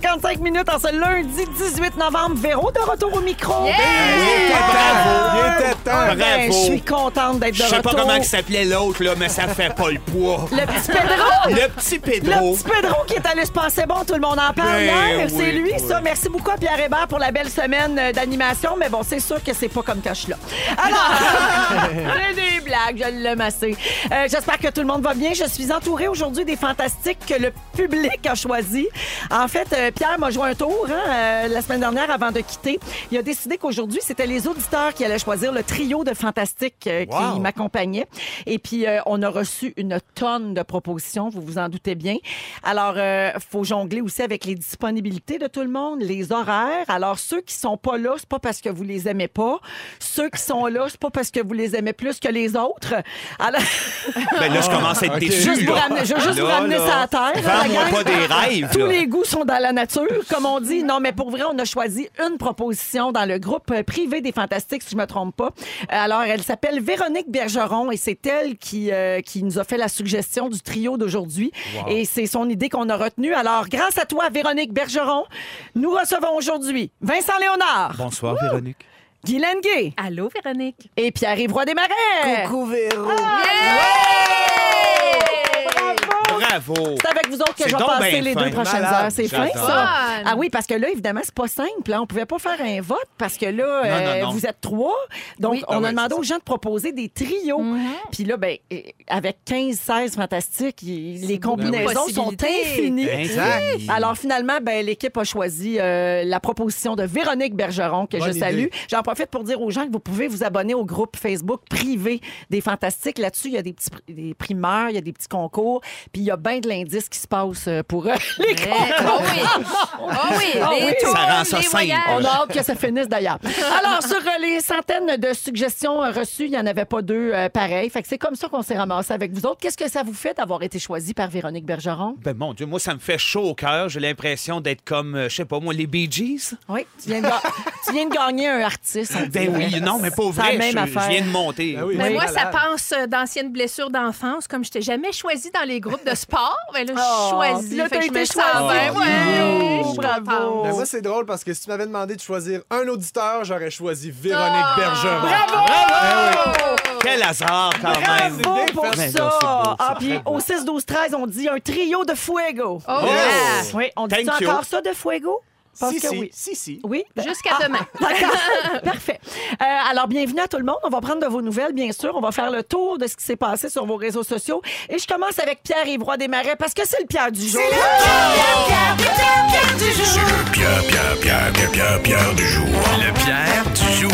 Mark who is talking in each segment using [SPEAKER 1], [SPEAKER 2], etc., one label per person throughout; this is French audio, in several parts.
[SPEAKER 1] 45 minutes en ce lundi 18 novembre. Véro de retour au micro.
[SPEAKER 2] Il était temps.
[SPEAKER 1] Ah, ben,
[SPEAKER 2] Bravo.
[SPEAKER 1] Je suis contente d'être de
[SPEAKER 2] Je sais
[SPEAKER 1] retour.
[SPEAKER 2] pas comment il s'appelait l'autre, là, mais ça fait pas le poids.
[SPEAKER 1] Le petit Pedro!
[SPEAKER 2] Le petit
[SPEAKER 1] Le
[SPEAKER 2] Pedro.
[SPEAKER 1] petit Pedro qui est allé se passer bon, tout le monde en parle
[SPEAKER 2] Ben
[SPEAKER 1] hier.
[SPEAKER 2] oui,
[SPEAKER 1] c'est lui,
[SPEAKER 2] oui.
[SPEAKER 1] ça. Merci beaucoup à Pierre Hébert pour la belle semaine euh, d'animation, mais bon, c'est sûr que c'est pas comme quand je suis là. Alors, j'ai des blagues, je l'ai massé. Euh, J'espère que tout le monde va bien. Je suis entourée aujourd'hui des fantastiques que le public a choisi. En fait, euh, Pierre m'a joué un tour hein, euh, la semaine dernière avant de quitter. Il a décidé qu'aujourd'hui, c'était les auditeurs qui allaient choisir le trio de fantastiques euh, qui
[SPEAKER 2] Wow.
[SPEAKER 1] m'a accompagnait. Et puis, euh, on a reçu une tonne de propositions, vous vous en doutez bien. Alors, euh, faut jongler aussi avec les disponibilités de tout le monde, les horaires. Alors, ceux qui sont pas là, c'est pas parce que vous les aimez pas. Ceux qui sont là, c'est pas parce que vous les aimez plus que les autres. Alors,
[SPEAKER 2] Ben là, je commence à être déçu.
[SPEAKER 1] juste vous
[SPEAKER 2] là.
[SPEAKER 1] ramener, je veux juste vous
[SPEAKER 2] Là,
[SPEAKER 1] ramener
[SPEAKER 2] là,
[SPEAKER 1] ça à terre. hein, la
[SPEAKER 2] Vends-moi
[SPEAKER 1] gang.
[SPEAKER 2] pas des rêves.
[SPEAKER 1] Tous
[SPEAKER 2] là.
[SPEAKER 1] les goûts sont dans la nature, comme on dit. Non, mais pour vrai, on a choisi une proposition dans le groupe euh, privé des Fantastiques, si je me trompe pas. Euh, Alors, elle s'appelle Véronique Bergeron et c'est elle qui, euh, qui nous a fait la suggestion du trio d'aujourd'hui. Et c'est son idée qu'on a retenue. Alors, grâce à toi, Véronique Bergeron, nous recevons aujourd'hui Vincent Léonard,
[SPEAKER 2] Bonsoir, Véronique.
[SPEAKER 1] Guylaine Gay
[SPEAKER 3] Allô, Véronique.
[SPEAKER 1] et Pierre-Yves Ah! Roy Desmarais.
[SPEAKER 2] Bravo.
[SPEAKER 1] C'est avec vous autres que
[SPEAKER 2] C'est
[SPEAKER 1] je vais
[SPEAKER 2] donc
[SPEAKER 1] passer
[SPEAKER 2] ben
[SPEAKER 1] les
[SPEAKER 2] fin.
[SPEAKER 1] deux prochaines
[SPEAKER 2] Malade.
[SPEAKER 1] heures. C'est fin,
[SPEAKER 2] J'adore.
[SPEAKER 1] ça?
[SPEAKER 3] Fun.
[SPEAKER 1] Ah oui, parce que là, évidemment, c'est pas simple. hein. On pouvait pas faire un vote parce que là, euh,
[SPEAKER 2] non, non.
[SPEAKER 1] vous êtes trois. Donc,
[SPEAKER 2] Ah
[SPEAKER 1] on a
[SPEAKER 2] ouais,
[SPEAKER 1] demandé
[SPEAKER 2] c'est
[SPEAKER 1] aux gens de proposer des trios.
[SPEAKER 3] Mhm.
[SPEAKER 1] Puis là, ben, euh, avec 15, 16 fantastiques, y- les combinaisons sont
[SPEAKER 3] possibilités.
[SPEAKER 1] infinies.
[SPEAKER 2] Exact.
[SPEAKER 1] Oui. Alors finalement, ben, l'équipe a choisi euh, la proposition de Véronique Bergeron, que je salue. J'en profite pour dire aux gens que vous pouvez vous abonner au groupe Facebook privé des Fantastiques. Là-dessus, il y a des, petits, pri- des primeurs, il y a des petits concours, puis il y a bien de l'indices qui se passent euh, pour eux. les
[SPEAKER 3] Eh, Oh oui. Oh oui.
[SPEAKER 1] Ah
[SPEAKER 3] les
[SPEAKER 1] oui.
[SPEAKER 3] tours,
[SPEAKER 2] Ça rend ça
[SPEAKER 3] les
[SPEAKER 2] simple.
[SPEAKER 1] on
[SPEAKER 3] voyages.
[SPEAKER 1] a hâte que ça finisse d'ailleurs. Alors, sur euh, les centaines de suggestions euh, reçues, il n'y en avait pas deux euh, pareilles. Fait que c'est comme ça qu'on s'est ramassé avec vous autres. Qu'est-ce que ça vous fait d'avoir été choisi par Véronique Bergeron?
[SPEAKER 2] Ben mon Dieu, moi, ça me fait chaud au cœur. J'ai l'impression d'être comme, euh, je sais pas moi, les Bee Gees.
[SPEAKER 1] Oui, tu viens de, ga- tu viens de gagner un artiste. on dirait.
[SPEAKER 2] Ben oui, non, mais pas
[SPEAKER 1] C'est la
[SPEAKER 2] vrai.
[SPEAKER 1] même
[SPEAKER 2] je, je
[SPEAKER 1] affaire.
[SPEAKER 2] viens de monter.
[SPEAKER 4] Ben oui.
[SPEAKER 3] Mais
[SPEAKER 1] Oui.
[SPEAKER 3] moi, ça
[SPEAKER 4] Malade.
[SPEAKER 3] pense euh, d'anciennes blessures d'enfance. Comme je t'ai jamais choisie dans les groupes de sport, mais là, je
[SPEAKER 1] Oh,
[SPEAKER 3] suis choisie.
[SPEAKER 1] là,
[SPEAKER 3] Fait
[SPEAKER 1] t'as
[SPEAKER 3] que je
[SPEAKER 1] été
[SPEAKER 3] me sens
[SPEAKER 1] choisie.
[SPEAKER 3] bien, ouais.
[SPEAKER 1] Oh,
[SPEAKER 3] Je suis
[SPEAKER 1] bravo.
[SPEAKER 3] contente.
[SPEAKER 4] Ben, moi, c'est drôle parce que si tu m'avais demandé de choisir un auditeur, j'aurais choisi Véronique
[SPEAKER 1] Ah!
[SPEAKER 4] Bergeron.
[SPEAKER 2] Quel hasard, quand même.
[SPEAKER 1] Bravo
[SPEAKER 4] idée,
[SPEAKER 1] pour
[SPEAKER 2] Ben,
[SPEAKER 1] ça!
[SPEAKER 2] c'est beau,
[SPEAKER 1] ah,
[SPEAKER 2] c'est
[SPEAKER 1] puis
[SPEAKER 2] très beau.
[SPEAKER 1] au 6, 12, 13, on dit un trio de fuego.
[SPEAKER 3] Oh,
[SPEAKER 2] Yes.
[SPEAKER 3] yeah.
[SPEAKER 1] Oui, on dit
[SPEAKER 2] Thank you.
[SPEAKER 1] encore ça de fuego? Parce
[SPEAKER 4] Si,
[SPEAKER 1] que
[SPEAKER 4] si,
[SPEAKER 1] oui.
[SPEAKER 4] si, si.
[SPEAKER 1] Oui? Ben,
[SPEAKER 3] Jusqu'à
[SPEAKER 1] Ah,
[SPEAKER 3] demain.
[SPEAKER 1] D'accord. Parfait. Euh, alors, bienvenue à tout le monde. On va prendre de vos nouvelles, bien sûr. On va faire le tour de ce qui s'est passé sur vos réseaux sociaux. Et je commence avec Pierre Évroy Desmarais parce que c'est le Pierre du jour.
[SPEAKER 5] Pierre, Pierre, Pierre, Pierre, Pierre, Pierre du jour. Le Pierre du jour.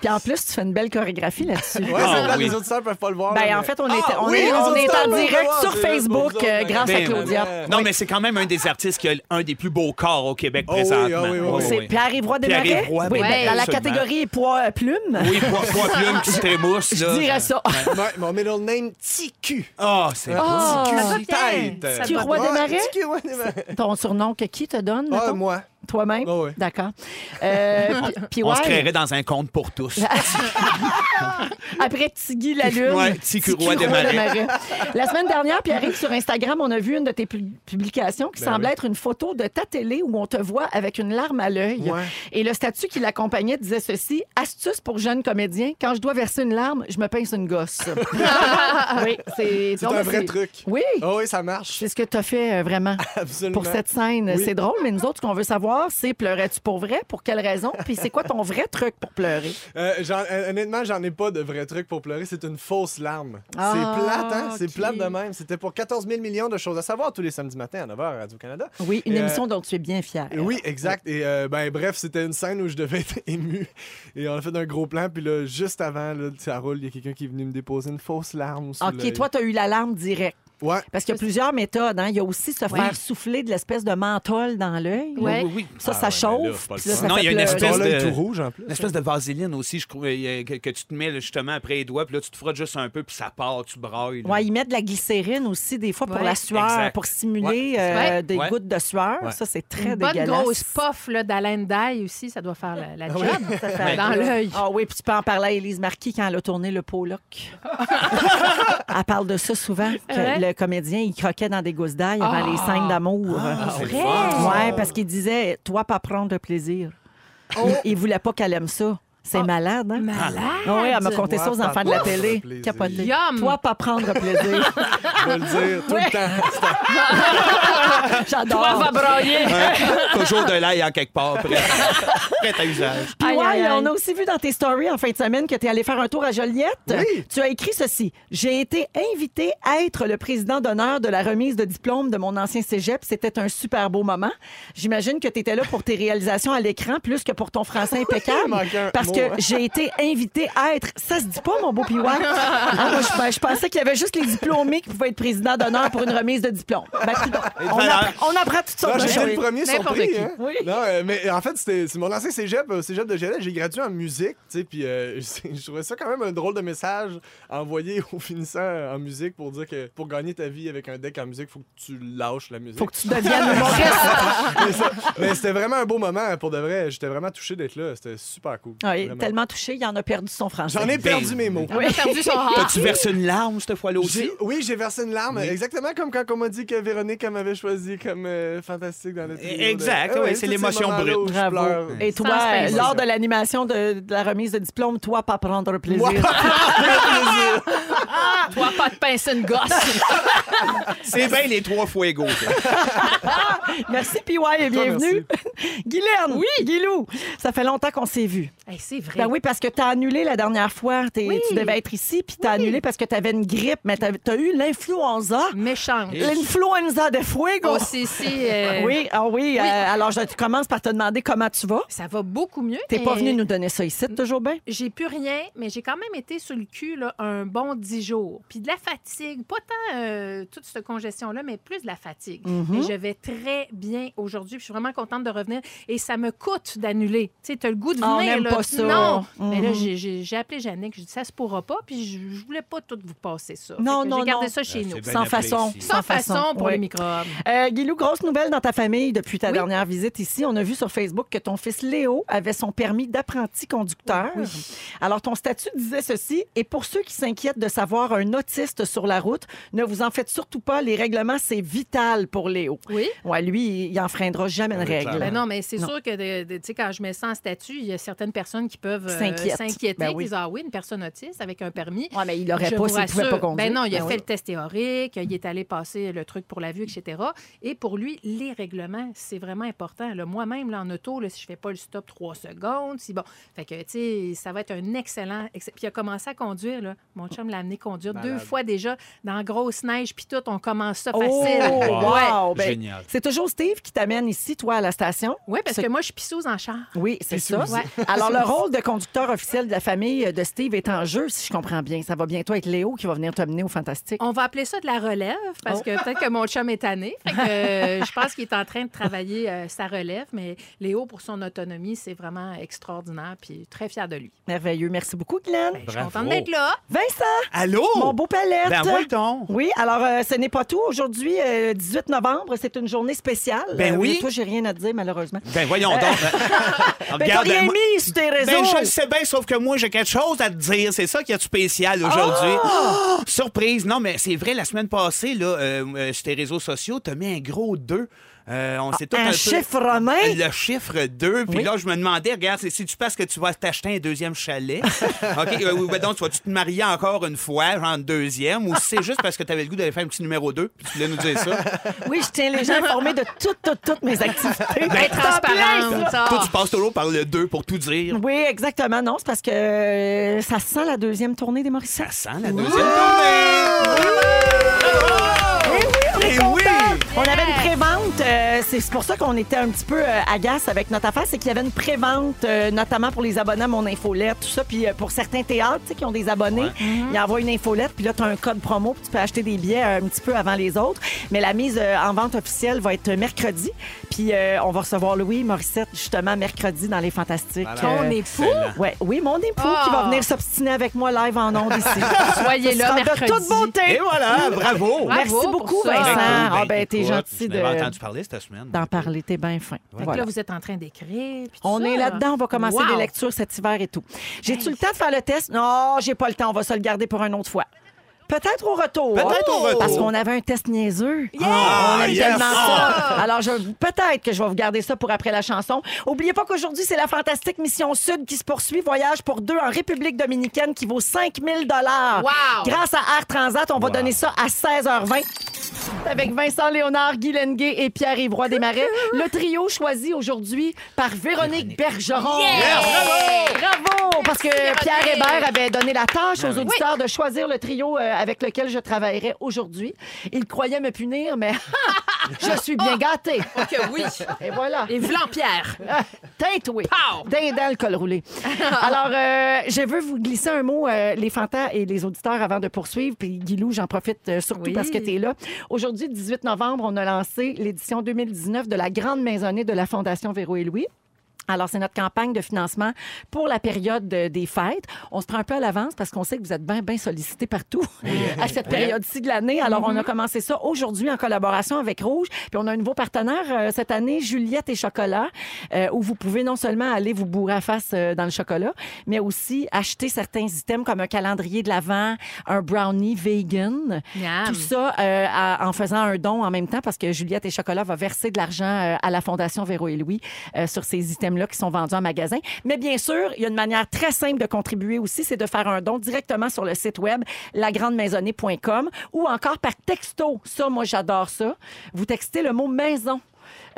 [SPEAKER 1] Puis en plus, tu fais une belle chorégraphie là-dessus.
[SPEAKER 4] Ouais, c'est
[SPEAKER 2] Ah,
[SPEAKER 4] vrai,
[SPEAKER 2] oui.
[SPEAKER 4] les auditeurs peuvent pas le voir.
[SPEAKER 1] Ben,
[SPEAKER 4] là,
[SPEAKER 1] en
[SPEAKER 4] mais-
[SPEAKER 1] fait, on est,
[SPEAKER 4] Ah,
[SPEAKER 1] on
[SPEAKER 4] oui,
[SPEAKER 1] est,
[SPEAKER 4] les
[SPEAKER 1] on est
[SPEAKER 4] auditeurs,
[SPEAKER 1] en
[SPEAKER 4] oui,
[SPEAKER 1] direct
[SPEAKER 4] oui,
[SPEAKER 1] sur
[SPEAKER 4] oui,
[SPEAKER 1] Facebook
[SPEAKER 4] oui, oui,
[SPEAKER 1] euh,
[SPEAKER 4] oui.
[SPEAKER 1] grâce à
[SPEAKER 2] Ben,
[SPEAKER 1] Claudia.
[SPEAKER 4] oui.
[SPEAKER 2] Non, mais c'est quand même un des artistes qui a un des plus beaux corps au Québec
[SPEAKER 4] oui,
[SPEAKER 2] présentement.
[SPEAKER 4] ah oui, oui, oui.
[SPEAKER 1] C'est Pierre-Yves Roy Desmarais?
[SPEAKER 2] Oh, Pierre-Yves Roy,
[SPEAKER 1] oui,
[SPEAKER 2] ben,
[SPEAKER 1] ben, dans la
[SPEAKER 2] absolument.
[SPEAKER 1] catégorie poids euh, plume.
[SPEAKER 2] Oui, poids, poids plume qui se trémousse.
[SPEAKER 1] Je dirais ça.
[SPEAKER 4] Ouais, Mon middle name, TQ.
[SPEAKER 2] Ah, c'est
[SPEAKER 1] Ah.
[SPEAKER 4] TQ,
[SPEAKER 3] Ça va bien.
[SPEAKER 4] tête.
[SPEAKER 3] Ça
[SPEAKER 1] Tu
[SPEAKER 3] va
[SPEAKER 1] roi
[SPEAKER 3] bien.
[SPEAKER 1] des marais?
[SPEAKER 4] TQ, ouais, des marais.
[SPEAKER 1] Ton surnom que qui te donne?
[SPEAKER 4] Ah,
[SPEAKER 1] mettons?
[SPEAKER 4] moi.
[SPEAKER 1] Toi-même?
[SPEAKER 4] Ah oui.
[SPEAKER 1] D'accord. Euh, puis- puis
[SPEAKER 2] On
[SPEAKER 1] ouais,
[SPEAKER 2] se créerait dans un compte pour tous.
[SPEAKER 1] Ah, Après Tigui la Lune.
[SPEAKER 2] Ouais, Tigui Roy
[SPEAKER 1] Tigui
[SPEAKER 2] Desmarais.
[SPEAKER 1] Desmarais. La semaine dernière, puis arrive sur Instagram, on a vu une de tes pu- publications qui
[SPEAKER 4] Ben
[SPEAKER 1] semblait être une photo de ta télé où on te voit avec une larme à l'œil.
[SPEAKER 4] Ouais.
[SPEAKER 1] Et le statut qui l'accompagnait disait ceci Astuce pour jeunes comédiens, quand je dois verser une larme, je me pince une gosse. oui, c'est
[SPEAKER 4] C'est
[SPEAKER 1] non, mais
[SPEAKER 4] un vrai truc.
[SPEAKER 1] Oui.
[SPEAKER 4] Ah oui, ça marche.
[SPEAKER 1] C'est ce que tu as fait euh, vraiment
[SPEAKER 4] Absolument.
[SPEAKER 1] pour cette scène.
[SPEAKER 4] Oui.
[SPEAKER 1] C'est drôle, mais nous autres, ce qu'on veut savoir, c'est pleurais-tu pour vrai? Pour quelle raison? Puis c'est quoi ton vrai truc pour pleurer?
[SPEAKER 4] Euh, j'en- euh, honnêtement, j'en ai pas de vrai truc pour pleurer. C'est une fausse larme.
[SPEAKER 1] Ah,
[SPEAKER 4] c'est plate, hein? C'est
[SPEAKER 1] ok.
[SPEAKER 4] plate de même. C'était pour 14 000 millions de choses à savoir tous les samedis matins à 9h à Radio-Canada.
[SPEAKER 1] Oui, une
[SPEAKER 4] Euh,
[SPEAKER 1] émission dont tu es bien fière.
[SPEAKER 4] Oui, exact. Et euh, ben bref, c'était une scène où je devais être ému. Et on a fait un gros plan. Puis là, juste avant, là, ça roule, il y a quelqu'un qui est venu me déposer une fausse larme. Sur
[SPEAKER 1] OK,
[SPEAKER 4] l'œil.
[SPEAKER 1] toi, tu as eu l'alarme directe.
[SPEAKER 4] Ouais.
[SPEAKER 1] Parce qu'il y a plusieurs méthodes. hein. Il y a aussi se faire souffler de l'espèce de menthol dans l'œil. là.
[SPEAKER 3] Ouais.
[SPEAKER 1] Ça, ça chauffe. puis là, ça
[SPEAKER 2] Non,
[SPEAKER 1] fait
[SPEAKER 2] il y a une
[SPEAKER 1] pleurer.
[SPEAKER 2] espèce
[SPEAKER 4] Ton l'œil
[SPEAKER 2] de-
[SPEAKER 4] tout rouge en plus.
[SPEAKER 2] Une espèce de vaseline aussi, je crois, euh, que, que tu te mets là, justement après les doigts, puis là, tu te frottes juste un peu, puis ça part, tu brailles. là.
[SPEAKER 1] Ouais, ils mettent de la glycérine aussi, des fois, pour
[SPEAKER 3] Ouais.
[SPEAKER 1] la sueur,
[SPEAKER 2] Exact.
[SPEAKER 1] pour simuler euh,
[SPEAKER 3] Ouais.
[SPEAKER 1] des
[SPEAKER 2] Ouais.
[SPEAKER 1] gouttes de sueur.
[SPEAKER 2] Ouais.
[SPEAKER 1] Ça, c'est très
[SPEAKER 3] Une bonne
[SPEAKER 1] dégueulasse.
[SPEAKER 3] grosse puff là, d'haleine d'ail aussi, ça doit faire la,
[SPEAKER 2] Ah
[SPEAKER 3] la job.
[SPEAKER 1] Ça fait-
[SPEAKER 3] Ouais. Dans l'œil.
[SPEAKER 1] Ah oui, puis tu peux en parler à Élise Marquis quand elle a tourné le Pollock. elle parle de ça souvent, que
[SPEAKER 3] Ouais.
[SPEAKER 1] le, euh, comédien, il croquait dans des gousses d'ail avant les scènes d'amour.
[SPEAKER 2] c'est
[SPEAKER 3] Ah! vrai?
[SPEAKER 2] le fun.
[SPEAKER 1] Ouais, parce qu'il disait, toi, pas prendre de plaisir. Il, il voulait pas qu'elle aime ça. C'est
[SPEAKER 3] Oh.
[SPEAKER 1] malade, hein?
[SPEAKER 3] Malade.
[SPEAKER 1] Ah Oui, elle m'a conté ça aux
[SPEAKER 4] Toi,
[SPEAKER 1] enfants de la
[SPEAKER 4] pas prendre
[SPEAKER 1] télé.
[SPEAKER 4] de plaisir.
[SPEAKER 1] Capoté.
[SPEAKER 3] Yum.
[SPEAKER 1] Toi, pas prendre plaisir.
[SPEAKER 4] Je vais le dire tout le temps.
[SPEAKER 1] J'adore.
[SPEAKER 3] brailler.
[SPEAKER 2] Hein? Toujours de l'ail en quelque part, prêt, prêt à usage.
[SPEAKER 1] Puis
[SPEAKER 3] Aïe,
[SPEAKER 1] ouais,
[SPEAKER 3] aïe, aïe.
[SPEAKER 1] on a aussi vu dans tes stories en fin de semaine que tu es allé faire un tour à Joliette.
[SPEAKER 4] Oui.
[SPEAKER 1] Tu as écrit ceci. J'ai été invité à être le président d'honneur de la remise de diplôme de mon ancien cégep. C'était un super beau moment. J'imagine que tu étais là pour tes réalisations à l'écran plus que pour ton français
[SPEAKER 4] Il
[SPEAKER 1] impeccable.
[SPEAKER 4] manquait un
[SPEAKER 1] parce
[SPEAKER 4] mot,
[SPEAKER 1] que
[SPEAKER 4] hein.
[SPEAKER 1] j'ai été invité à être. Ça se dit pas, mon beau Piwa. Ah, moi, je, ben, je pensais qu'il y avait juste les diplômés qui pouvaient être président d'honneur pour une remise de diplôme. Ben, coudonc. on,
[SPEAKER 2] valeur.
[SPEAKER 1] apprend, on apprend toutes
[SPEAKER 4] Non,
[SPEAKER 1] sortes de
[SPEAKER 4] j'étais le
[SPEAKER 1] choses.
[SPEAKER 4] premier
[SPEAKER 3] N'importe
[SPEAKER 4] surpris.
[SPEAKER 3] qui.
[SPEAKER 4] hein.
[SPEAKER 1] Oui.
[SPEAKER 4] Non, euh, mais en fait, c'était c'est mon ancien cégep, euh, cégep de Gélette. J'ai gradué en musique, tu sais, puis euh, c'est- je trouvais ça quand même un drôle de message envoyé aux finissants euh, en musique pour dire que pour gagner ta vie avec un deck en musique, faut que tu lâches la musique.
[SPEAKER 1] Faut que tu deviennes mon reste.
[SPEAKER 4] mais ça- mais c'était vraiment un beau moment hein, pour de vrai. J'étais vraiment touché d'être là. C'était super cool.
[SPEAKER 1] Ah, il est
[SPEAKER 4] Vraiment.
[SPEAKER 1] tellement touché, il en a perdu son français.
[SPEAKER 4] J'en ai perdu mes mots.
[SPEAKER 3] On a perdu son
[SPEAKER 1] Ah.
[SPEAKER 3] heart.
[SPEAKER 2] T'as-tu versé une larme cette fois-là aussi?
[SPEAKER 4] J'ai- Oui, j'ai versé une larme, exactement comme quand on m'a dit que Véronique elle m'avait choisi comme euh, fantastique dans le trio de-
[SPEAKER 2] Exact,
[SPEAKER 4] Ah
[SPEAKER 2] oui,
[SPEAKER 4] ouais,
[SPEAKER 2] c'est
[SPEAKER 4] tous ces
[SPEAKER 2] l'émotion
[SPEAKER 4] moments-là où
[SPEAKER 2] brute.
[SPEAKER 4] je
[SPEAKER 1] Bravo.
[SPEAKER 4] pleure.
[SPEAKER 1] Et toi,
[SPEAKER 3] Sans space.
[SPEAKER 1] euh, lors de l'animation de, de la remise de diplôme, toi, pas prendre plaisir.
[SPEAKER 4] Moi,
[SPEAKER 3] Toi, pas de pincer une gosse.
[SPEAKER 2] C'est bien les trois fuego. ça.
[SPEAKER 1] Merci, PY, et bienvenue. Guylaine, oui. Guilou, ça fait longtemps qu'on s'est vus.
[SPEAKER 3] Hey, c'est vrai.
[SPEAKER 1] Ben oui, parce que t'as annulé la dernière fois. T'es-
[SPEAKER 3] Oui.
[SPEAKER 1] Tu devais être ici, puis t'as annulé parce que t'avais une grippe, mais t'as t'as eu l'influenza.
[SPEAKER 3] Méchante.
[SPEAKER 2] Et-
[SPEAKER 1] L'influenza de fuego.
[SPEAKER 3] Oh, c'est- c'est, euh,
[SPEAKER 1] Oui, ah oui. euh, alors, je commence par te demander comment tu vas.
[SPEAKER 3] Ça va beaucoup mieux.
[SPEAKER 1] T'es pas
[SPEAKER 3] mais
[SPEAKER 1] venu nous donner ça ici, toujours bien?
[SPEAKER 3] J'ai plus rien, mais j'ai quand même été sur le cul là, un bon dix jours. Puis de la fatigue, pas tant euh, toute cette congestion-là, mais plus de la fatigue.
[SPEAKER 1] Mm-hmm.
[SPEAKER 3] Mais je vais très bien aujourd'hui. puis Je suis vraiment contente de revenir. Et ça me coûte d'annuler. Tu sais, t'as le goût de
[SPEAKER 1] Ah, on
[SPEAKER 3] venir.
[SPEAKER 1] aime
[SPEAKER 3] là.
[SPEAKER 1] pas ça.
[SPEAKER 3] Non.
[SPEAKER 1] Mhm.
[SPEAKER 3] Mais là, j'ai- j'ai j'ai appelé Jannick. J'ai dit, ça se pourra pas. Puis je, je voulais pas tout vous passer ça.
[SPEAKER 1] Non,
[SPEAKER 3] Fait que
[SPEAKER 1] non,
[SPEAKER 3] J'ai gardé
[SPEAKER 1] non.
[SPEAKER 3] ça chez nous.
[SPEAKER 2] Euh, C'est bien
[SPEAKER 1] Sans
[SPEAKER 2] apprécié.
[SPEAKER 1] façon.
[SPEAKER 3] Sans, façon, pour
[SPEAKER 1] oui.
[SPEAKER 3] les microbes.
[SPEAKER 1] Euh, Guilou, grosse nouvelle dans ta famille depuis ta
[SPEAKER 3] Oui.
[SPEAKER 1] dernière visite ici. On a vu sur Facebook que ton fils Léo avait son permis d'apprenti conducteur. Alors, ton statut disait ceci. Et pour ceux qui s'inquiètent de savoir un autiste sur la route, ne vous en faites surtout pas. Les règlements, c'est vital pour Léo.
[SPEAKER 3] Oui.
[SPEAKER 1] Ouais, lui, il enfreindra jamais une
[SPEAKER 2] Ah oui,
[SPEAKER 1] règle.
[SPEAKER 2] clairement.
[SPEAKER 3] Ben non, mais c'est
[SPEAKER 1] Non.
[SPEAKER 3] sûr que de- de- tu sais, quand je mets ça en statut, il y a certaines personnes qui peuvent euh,
[SPEAKER 1] S'inquiètent.
[SPEAKER 3] s'inquiéter.
[SPEAKER 1] Ben oui.
[SPEAKER 3] Ils disent, ah oui, une personne autiste avec un permis.
[SPEAKER 1] Ouais, mais il l'aurait
[SPEAKER 3] Je
[SPEAKER 1] pas
[SPEAKER 3] vous
[SPEAKER 1] s'il pouvait
[SPEAKER 3] rassure.
[SPEAKER 1] pas conduire.
[SPEAKER 3] Ben non, il a
[SPEAKER 1] Ben
[SPEAKER 3] fait
[SPEAKER 1] oui.
[SPEAKER 3] le test théorique, il est allé passer le truc pour la vue, etc. Et pour lui, les règlements, c'est vraiment important. Là, Moi-même, là, en auto, là, si je fais pas le stop trois secondes, si bon. Fait que, tu sais, ça va être un excellent. ex- Puis il a commencé à conduire, là. Mon chum l'a amené conduire
[SPEAKER 4] Malade.
[SPEAKER 3] deux fois déjà dans la grosse neige, puis tout, on commence ça
[SPEAKER 1] Oh,
[SPEAKER 3] facile.
[SPEAKER 1] wow!
[SPEAKER 3] Ouais.
[SPEAKER 1] Ben,
[SPEAKER 2] Génial.
[SPEAKER 1] C'est toujours Steve qui t'amène ici, toi, à la station.
[SPEAKER 3] Ouais, parce
[SPEAKER 1] C'est-
[SPEAKER 3] que moi, je suis pisseuse en char.
[SPEAKER 1] Oui, c'est ça.
[SPEAKER 3] Ouais.
[SPEAKER 1] Alors, le rôle de conducteur officiel de la famille de Steve est en jeu, si je comprends bien. Ça va bientôt être Léo qui va venir te mener au Fantastique.
[SPEAKER 3] On va appeler ça de la relève parce
[SPEAKER 1] Oh.
[SPEAKER 3] que peut-être que mon chum est tanné. Fait que, euh, je pense qu'il est en train de travailler euh, sa relève, mais Léo, pour son autonomie, c'est vraiment extraordinaire puis très fier de lui.
[SPEAKER 1] Merveilleux. Merci beaucoup, Glenn.
[SPEAKER 3] Ben, je suis
[SPEAKER 2] Bravo.
[SPEAKER 3] contente d'être là.
[SPEAKER 1] Vincent,
[SPEAKER 2] Allô?
[SPEAKER 1] mon beau palette.
[SPEAKER 2] Ah, Ben, moi, donc.
[SPEAKER 1] oui, alors euh, ce n'est pas tout. Aujourd'hui, euh, 18 novembre, c'est une journée spéciale. Euh,
[SPEAKER 2] Ben oui.
[SPEAKER 1] Toi, j'ai rien à te dire, malheureusement.
[SPEAKER 2] Ben voyons donc.
[SPEAKER 1] Ben, t'as
[SPEAKER 2] Regarde,
[SPEAKER 1] rien
[SPEAKER 2] moi-
[SPEAKER 1] mis sur tes réseaux.
[SPEAKER 2] Ben, je le sais bien, sauf que moi, j'ai quelque chose à te dire. C'est ça qui est
[SPEAKER 1] Ah!
[SPEAKER 2] spécial aujourd'hui. Oh, surprise! Non, mais c'est vrai, la semaine passée, là, euh, euh, sur tes réseaux sociaux, t'as mis un gros 2. Euh, on s'est tout
[SPEAKER 1] Ah, un
[SPEAKER 2] peu-
[SPEAKER 1] chiffre romain?
[SPEAKER 2] Le chiffre 2. Puis
[SPEAKER 1] Oui.
[SPEAKER 2] là, je me demandais, regarde, c'est- si tu penses que tu vas t'acheter un deuxième chalet, OK, euh, ou ben donc, tu vas-tu te marier encore une fois, genre une deuxième, ou si c'est juste parce que t'avais le goût d'aller faire un petit numéro 2, puis tu voulais nous dire ça.
[SPEAKER 1] Oui, je tiens les gens informés de toutes, toutes, toutes mes activités.
[SPEAKER 3] Ben,
[SPEAKER 1] T'es en plein,
[SPEAKER 3] transparente.
[SPEAKER 1] ça.
[SPEAKER 3] Ah.
[SPEAKER 2] Toi, tu passes toujours par le 2 pour tout dire.
[SPEAKER 1] Oui, exactement. Non, c'est parce que euh, ça sent la deuxième tournée des Mauriciens.
[SPEAKER 2] Ça sent la deuxième tournée!
[SPEAKER 1] Eh oui, on est
[SPEAKER 2] Eh
[SPEAKER 1] contents.
[SPEAKER 2] oui.
[SPEAKER 1] On avait une prévente. euh, c'est c'est pour ça qu'on était un petit peu euh, agace avec notre affaire. C'est qu'il y avait une prévente, euh, notamment pour les abonnés à mon infolette, tout ça. Puis euh, pour certains théâtres tu sais, qui ont des abonnés, ils envoient une infolette. Puis là, tu as un code promo. Puis tu peux acheter des billets euh, un petit peu avant les autres. Mais la mise euh, en vente officielle va être mercredi. Puis euh, on va recevoir Louis Morissette, justement, mercredi dans Les Fantastiques.
[SPEAKER 4] Voilà.
[SPEAKER 1] Euh,
[SPEAKER 3] Ton époux,
[SPEAKER 1] ouais, oui, mon époux qui va
[SPEAKER 3] Ah.
[SPEAKER 1] venir s'obstiner avec moi live en ondes ici.
[SPEAKER 3] soyez
[SPEAKER 1] Ça
[SPEAKER 3] là
[SPEAKER 1] sera de
[SPEAKER 3] mercredi.
[SPEAKER 1] toute beauté.
[SPEAKER 2] Et voilà, bravo!
[SPEAKER 3] Ouais.
[SPEAKER 1] Merci
[SPEAKER 3] Bravo pour
[SPEAKER 1] beaucoup,
[SPEAKER 3] ça.
[SPEAKER 1] Vincent.
[SPEAKER 2] Ben, cool.
[SPEAKER 1] Ah, ben,
[SPEAKER 2] écoute,
[SPEAKER 1] t'es gentil
[SPEAKER 2] Je n'avais entendu
[SPEAKER 1] de-
[SPEAKER 2] parler cette semaine.
[SPEAKER 1] d'en parler. T'es bien fin.
[SPEAKER 3] Fait que
[SPEAKER 1] Voilà.
[SPEAKER 3] là, vous êtes en train d'écrire. puis tout
[SPEAKER 1] On
[SPEAKER 3] ça,
[SPEAKER 1] est là-dedans, on va commencer
[SPEAKER 3] Wow.
[SPEAKER 1] les lectures cet hiver et tout. J'ai-tu le temps de faire le test? Non, j'ai pas le temps, on va se le garder pour une autre fois. Peut-être au retour.
[SPEAKER 2] Peut-être au retour.
[SPEAKER 1] Parce qu'on avait un test niaiseux.
[SPEAKER 2] Ah,
[SPEAKER 1] On aime
[SPEAKER 2] yes.
[SPEAKER 1] tellement ça.
[SPEAKER 3] Ah.
[SPEAKER 1] Alors, je, peut-être que je vais vous garder ça pour après la chanson. Oubliez pas qu'aujourd'hui, c'est la fantastique Mission Sud qui se poursuit. Voyage pour deux en République dominicaine qui vaut 5000 dollars.
[SPEAKER 3] Wow.
[SPEAKER 1] Grâce à Air Transat, on va donner ça à 16h20. Avec Vincent Léonard, Guy Lenguet et Pierre-Yves Roy Desmarais. Le trio choisi aujourd'hui par Véronique Bergeron. Bravo! Ben Parce que
[SPEAKER 3] Véronique.
[SPEAKER 1] Pierre Hébert avait donné la tâche aux auditeurs de choisir le trio euh, avec lequel je travaillerai aujourd'hui. Il croyait me punir, mais je suis bien gâtée.
[SPEAKER 3] Que oui.
[SPEAKER 1] Et voilà.
[SPEAKER 3] Et Vlampierre.
[SPEAKER 1] Tintoué.
[SPEAKER 3] Pow!
[SPEAKER 1] Dindin le col roulé. Alors, euh, je veux vous glisser un mot, euh, les fantas et les auditeurs, avant de poursuivre. Puis, Guilou, j'en profite euh, surtout
[SPEAKER 3] Oui.
[SPEAKER 1] parce que tu es là. Aujourd'hui, 18 novembre, on a lancé l'édition 2019 de la Grande Maisonnée de la Fondation Véro et Louis. Alors, c'est notre campagne de financement pour la période euh, des fêtes. On se prend un peu à l'avance parce qu'on sait que vous êtes bien, bien sollicités partout à cette période-ci de l'année. Alors, on a commencé ça aujourd'hui en collaboration avec Rouge. Puis, on a un nouveau partenaire euh, cette année, Juliette et Chocolat, euh, où vous pouvez non seulement aller vous bourrer à face euh, dans le chocolat, mais aussi acheter certains items comme un calendrier de l'Avent, un brownie vegan.
[SPEAKER 3] Miam.
[SPEAKER 1] Tout ça euh, à- en faisant un don en même temps parce que Juliette et Chocolat va verser de l'argent euh, à la Fondation Véro et Louis euh, sur ces items-là qui sont vendus en magasin. Mais bien sûr, il y a une manière très simple de contribuer aussi, c'est de faire un don directement sur le site web lagrandemaisonnée.com ou encore par texto. Ça, moi, j'adore ça. Vous textez le mot maison.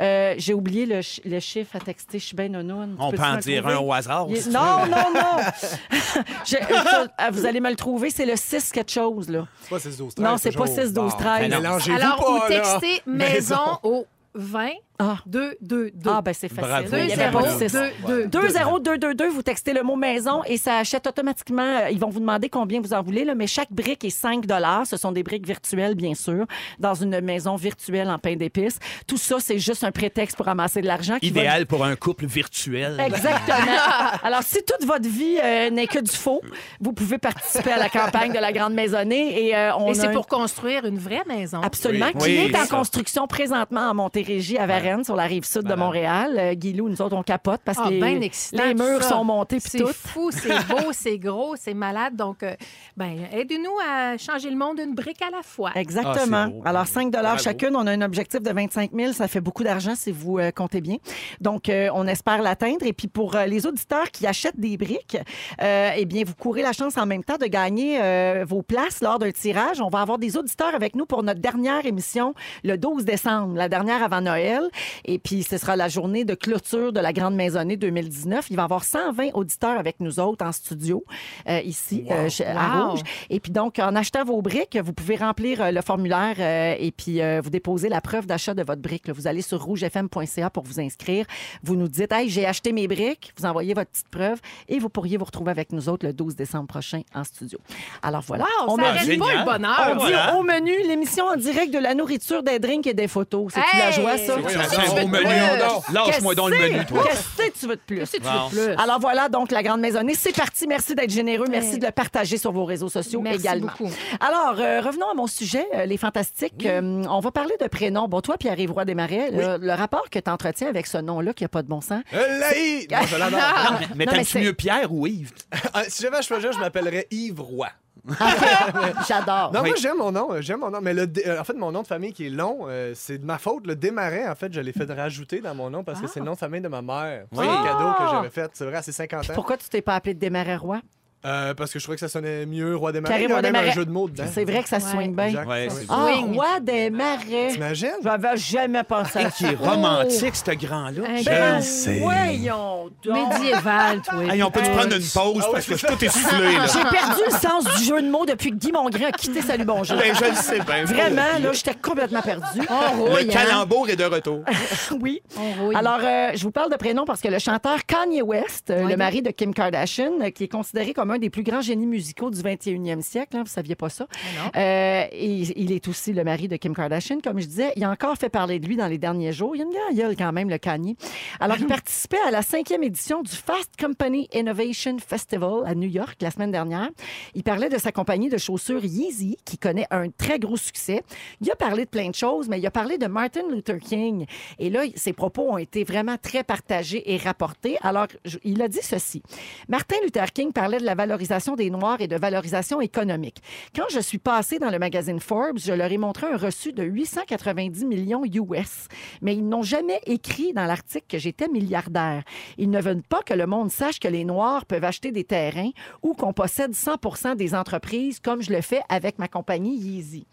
[SPEAKER 1] Euh, J'ai oublié le, chi- le chiffre à texter. Je suis bien nounoune.
[SPEAKER 2] On
[SPEAKER 1] Peux-tu
[SPEAKER 2] peut en
[SPEAKER 1] me le
[SPEAKER 2] dire
[SPEAKER 1] trouver?
[SPEAKER 2] un au hasard.
[SPEAKER 1] Il est-
[SPEAKER 2] si tu veux.
[SPEAKER 1] Non, non, non. Je- euh, ça, vous allez me le trouver. C'est le 6 quelque chose, là.
[SPEAKER 4] C'est pas 6, 12, 13.
[SPEAKER 1] Non, c'est pas 6, 12, 13.
[SPEAKER 2] mais non.
[SPEAKER 4] Mélangez-vous
[SPEAKER 3] Alors,
[SPEAKER 4] pas,
[SPEAKER 3] ou
[SPEAKER 4] là.
[SPEAKER 3] textez maison au 20
[SPEAKER 1] Ah.
[SPEAKER 3] 2 2 2.
[SPEAKER 1] Ah, ben c'est facile.
[SPEAKER 2] Bravo.
[SPEAKER 1] Il y avait pas de six.
[SPEAKER 3] 2 2
[SPEAKER 1] 20222, vous textez le mot maison et ça achète automatiquement. euh, Ils vont vous demander combien vous en voulez, là, mais chaque brique est 5 Ce sont des briques virtuelles, bien sûr, dans une maison virtuelle en pain d'épices. Tout ça, c'est juste un prétexte pour amasser de l'argent. qui va-
[SPEAKER 2] Idéal pour un couple virtuel.
[SPEAKER 1] Exactement. Alors, si toute votre vie euh, n'est que du faux, vous pouvez participer à la campagne de la Grande Maisonnée. Et, euh, on
[SPEAKER 3] Et c'est
[SPEAKER 1] a un-
[SPEAKER 3] pour construire une vraie maison.
[SPEAKER 1] Absolument.
[SPEAKER 2] Oui.
[SPEAKER 1] Qui
[SPEAKER 2] Oui,
[SPEAKER 1] est en
[SPEAKER 2] ça.
[SPEAKER 1] construction présentement en Montérégie, à Varennes, sur la rive sud de Montréal. Euh, Guilou, nous autres, on capote parce que
[SPEAKER 3] Ah,
[SPEAKER 1] les,
[SPEAKER 3] ben excitant,
[SPEAKER 1] les
[SPEAKER 3] tout
[SPEAKER 1] murs
[SPEAKER 3] ça.
[SPEAKER 1] sont montés puis
[SPEAKER 3] C'est
[SPEAKER 1] tout.
[SPEAKER 3] fou, c'est beau, c'est gros, c'est malade. Donc, euh, ben, aidez-nous à changer le monde une brique à la fois.
[SPEAKER 1] Exactement.
[SPEAKER 2] Ah, c'est beau.
[SPEAKER 1] Alors, 5
[SPEAKER 2] Bravo.
[SPEAKER 1] chacune. On a un objectif de 25 000. Ça fait beaucoup d'argent si vous euh, comptez bien. Donc, euh, on espère l'atteindre. Et puis, pour euh, les auditeurs qui achètent des briques, euh, eh bien, vous courez la chance en même temps de gagner euh, vos places lors d'un tirage. On va avoir des auditeurs avec nous pour notre dernière émission le 12 décembre, la dernière avant Noël. Et puis, ce sera la journée de clôture de la Grande Maisonnée 2019. Il va y avoir 120 auditeurs avec nous autres en studio, euh, ici, euh, chez- à
[SPEAKER 3] Wow.
[SPEAKER 1] Rouge. Et puis donc, en achetant vos briques, vous pouvez remplir euh, le formulaire euh, et puis euh, vous déposez la preuve d'achat de votre brique. là. Vous allez sur rougefm.ca pour vous inscrire. Vous nous dites, hey, j'ai acheté mes briques. Vous envoyez votre petite preuve et vous pourriez vous retrouver avec nous autres le 12 décembre prochain en studio. Alors voilà.
[SPEAKER 3] Wow,
[SPEAKER 1] on
[SPEAKER 3] ça
[SPEAKER 1] a-
[SPEAKER 3] arrête pas
[SPEAKER 2] Génial.
[SPEAKER 3] le
[SPEAKER 1] on
[SPEAKER 2] Ah,
[SPEAKER 3] bonheur.
[SPEAKER 1] dit
[SPEAKER 2] voilà.
[SPEAKER 1] au menu l'émission en direct de la nourriture, des drinks et des photos. C'est tu la
[SPEAKER 3] Hey!
[SPEAKER 1] joie, ça?
[SPEAKER 3] Oui,
[SPEAKER 2] C'est
[SPEAKER 3] on
[SPEAKER 2] un
[SPEAKER 3] s'en
[SPEAKER 2] bon
[SPEAKER 3] fout.
[SPEAKER 2] menu.
[SPEAKER 3] Ouais.
[SPEAKER 2] Lâche-moi donc le
[SPEAKER 1] Qu'est-ce
[SPEAKER 2] menu,
[SPEAKER 1] que-
[SPEAKER 2] toi.
[SPEAKER 1] Qu'est-ce que tu veux de plus?
[SPEAKER 3] Qu'est-ce que tu
[SPEAKER 2] Bon.
[SPEAKER 3] veux de plus?
[SPEAKER 1] Alors voilà donc la grande maisonnée, c'est parti. Merci d'être généreux, merci
[SPEAKER 3] Ouais.
[SPEAKER 1] de le partager sur vos réseaux sociaux
[SPEAKER 3] Merci
[SPEAKER 1] également.
[SPEAKER 3] beaucoup.
[SPEAKER 1] Alors euh, revenons à mon sujet, euh, les fantastiques. Euh, on va parler de prénoms. Bon toi Pierre Roy Desmarais, le, le rapport que tu entretiens avec ce nom-là qui a pas de bon sens.
[SPEAKER 4] Laï! Non, je l'adore.
[SPEAKER 2] Non, mais- mais
[SPEAKER 1] Non, mais
[SPEAKER 2] t'aimes-tu
[SPEAKER 1] c'est-
[SPEAKER 2] mieux Pierre ou Yves?
[SPEAKER 4] Ah, si j'avais à choisir, je m'appellerais Yves Roy.
[SPEAKER 1] J'adore.
[SPEAKER 4] Ah, Non,
[SPEAKER 2] Oui.
[SPEAKER 4] moi, j'aime mon nom. euh, J'aime mon nom. Mais le dé- euh, en fait, mon nom de famille qui est long, euh, c'est de ma faute. Le démarrer, en fait, je l'ai fait rajouter dans mon nom parce que c'est le nom de famille de ma mère. C'est
[SPEAKER 1] Ah.
[SPEAKER 4] un cadeau que j'avais fait. C'est vrai, à ses 50 ans.
[SPEAKER 1] Pourquoi tu t'es pas appelé de Desmarais Roy
[SPEAKER 4] Euh, parce que je trouvais que ça sonnait mieux, Roi Démarrer.
[SPEAKER 1] Carré
[SPEAKER 4] Il y a
[SPEAKER 1] Roy
[SPEAKER 4] même un
[SPEAKER 1] Desmarais.
[SPEAKER 4] jeu de mots dedans.
[SPEAKER 1] C'est vrai que ça se
[SPEAKER 3] Ouais.
[SPEAKER 1] soigne bien.
[SPEAKER 4] Ben, Exact.
[SPEAKER 2] Ouais, c'est
[SPEAKER 1] Ah,
[SPEAKER 3] Swing.
[SPEAKER 1] Roi des Marais.
[SPEAKER 4] T'imagines?
[SPEAKER 1] J'avais jamais pensé à ça.
[SPEAKER 2] Qui est romantique, ce grand-là.
[SPEAKER 3] Un
[SPEAKER 1] Ben,
[SPEAKER 3] grand
[SPEAKER 1] voyons donc.
[SPEAKER 3] Médiéval, toi.
[SPEAKER 2] Hey, on peut-tu
[SPEAKER 1] Euh,
[SPEAKER 2] prendre une pause
[SPEAKER 4] ah ouais,
[SPEAKER 2] parce que
[SPEAKER 4] c'est
[SPEAKER 2] je suis tout essoufflé, là?
[SPEAKER 1] J'ai perdu le sens du jeu de mots depuis que Guy Mongrain a quitté Salut Bonjour.
[SPEAKER 2] Ben, je le sais bien.
[SPEAKER 1] Vraiment, là, j'étais complètement perdue.
[SPEAKER 3] On rouille,
[SPEAKER 2] Le
[SPEAKER 3] hein?
[SPEAKER 2] calembour est de retour.
[SPEAKER 1] oui.
[SPEAKER 3] On rouille.
[SPEAKER 1] Alors, euh, je vous parle de prénom parce que le chanteur Kanye West, euh,
[SPEAKER 3] Oui.
[SPEAKER 1] le mari de Kim Kardashian, euh, qui est considéré comme un des plus grands génies musicaux du 21e siècle, hein, vous saviez pas ça,
[SPEAKER 3] non.
[SPEAKER 1] Euh, et il est aussi le mari de Kim Kardashian, comme je disais. Il a encore fait parler de lui dans les derniers jours. Il y a une grande gueule quand même, le Kanye. Alors, il participait à la cinquième édition du Fast Company Innovation Festival à New York la semaine dernière. Il parlait de sa compagnie de chaussures Yeezy, qui connaît un très gros succès. Il a parlé de plein de choses, mais il a parlé de Martin Luther King. Et là, ses propos ont été vraiment très partagés et rapportés. Alors, je- il a dit ceci. Martin Luther King parlait de la valorisation des Noirs et de valorisation économique. Quand je suis passée dans le magazine Forbes, je leur ai montré un reçu de 890 millions US, mais ils n'ont jamais écrit dans l'article que j'étais milliardaire. Ils ne veulent pas que le monde sache que les Noirs peuvent acheter des terrains ou qu'on possède 100 des entreprises, comme je le fais avec ma compagnie Yeezy.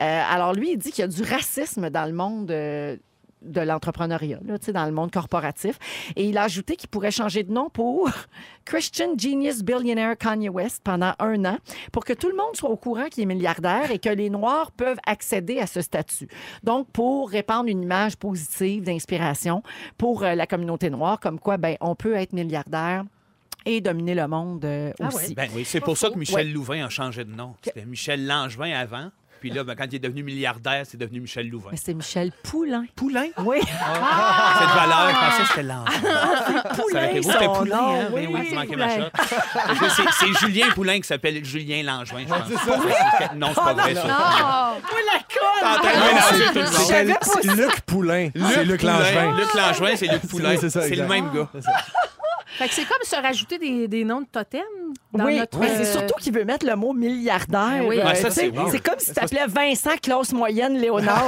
[SPEAKER 1] Euh, alors lui, il dit qu'il y a du racisme dans le monde. euh, de l'entrepreneuriat, là, tu sais, dans le monde corporatif. Et il a ajouté qu'il pourrait changer de nom pour Christian Genius Billionaire Kanye West pendant un an pour que tout le monde soit au courant qu'il est milliardaire et que les Noirs peuvent accéder à ce statut. Donc, pour répandre une image positive d'inspiration pour euh, la communauté noire, comme quoi, ben, on peut être milliardaire et dominer le monde euh,
[SPEAKER 3] Ah ouais.
[SPEAKER 1] aussi.
[SPEAKER 2] Ben oui, c'est
[SPEAKER 3] Pas
[SPEAKER 2] pour ça
[SPEAKER 3] faux.
[SPEAKER 2] que Michel Louvain a changé de nom. C'était Michel Langevin avant. Puis là, ben, quand il est devenu milliardaire, c'est devenu Michel Louvain.
[SPEAKER 1] Mais Ben, c'est Michel Poulain.
[SPEAKER 2] Poulain?
[SPEAKER 1] Oui.
[SPEAKER 2] Cette valeur, je pensais que c'était Langevin. Ça aurait été beau. C'était
[SPEAKER 1] son
[SPEAKER 2] Poulain,
[SPEAKER 1] nom,
[SPEAKER 2] hein? Ben
[SPEAKER 1] oui,
[SPEAKER 2] oui, tu manquais ma
[SPEAKER 1] Poulain.
[SPEAKER 2] shot. Parce que c'est- C'est Julien Poulain qui s'appelle Julien Langevin, je pense. Non, c'est pas vrai, ça.
[SPEAKER 3] Non!
[SPEAKER 1] Oui, la colle!
[SPEAKER 2] T'entends mélanger tout le monde.
[SPEAKER 1] savais pas
[SPEAKER 4] C'est Luc Poulain. C'est Luc
[SPEAKER 2] Poulain.
[SPEAKER 4] Langevin.
[SPEAKER 2] Luc Langevin, c'est Luc Poulain.
[SPEAKER 4] Oui, c'est ça,
[SPEAKER 2] C'est le
[SPEAKER 4] exact.
[SPEAKER 2] même gars.
[SPEAKER 3] Fait que c'est comme se rajouter des, des noms de totems dans
[SPEAKER 1] oui,
[SPEAKER 3] notre...
[SPEAKER 1] mais c'est
[SPEAKER 3] euh,
[SPEAKER 1] surtout qu'il veut mettre le mot milliardaire. euh,
[SPEAKER 3] Ben oui.
[SPEAKER 2] Ouais, Ah, ça,
[SPEAKER 1] tu sais,
[SPEAKER 2] c'est wow.
[SPEAKER 1] c'est comme si tu t'appelais Vincent classe moyenne Léonard.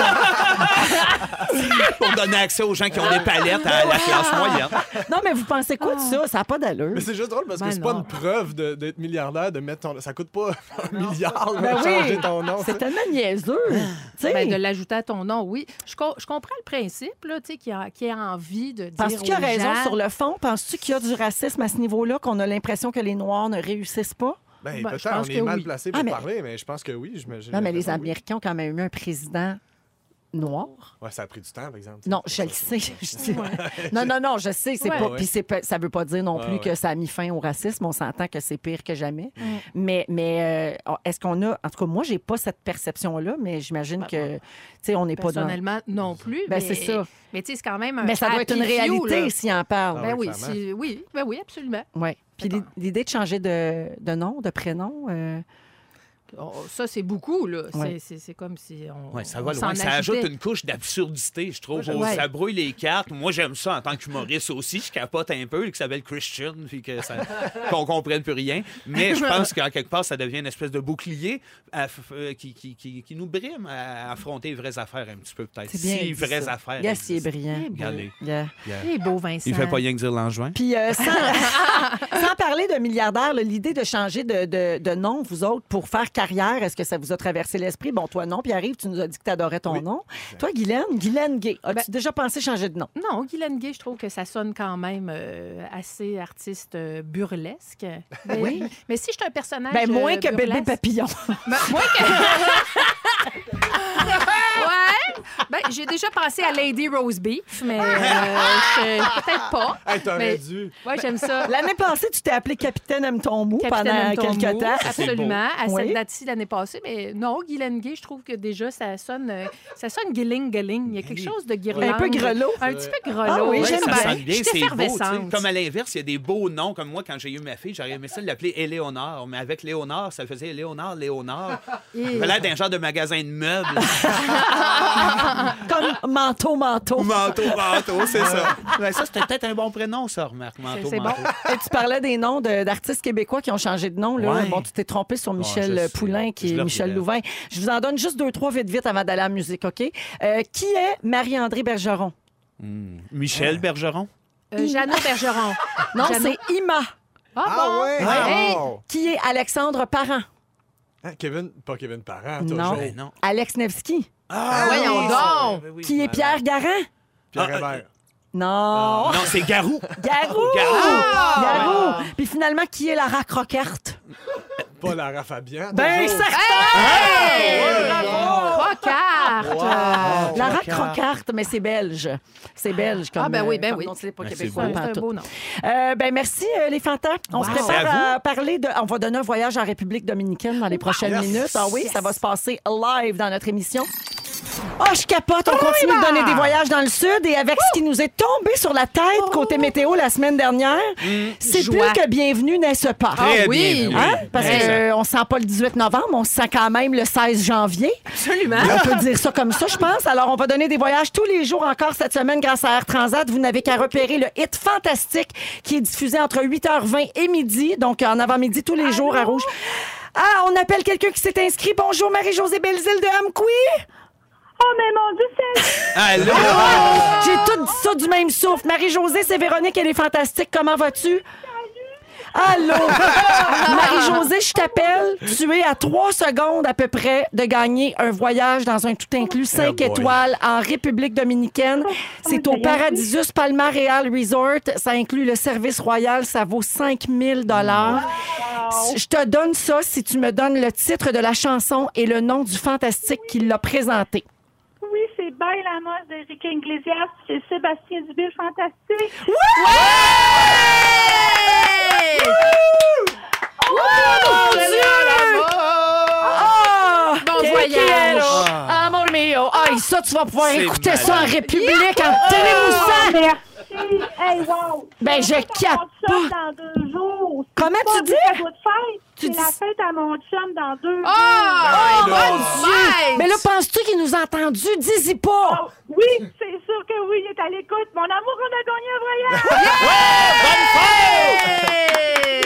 [SPEAKER 2] Pour donner accès aux gens qui ont des palettes à la classe moyenne.
[SPEAKER 1] non, mais vous pensez quoi de ça? Ça n'a pas d'allure.
[SPEAKER 4] Mais c'est juste drôle parce que
[SPEAKER 3] Ben
[SPEAKER 4] c'est pas
[SPEAKER 3] non.
[SPEAKER 4] une preuve de- d'être milliardaire, de mettre ton. Ça coûte pas un milliard de
[SPEAKER 1] Ben
[SPEAKER 4] changer
[SPEAKER 1] oui.
[SPEAKER 4] ton nom.
[SPEAKER 2] hein.
[SPEAKER 1] C'est tellement niaiseux. Tu sais,
[SPEAKER 3] ben, de l'ajouter à ton nom, oui. Je, co- je comprends le principe, là, tu sais, qui a, qu'il a envie de dire
[SPEAKER 1] Penses-tu qu'il y a
[SPEAKER 3] aux
[SPEAKER 1] raison
[SPEAKER 3] gens-
[SPEAKER 1] sur le fond? Penses-tu qu'il y a du racisme à ce niveau-là, qu'on a l'impression que les Noirs ne réussissent pas?
[SPEAKER 4] Ben,
[SPEAKER 3] Ben, je
[SPEAKER 4] peut-être on
[SPEAKER 3] pense
[SPEAKER 4] est
[SPEAKER 3] que
[SPEAKER 4] mal
[SPEAKER 3] oui.
[SPEAKER 4] placé
[SPEAKER 1] Ah,
[SPEAKER 4] pour
[SPEAKER 1] mais-
[SPEAKER 4] parler, mais je pense que oui. j'imagine.
[SPEAKER 1] Non, mais les
[SPEAKER 4] Oui.
[SPEAKER 1] Américains ont quand même eu un président noir.
[SPEAKER 4] Ouais, ça a pris du temps, par exemple.
[SPEAKER 1] Non, je le sais. je dis- Non, non, non, je sais. C'est
[SPEAKER 3] Ouais.
[SPEAKER 1] pas.
[SPEAKER 4] Ouais.
[SPEAKER 1] Puis c'est pas- ça veut pas dire non
[SPEAKER 4] Ouais,
[SPEAKER 1] plus
[SPEAKER 4] ouais.
[SPEAKER 1] que ça a mis fin au racisme. On s'entend que c'est pire que jamais. Mais, mais euh, est-ce qu'on a. En tout cas, moi, j'ai pas cette perception-là, mais j'imagine que, tu sais, on n'est pas dans.
[SPEAKER 3] Personnellement, non plus.
[SPEAKER 1] Ben,
[SPEAKER 3] mais-
[SPEAKER 1] c'est ça.
[SPEAKER 3] Mais tu sais, c'est quand même un
[SPEAKER 1] Mais ça doit être une
[SPEAKER 3] happy few,
[SPEAKER 1] réalité
[SPEAKER 3] là.
[SPEAKER 1] si on en parle.
[SPEAKER 4] Ah
[SPEAKER 3] Ben
[SPEAKER 4] ouais,
[SPEAKER 3] oui,
[SPEAKER 4] clairement.
[SPEAKER 3] si- oui, ben oui, absolument.
[SPEAKER 1] Ouais. Puis
[SPEAKER 3] D'accord.
[SPEAKER 1] l'i- l'idée de changer de, de nom, de prénom, euh,
[SPEAKER 3] Oh, ça, c'est beaucoup, là. C'est-
[SPEAKER 1] Ouais.
[SPEAKER 3] C'est c'est comme si on.
[SPEAKER 2] Ouais, ça va loin.
[SPEAKER 3] on s'en
[SPEAKER 2] Ça ajoute
[SPEAKER 3] ajoutait.
[SPEAKER 2] une couche d'absurdité, je trouve.
[SPEAKER 3] Ouais.
[SPEAKER 2] Ça brouille les cartes. Moi, j'aime ça en tant qu'humoriste aussi. Je capote un peu, qui s'appelle Christian, puis que ça- qu'on comprenne plus rien. Mais je pense qu'en quelque part, ça devient une espèce de bouclier à f- euh, qui, qui- qui- qui nous brime à affronter les vraies affaires un petit peu, peut-être.
[SPEAKER 1] c'est bien.
[SPEAKER 2] Si
[SPEAKER 1] dit,
[SPEAKER 2] vraies
[SPEAKER 1] ça. Yes,
[SPEAKER 2] affaires.
[SPEAKER 1] il est
[SPEAKER 2] existent.
[SPEAKER 1] brillant.
[SPEAKER 2] Regardez.
[SPEAKER 1] Yeah.
[SPEAKER 3] Il est Eh, beau, Vincent.
[SPEAKER 2] Il fait pas rien que dire l'enjoint.
[SPEAKER 1] Puis euh, sans, sans parler de milliardaire, là, l'idée de changer de, de- de nom, vous autres, pour faire carrière, est-ce que ça vous a traversé l'esprit? Bon, toi, non. Puis arrive, tu nous as dit que tu adorais ton nom. Toi, Guylaine, Guylaine Gay, as-tu
[SPEAKER 3] Ben-
[SPEAKER 1] déjà pensé changer de nom?
[SPEAKER 3] Non, Guylaine Gay, je trouve que ça sonne quand même euh, assez artiste euh, burlesque. Mais,
[SPEAKER 1] Oui.
[SPEAKER 3] Mais si je suis un personnage.
[SPEAKER 1] Ben, moins
[SPEAKER 3] euh,
[SPEAKER 1] que Bébé
[SPEAKER 3] burlesque-
[SPEAKER 1] Papillon.
[SPEAKER 3] Ben, moins que. ouais. Ben, j'ai déjà pensé à Lady Rose Beef, mais euh, je- peut-être pas.
[SPEAKER 4] Hey, t'aurais
[SPEAKER 3] Mais-
[SPEAKER 4] dû.
[SPEAKER 3] Ouais, j'aime ça.
[SPEAKER 1] L'année passée, tu t'es appelé Capitaine Aime ton mou
[SPEAKER 3] Capitaine
[SPEAKER 1] pendant
[SPEAKER 3] aime ton
[SPEAKER 1] quelques
[SPEAKER 3] mou,
[SPEAKER 1] temps.
[SPEAKER 3] Absolument, à
[SPEAKER 1] Oui.
[SPEAKER 3] cette date-ci l'année passée. Mais non, Guylaine Gay, je trouve que déjà, ça sonne, euh, ça sonne guiling guiling. Il y a quelque chose de guirlande.
[SPEAKER 1] Un peu grelot.
[SPEAKER 3] Un petit peu grelot.
[SPEAKER 1] Ah oui,
[SPEAKER 2] Ouais,
[SPEAKER 1] j'aime
[SPEAKER 2] ça
[SPEAKER 1] bien.
[SPEAKER 2] sonne bien,
[SPEAKER 3] Je suis
[SPEAKER 2] c'est beau. tu sais.
[SPEAKER 3] effervescente.
[SPEAKER 2] Comme à l'inverse, il y a des beaux noms. Comme moi, quand j'ai eu ma fille, j'aurais aimé ça l'appeler Éléonore. Mais avec Léonore, ça faisait Léonore, Léonore.
[SPEAKER 3] Et-
[SPEAKER 2] Voilà, d'un genre de magasin de meubles.
[SPEAKER 1] Comme manteau, manteau.
[SPEAKER 2] manteau, manteau, c'est ça. Ben, ça, c'était peut-être un bon prénom, ça, remarque, manteau,
[SPEAKER 3] c'est bon.
[SPEAKER 2] manteau.
[SPEAKER 1] Et tu parlais des noms de- d'artistes québécois qui ont changé de nom. Là.
[SPEAKER 2] Ouais.
[SPEAKER 1] Bon, tu t'es trompé sur Michel
[SPEAKER 2] je sais.
[SPEAKER 1] Poulain, qui
[SPEAKER 2] Je
[SPEAKER 1] est
[SPEAKER 2] le
[SPEAKER 1] Michel
[SPEAKER 2] regrette.
[SPEAKER 1] Louvain. Je vous en donne juste deux, trois vite, vite avant d'aller à la musique, OK? Euh, qui est Marie-André Bergeron?
[SPEAKER 2] Michel Bergeron.
[SPEAKER 3] Euh, Jeannot Bergeron.
[SPEAKER 1] Non,
[SPEAKER 3] Jeannot-
[SPEAKER 1] c'est Ima.
[SPEAKER 3] Ah, bon?
[SPEAKER 4] ouais!
[SPEAKER 3] Hey!
[SPEAKER 4] Oh!
[SPEAKER 1] Qui est Alexandre Parent?
[SPEAKER 4] Hein, Kevin, pas Kevin Parent, toujours.
[SPEAKER 1] Non.
[SPEAKER 2] Ben non.
[SPEAKER 1] Alex Nevsky.
[SPEAKER 2] Ah,
[SPEAKER 3] Voyons donc!
[SPEAKER 1] qui est Pierre Garand?
[SPEAKER 4] Pierre
[SPEAKER 2] Ah,
[SPEAKER 4] Hébert.
[SPEAKER 1] Non.
[SPEAKER 2] Non, c'est Garou.
[SPEAKER 1] Garou!
[SPEAKER 2] Garou!
[SPEAKER 1] Garou! Puis finalement, qui est Lara Croquerte?
[SPEAKER 4] Pas Lara Fabian.
[SPEAKER 1] Ben,
[SPEAKER 4] toujours.
[SPEAKER 1] certain!
[SPEAKER 3] Rocard!
[SPEAKER 4] Wow!
[SPEAKER 1] Lara Croquarte, mais c'est belge. C'est belge comme
[SPEAKER 3] Ah, ben oui, ben
[SPEAKER 1] euh, comme
[SPEAKER 3] oui.
[SPEAKER 1] nom, c'est pas
[SPEAKER 2] Ben, c'est
[SPEAKER 1] québécois.
[SPEAKER 3] C'est
[SPEAKER 1] pas en
[SPEAKER 3] un
[SPEAKER 1] tout.
[SPEAKER 3] beau nom.
[SPEAKER 1] Euh, ben merci euh, les fantas. On se
[SPEAKER 2] Wow.
[SPEAKER 1] prépare
[SPEAKER 2] C'est à
[SPEAKER 1] à, parler de. On va donner un voyage en République dominicaine dans les prochaines
[SPEAKER 4] Yes.
[SPEAKER 1] minutes. Ah oui, ça va se passer live dans notre émission. Oh, je capote.
[SPEAKER 2] Ah
[SPEAKER 1] On continue de donner des voyages dans le sud et avec ce qui nous est tombé sur la tête
[SPEAKER 2] Oh!
[SPEAKER 1] côté météo la semaine dernière, c'est plus
[SPEAKER 3] Joie.
[SPEAKER 1] que bienvenue n'est-ce pas.
[SPEAKER 2] Mm. Très
[SPEAKER 3] oui.
[SPEAKER 2] bien, ben oui.
[SPEAKER 1] Hein? Parce
[SPEAKER 2] Très bien.
[SPEAKER 1] qu'on ne sent pas le 18 novembre, on se sent quand même le 16 janvier.
[SPEAKER 3] Absolument.
[SPEAKER 1] On peut dire ça comme ça, je pense. Alors, on va donner des voyages tous les jours encore cette semaine grâce à Air Transat. Vous n'avez qu'à repérer le hit fantastique qui est diffusé entre 8h20 et midi, donc en avant-midi tous les jours à Rouge. Ah, on appelle quelqu'un qui s'est inscrit. Bonjour, Marie-Josée Belzile de Amqui.
[SPEAKER 6] Oh, mais mon Dieu, c'est...
[SPEAKER 2] Allô?
[SPEAKER 1] J'ai tout dit ça du même souffle. Marie-Josée, c'est Véronique, elle est fantastique. Comment vas-tu? Allô? Marie-Josée, je t'appelle. Tu es à trois secondes à peu près de gagner un voyage dans un tout-inclus 5
[SPEAKER 2] boy.
[SPEAKER 1] étoiles en République dominicaine. C'est au Paradisus Palma Real Resort. Ça inclut le service royal. Ça vaut 5000 dollars. Je te donne ça si tu me donnes le titre de la chanson et le nom du fantastique qui l'a présenté.
[SPEAKER 6] Oui, c'est Bail Amos d'Éric Iglesias. C'est Sébastien Dubé, fantastique.
[SPEAKER 1] Mon Dieu! Ah!
[SPEAKER 3] Bon
[SPEAKER 1] Quel
[SPEAKER 3] voyage.
[SPEAKER 1] quiero, Amor mio. Ay, ça, tu vas pouvoir
[SPEAKER 2] Ah. C'est
[SPEAKER 1] écouter
[SPEAKER 2] malade.
[SPEAKER 1] ça en République, en télémoussant.
[SPEAKER 6] Merci. Hey, wow.
[SPEAKER 1] Ben, je
[SPEAKER 6] capte.
[SPEAKER 1] capote.
[SPEAKER 6] dans deux jours. C'est
[SPEAKER 1] Comment
[SPEAKER 6] pas
[SPEAKER 1] tu
[SPEAKER 6] un
[SPEAKER 1] dis?
[SPEAKER 6] cadeau de fête.
[SPEAKER 1] Tu
[SPEAKER 6] C'est
[SPEAKER 1] dis- Ah!
[SPEAKER 6] la fête à mon chum dans deux jours.
[SPEAKER 3] Oh, mon Dieu!
[SPEAKER 1] Mais là, penses-tu qu'il nous a entendus? Dis-y pas.
[SPEAKER 6] Oh, oui, c'est sûr que oui, il est à l'écoute. Mon amour, on a gagné un voyage.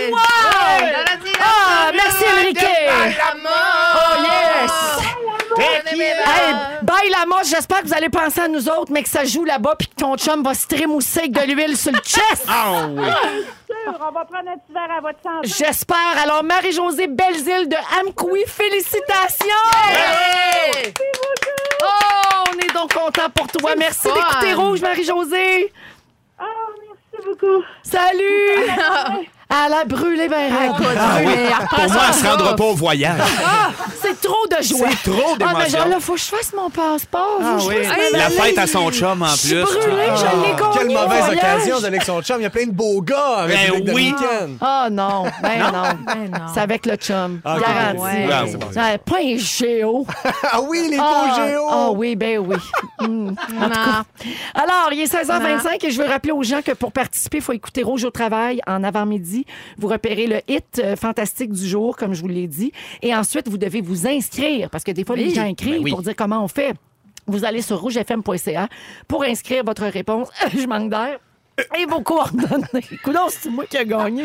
[SPEAKER 3] Hey!
[SPEAKER 1] Ah, merci, Enrique.
[SPEAKER 3] Oh,
[SPEAKER 1] yes. Hey, bye la moche, j'espère que vous allez penser à nous autres, mais que ça joue là-bas puis que ton chum va se trémousser avec de l'huile sur le chest.
[SPEAKER 2] Ah oui.
[SPEAKER 6] Sûr, on va prendre un petit verre à votre santé.
[SPEAKER 1] J'espère. Alors, Marie-Josée Belzile de Amkoui, félicitations! Oh, on est donc content pour toi. Merci
[SPEAKER 3] fun.
[SPEAKER 1] d'écouter Rouge, Marie-Josée.
[SPEAKER 6] Oh, merci beaucoup.
[SPEAKER 1] Salut! À la brûlée, ben raide.
[SPEAKER 2] Ah, Pour moi, elle se rendra pas au voyage.
[SPEAKER 1] Ah, C'est trop de joie.
[SPEAKER 2] C'est trop
[SPEAKER 1] Ah, mais genre
[SPEAKER 2] d'émotion.
[SPEAKER 1] là, faut que je fasse mon passeport. Faut que je fasse ma
[SPEAKER 2] Ah La
[SPEAKER 1] valise.
[SPEAKER 2] fête à son chum, en
[SPEAKER 1] Je suis
[SPEAKER 2] plus. Ah.
[SPEAKER 1] brûlée, je l'ai gagné.
[SPEAKER 4] Ah, Quelle
[SPEAKER 1] le
[SPEAKER 4] mauvaise
[SPEAKER 1] voyage.
[SPEAKER 4] occasion d'aller avec son chum. Il y a plein de beaux gars en
[SPEAKER 2] Ben
[SPEAKER 4] République
[SPEAKER 2] oui.
[SPEAKER 4] dominicaine.
[SPEAKER 1] Ah non, ben non.
[SPEAKER 3] Ben non.
[SPEAKER 1] C'est avec le chum.
[SPEAKER 4] Ah, ok.
[SPEAKER 1] Garanti.
[SPEAKER 3] Ouais.
[SPEAKER 2] Ah, ouais.
[SPEAKER 1] Ouais, pas un géo.
[SPEAKER 4] Ah oui, les beaux
[SPEAKER 1] Ah,
[SPEAKER 4] géos.
[SPEAKER 1] ah oui, ben oui. Hmm.
[SPEAKER 3] Non.
[SPEAKER 1] Alors, il est 16h25 et je veux rappeler aux gens que pour participer, il faut écouter Rouge au travail en avant-midi. Vous repérez le hit euh, fantastique du jour, comme je vous l'ai dit. Et ensuite, vous devez vous inscrire parce que des fois, les gens écrivent
[SPEAKER 2] Ben oui.
[SPEAKER 1] pour dire comment on fait. Vous allez sur rougefm.ca pour inscrire votre réponse. je manque d'air. Et vos coordonnées. Coudon, c'est moi qui ai gagné.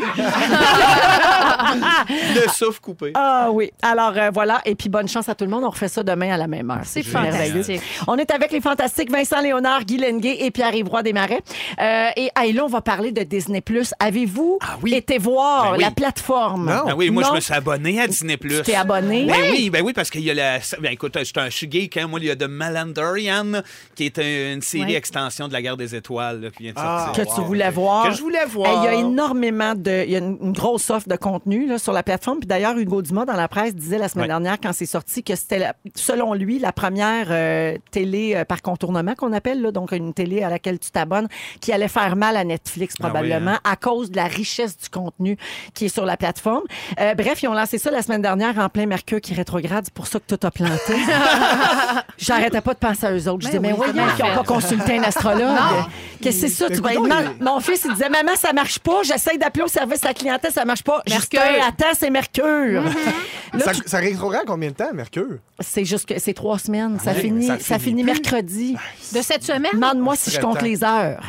[SPEAKER 2] Le souffle coupé.
[SPEAKER 1] Ah oui. Alors euh, voilà. Et puis bonne chance à tout le monde. On refait ça demain à la même heure.
[SPEAKER 3] C'est
[SPEAKER 1] Génial.
[SPEAKER 3] fantastique.
[SPEAKER 1] On est avec les fantastiques Vincent Léonard, Guy Lenguet et Pierre-Yves Roy Desmarais. Euh, et hey, là, on va parler de Disney+. Avez-vous
[SPEAKER 2] oui.
[SPEAKER 1] été voir
[SPEAKER 2] Ben oui.
[SPEAKER 1] la plateforme?
[SPEAKER 4] Non.
[SPEAKER 2] Ah oui, moi,
[SPEAKER 1] Non?
[SPEAKER 2] je me suis abonné à Disney+. Tu
[SPEAKER 1] t'es abonné?
[SPEAKER 2] Ben
[SPEAKER 1] Ouais.
[SPEAKER 2] oui, ben oui, parce qu'il y a la... Ben écoute, je suis un chigué quand moi, il y a The Malandorian, qui est un- une série
[SPEAKER 3] Ouais.
[SPEAKER 2] extension de La Guerre des Étoles, là, qui vient de
[SPEAKER 4] Ah,
[SPEAKER 2] sortir.
[SPEAKER 1] Que tu voulais voir.
[SPEAKER 2] Que je voulais voir.
[SPEAKER 1] Hey, Il y a énormément de. Il y a une, une grosse offre de contenu là, sur la plateforme. Puis d'ailleurs, Hugo Dumas, dans la presse, disait la semaine
[SPEAKER 2] Ouais.
[SPEAKER 1] dernière, quand c'est sorti, que c'était, la- selon lui, la première euh, télé euh, par contournement qu'on appelle, là, donc une télé à laquelle tu t'abonnes, qui allait faire mal à Netflix
[SPEAKER 2] Ah oui,
[SPEAKER 1] probablement à cause de la richesse du contenu qui est sur la plateforme. Euh, bref, ils ont lancé ça la semaine dernière en plein Mercure qui rétrograde. C'est pour ça que tout a planté. J'arrêtais pas de penser à eux autres. Je disais, mais
[SPEAKER 3] Ben oui,
[SPEAKER 1] voyons
[SPEAKER 3] comment
[SPEAKER 1] qu'ils n'ont
[SPEAKER 3] fait?
[SPEAKER 1] pas consulté un astrologue. Qu'est-ce que c'est ça? Tu vas être
[SPEAKER 4] Écoute,
[SPEAKER 1] mal- Mon fils, il disait, maman, ça marche pas. J'essaye d'appeler au service à la clientèle, ça marche pas.
[SPEAKER 3] Mercure. Mm-hmm.
[SPEAKER 1] Justin, attends, c'est Mercure. Là,
[SPEAKER 4] Ça,
[SPEAKER 1] tu-
[SPEAKER 4] ça rétrograde combien de temps, Mercure?
[SPEAKER 1] C'est juste que c'est trois semaines. Ça,
[SPEAKER 4] Ouais,
[SPEAKER 1] finit,
[SPEAKER 4] ça
[SPEAKER 1] ça,
[SPEAKER 4] finit
[SPEAKER 1] finit mercredi.
[SPEAKER 3] De cette semaine?
[SPEAKER 1] Demande-moi si je
[SPEAKER 4] Très
[SPEAKER 1] compte
[SPEAKER 4] temps.
[SPEAKER 1] les heures.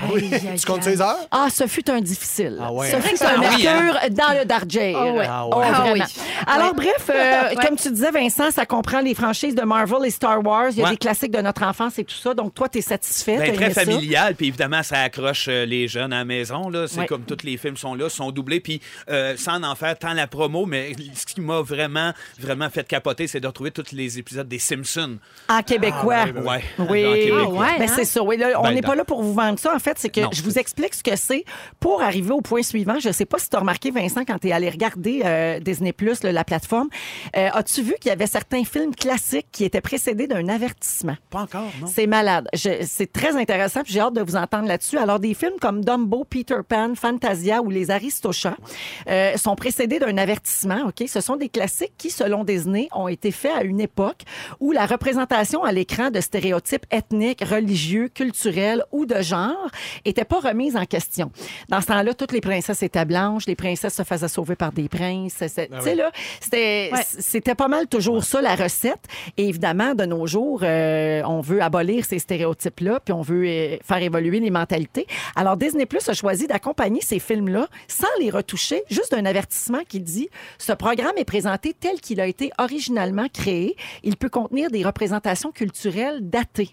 [SPEAKER 4] Tu comptes tes heures?
[SPEAKER 1] Ah, ce fut un difficile.
[SPEAKER 4] Ah ouais.
[SPEAKER 1] Ce
[SPEAKER 4] C'est
[SPEAKER 1] fut un
[SPEAKER 2] Ah oui,
[SPEAKER 1] mercure dans le Darjay.
[SPEAKER 3] hein? Ah ouais.
[SPEAKER 4] Ah ouais.
[SPEAKER 1] Oh,
[SPEAKER 3] Ah
[SPEAKER 1] vraiment.
[SPEAKER 3] oui.
[SPEAKER 1] Alors, bref, euh,
[SPEAKER 3] Ouais.
[SPEAKER 1] comme tu disais, Vincent, ça comprend les franchises de Marvel et Star Wars. Il y a
[SPEAKER 2] Ouais.
[SPEAKER 1] des classiques de notre enfance et tout ça. Donc, toi, t'es satisfait.
[SPEAKER 2] Ben,
[SPEAKER 1] t'as
[SPEAKER 2] très
[SPEAKER 1] aimé ça.
[SPEAKER 2] familial, puis évidemment, ça accroche euh, les jeunes à la maison. là. C'est
[SPEAKER 1] Ouais.
[SPEAKER 2] comme tous les films sont là, sont doublés, puis euh, sans en faire tant la promo, mais ce qui m'a vraiment, vraiment fait capoter, c'est de retrouver tous les épisodes des Simpsons.
[SPEAKER 1] En québécois.
[SPEAKER 2] ben oui.
[SPEAKER 1] Oui.
[SPEAKER 2] En québécois.
[SPEAKER 3] Ah ouais,
[SPEAKER 1] Ben,
[SPEAKER 3] hein?
[SPEAKER 1] c'est ça. Oui, là, on
[SPEAKER 2] Ben,
[SPEAKER 1] n'est pas
[SPEAKER 2] dans-
[SPEAKER 1] là pour vous vendre ça. En fait, c'est que
[SPEAKER 2] Non.
[SPEAKER 1] je vous explique ce que c'est pour arriver au point suivant. Je ne sais pas si tu as remarqué, Vincent, quand tu es allé regarder euh, Disney Plus, la plateforme, euh, as-tu vu qu'il y avait certains films classiques qui étaient précédés d'un avertissement?
[SPEAKER 2] Pas encore, non?
[SPEAKER 1] C'est malade. Je- C'est très intéressant. puis J'ai hâte de vous entendre là-dessus. Alors, des films films comme Dumbo, Peter Pan, Fantasia ou Les Aristochats euh, sont précédés d'un avertissement. Ok, Ce sont des classiques qui, selon Disney, ont été faits à une époque où la représentation à l'écran de stéréotypes ethniques, religieux, culturels ou de genre était pas remise en question. Dans ce temps-là, toutes les princesses étaient blanches, les princesses se faisaient sauver par des princes. C'est-
[SPEAKER 2] Ah
[SPEAKER 1] Tu sais, là, c'était
[SPEAKER 3] Ouais.
[SPEAKER 1] c'était pas mal toujours ça, la recette. Et évidemment, de nos jours, euh, on veut abolir ces stéréotypes-là, puis on veut euh, faire évoluer les mentalités. Alors, Disney Plus a choisi d'accompagner ces films-là sans les retoucher, juste d'un avertissement qui dit ce programme est présenté tel qu'il a été originalement créé. Il peut contenir des représentations culturelles datées.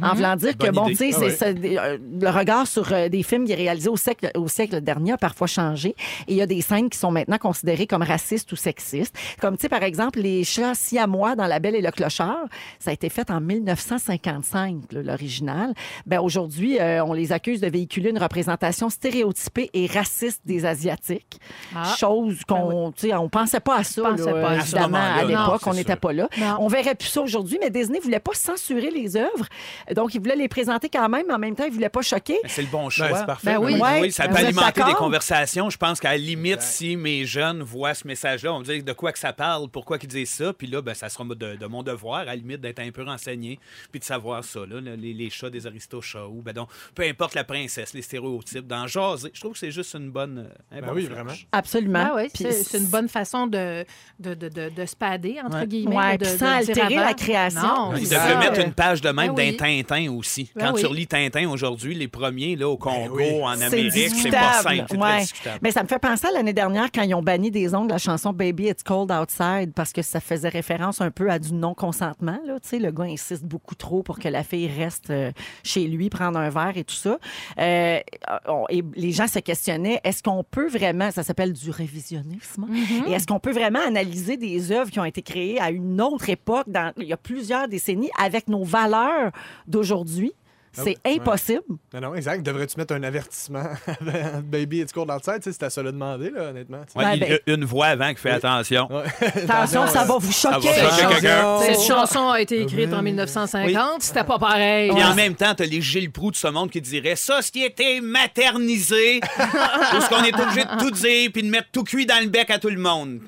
[SPEAKER 1] En voulant dire que, bon,
[SPEAKER 2] Bonne
[SPEAKER 1] tu
[SPEAKER 2] idée.
[SPEAKER 1] sais,
[SPEAKER 4] Ah
[SPEAKER 1] c'est-
[SPEAKER 4] ouais.
[SPEAKER 1] ça, des- euh, le regard sur euh, des films qui est réalisé au siècle, au siècle dernier a parfois changé. Et il y a des scènes qui sont maintenant considérées comme racistes ou sexistes. Comme, tu sais, par exemple, les chats siamois dans La Belle et le Clochard, ça a été fait en 1955, là, l'original. Ben, aujourd'hui, euh, on les accuse de véhiculer une représentation stéréotypée et raciste des Asiatiques.
[SPEAKER 3] Ah.
[SPEAKER 1] Chose qu'on, tu sais, on pensait pas à ça,
[SPEAKER 3] On pensait
[SPEAKER 1] là,
[SPEAKER 3] pas à ça.
[SPEAKER 1] évidemment,
[SPEAKER 2] À
[SPEAKER 1] à
[SPEAKER 2] ce moment-là,
[SPEAKER 1] l'époque,
[SPEAKER 2] non,
[SPEAKER 1] on
[SPEAKER 2] c'est
[SPEAKER 1] n'était
[SPEAKER 2] sûr.
[SPEAKER 1] pas là.
[SPEAKER 3] Non.
[SPEAKER 1] On verrait plus ça aujourd'hui, mais Disney voulait pas censurer les œuvres. Donc, il voulait les présenter quand même, mais en même temps, il voulait pas choquer.
[SPEAKER 2] Ben, C'est le bon choix.
[SPEAKER 4] Ben, c'est parfait.
[SPEAKER 3] Ben oui.
[SPEAKER 2] Oui,
[SPEAKER 1] Ouais.
[SPEAKER 2] ça
[SPEAKER 1] Ben,
[SPEAKER 2] peut
[SPEAKER 1] vous êtes
[SPEAKER 2] alimenter des
[SPEAKER 1] d'accord?
[SPEAKER 2] conversations. Je pense qu'à la limite, si mes jeunes voient ce message-là, on me dit de quoi que ça parle, pourquoi qu'ils disent ça, puis là, ben, ça sera de, de mon devoir, à la limite, d'être un peu renseigné, puis de savoir ça, là, les, les chats des aristochats, ou ben donc, peu importe la princesse, les stéréotypes, d'en jaser. Je trouve que c'est juste une bonne. euh, un
[SPEAKER 4] Ben
[SPEAKER 2] bon
[SPEAKER 4] oui,
[SPEAKER 2] flash.
[SPEAKER 4] vraiment.
[SPEAKER 1] Absolument.
[SPEAKER 3] Ah oui,
[SPEAKER 1] Puis
[SPEAKER 3] c'est c'est une bonne façon de, de, de, de, de se pader, entre
[SPEAKER 2] Ouais.
[SPEAKER 3] guillemets.
[SPEAKER 1] Ouais,
[SPEAKER 3] de,
[SPEAKER 1] puis
[SPEAKER 3] de
[SPEAKER 1] sans
[SPEAKER 3] le dire
[SPEAKER 1] altérer
[SPEAKER 3] avant.
[SPEAKER 1] la création.
[SPEAKER 3] Non,
[SPEAKER 1] Ils
[SPEAKER 2] Ils
[SPEAKER 3] c'est
[SPEAKER 1] devraient
[SPEAKER 2] devraient
[SPEAKER 3] ça.
[SPEAKER 2] mettre une page de même
[SPEAKER 3] Ben oui.
[SPEAKER 2] d'un Tintin aussi.
[SPEAKER 3] Ben
[SPEAKER 2] Quand tu
[SPEAKER 3] oui.
[SPEAKER 2] relis Tintin aujourd'hui, les premiers là, au Congo,
[SPEAKER 4] Ben oui.
[SPEAKER 2] en
[SPEAKER 1] C'est
[SPEAKER 2] Amérique, c'est pas
[SPEAKER 1] discutable,
[SPEAKER 2] simple. C'est
[SPEAKER 1] ouais. Ben,
[SPEAKER 2] très discutable.
[SPEAKER 1] Mais ça me fait penser à l'année dernière quand ils ont banni des ondes la chanson Baby It's Cold Outside parce que ça faisait référence un peu à du non-consentement. là. Tu sais, le gars insiste beaucoup trop pour que la fille reste euh, chez lui, prendre un verre et tout ça. Euh, on- et les gens se questionnaient est-ce qu'on peut vraiment, ça s'appelle du révisionnisme, hein?
[SPEAKER 2] Mm-hmm.
[SPEAKER 1] et est-ce qu'on peut vraiment analyser des œuvres qui ont été créées à une autre époque, dans, il y a plusieurs décennies, avec nos valeurs d'aujourd'hui?
[SPEAKER 2] Ah
[SPEAKER 1] C'est
[SPEAKER 4] ouais.
[SPEAKER 1] impossible.
[SPEAKER 4] Non, non, exact. Devrais-tu mettre un avertissement avant Baby It's Cold Outside? Tu sais, C'était à se le demander, là, honnêtement. tu sais.
[SPEAKER 2] Ouais,
[SPEAKER 1] Ben,
[SPEAKER 2] il
[SPEAKER 1] ben.
[SPEAKER 2] y a une voix avant qui fait attention.
[SPEAKER 4] Ouais.
[SPEAKER 1] Attention, ça va vous
[SPEAKER 2] va
[SPEAKER 1] choquer.
[SPEAKER 2] choquer
[SPEAKER 1] Attention.
[SPEAKER 2] quelqu'un.
[SPEAKER 3] Cette chanson a été écrite en 1950, c'était pas pareil.
[SPEAKER 2] Puis en même temps, t'as les Gilles Proux de ce monde qui diraient Société maternisée, parce qu'on est obligé de tout dire puis de mettre tout cuit dans le bec à tout le monde.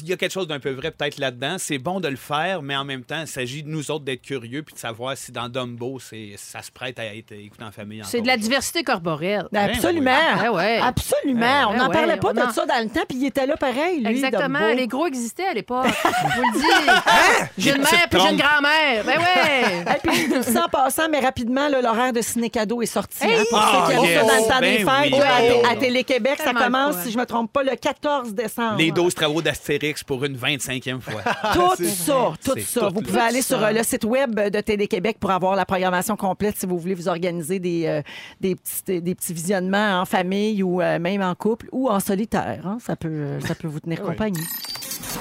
[SPEAKER 2] Il y a quelque chose d'un peu vrai peut-être là-dedans. C'est bon de le faire, mais en même temps, il s'agit de nous autres d'être curieux puis de savoir si dans Dumbo, c'est- ça se prête à être écouté en famille.
[SPEAKER 3] C'est de la diversité corporelle.
[SPEAKER 1] Absolument.
[SPEAKER 3] Ben ouais.
[SPEAKER 1] Absolument. On
[SPEAKER 3] Ben
[SPEAKER 1] n'en
[SPEAKER 3] ouais,
[SPEAKER 1] parlait pas
[SPEAKER 3] on
[SPEAKER 1] de
[SPEAKER 3] en-
[SPEAKER 1] ça dans le temps, puis il était là pareil, lui.
[SPEAKER 3] Exactement.
[SPEAKER 1] Dumbo.
[SPEAKER 3] Les gros existaient à l'époque. Je vous le
[SPEAKER 1] Hein?
[SPEAKER 3] dis. J'ai une
[SPEAKER 2] Tu te
[SPEAKER 3] mère puis j'ai une
[SPEAKER 2] trompes.
[SPEAKER 3] grand-mère. Ben ouais.
[SPEAKER 1] Et puis, je dis ça en passant, mais rapidement, là, l'horaire de ciné cadeau est sorti. hein, pour ceux
[SPEAKER 2] Ah,
[SPEAKER 1] qui aiment
[SPEAKER 2] yes.
[SPEAKER 1] ça dans le temps des
[SPEAKER 2] Ben
[SPEAKER 1] fêtes,
[SPEAKER 2] oui.
[SPEAKER 1] là, à
[SPEAKER 2] Oh.
[SPEAKER 1] Té- à, Télé-Québec, ça
[SPEAKER 3] Tellement
[SPEAKER 1] commence,
[SPEAKER 3] le fun.
[SPEAKER 1] si je me trompe pas, le 14 décembre.
[SPEAKER 2] Les 12 travaux d'Astérix pour une 25e fois.
[SPEAKER 1] Tout ça, tout
[SPEAKER 2] Ah, C'est
[SPEAKER 1] ça.
[SPEAKER 2] tout,
[SPEAKER 1] Vous
[SPEAKER 2] là.
[SPEAKER 1] pouvez aller
[SPEAKER 3] Tout
[SPEAKER 1] sur
[SPEAKER 3] ça.
[SPEAKER 1] euh, le site web de Télé-Québec pour avoir la programmation complète si vous voulez vous organiser des, euh, des, petits, des petits visionnements en famille ou euh, même en couple ou en solitaire. hein. Ça, peut, ça peut vous tenir
[SPEAKER 2] Eh
[SPEAKER 1] compagnie.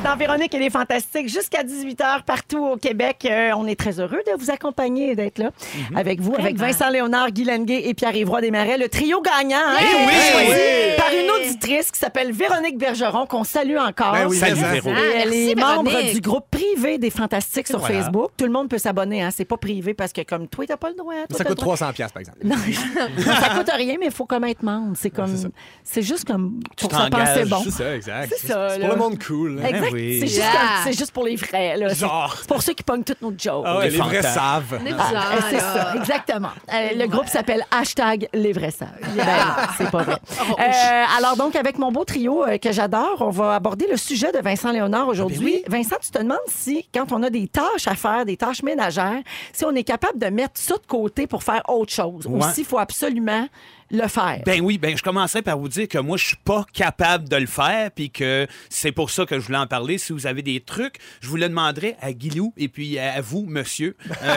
[SPEAKER 1] Dans Véronique, elle est fantastique. Jusqu'à 18h partout au Québec. Euh, on est très heureux de vous accompagner et d'être là
[SPEAKER 2] Mm-hmm.
[SPEAKER 1] avec vous, avec
[SPEAKER 3] Vraiment.
[SPEAKER 1] Vincent Léonard, Guy Lenguet et Pierre-Yvroy Desmarais, le trio gagnant. hein,
[SPEAKER 2] Eh
[SPEAKER 1] qui a été
[SPEAKER 2] oui!
[SPEAKER 1] choisi Par une auditrice qui s'appelle Véronique Bergeron, qu'on salue encore.
[SPEAKER 4] Ben oui,
[SPEAKER 2] Salut,
[SPEAKER 4] mais-
[SPEAKER 2] Véro.
[SPEAKER 1] Et
[SPEAKER 3] Ah,
[SPEAKER 1] elle
[SPEAKER 3] merci,
[SPEAKER 1] est membre
[SPEAKER 3] Véronique.
[SPEAKER 1] du groupe privé des Fantastiques sur
[SPEAKER 2] Voilà.
[SPEAKER 1] Facebook. Tout le monde peut s'abonner. Hein. C'est pas privé parce que comme toi, t'as pas le droit. toi,
[SPEAKER 4] Ça
[SPEAKER 1] t'as
[SPEAKER 4] coûte
[SPEAKER 1] le droit.
[SPEAKER 4] 300$, piastres, par exemple.
[SPEAKER 1] Non, ça coûte rien, mais il faut comme être membre. C'est comme, c'est juste comme pour que ça pensait
[SPEAKER 2] t'engages,
[SPEAKER 1] bon.
[SPEAKER 4] C'est ça, exact.
[SPEAKER 1] C'est ça,
[SPEAKER 4] C'est
[SPEAKER 1] là.
[SPEAKER 4] pour le monde cool. hein. Ah, là.
[SPEAKER 1] Exact.
[SPEAKER 2] Ben oui.
[SPEAKER 1] C'est juste,
[SPEAKER 3] Yeah.
[SPEAKER 1] comme- c'est juste pour les vrais. là. C'est-
[SPEAKER 4] Genre.
[SPEAKER 1] C'est pour ceux qui pognent toutes nos jokes.
[SPEAKER 4] Ah ouais, les vrais
[SPEAKER 2] fantasmes.
[SPEAKER 4] savent.
[SPEAKER 3] On est
[SPEAKER 1] Ah,
[SPEAKER 3] bizarre,
[SPEAKER 1] euh, c'est
[SPEAKER 3] là.
[SPEAKER 1] ça, exactement. Euh, le groupe s'appelle hashtag les vrais sages.
[SPEAKER 3] Yeah.
[SPEAKER 1] Ben non, c'est pas vrai. Euh, alors donc, avec mon beau trio euh, que j'adore, on va aborder le sujet de Vincent Léonard aujourd'hui.
[SPEAKER 2] Ah, ben
[SPEAKER 1] Vincent, tu te demandes si, quand on a des tâches à faire, des tâches ménagères, si on est capable de mettre ça de côté pour faire autre chose ou
[SPEAKER 2] Ouais.
[SPEAKER 1] s'il faut absolument le faire.
[SPEAKER 2] Ben oui, ben je commencerai par vous dire que moi je suis pas capable de le faire puis que c'est pour ça que je voulais en parler. Si vous avez des trucs, je vous le demanderai à Guilou et puis à à vous monsieur. Euh,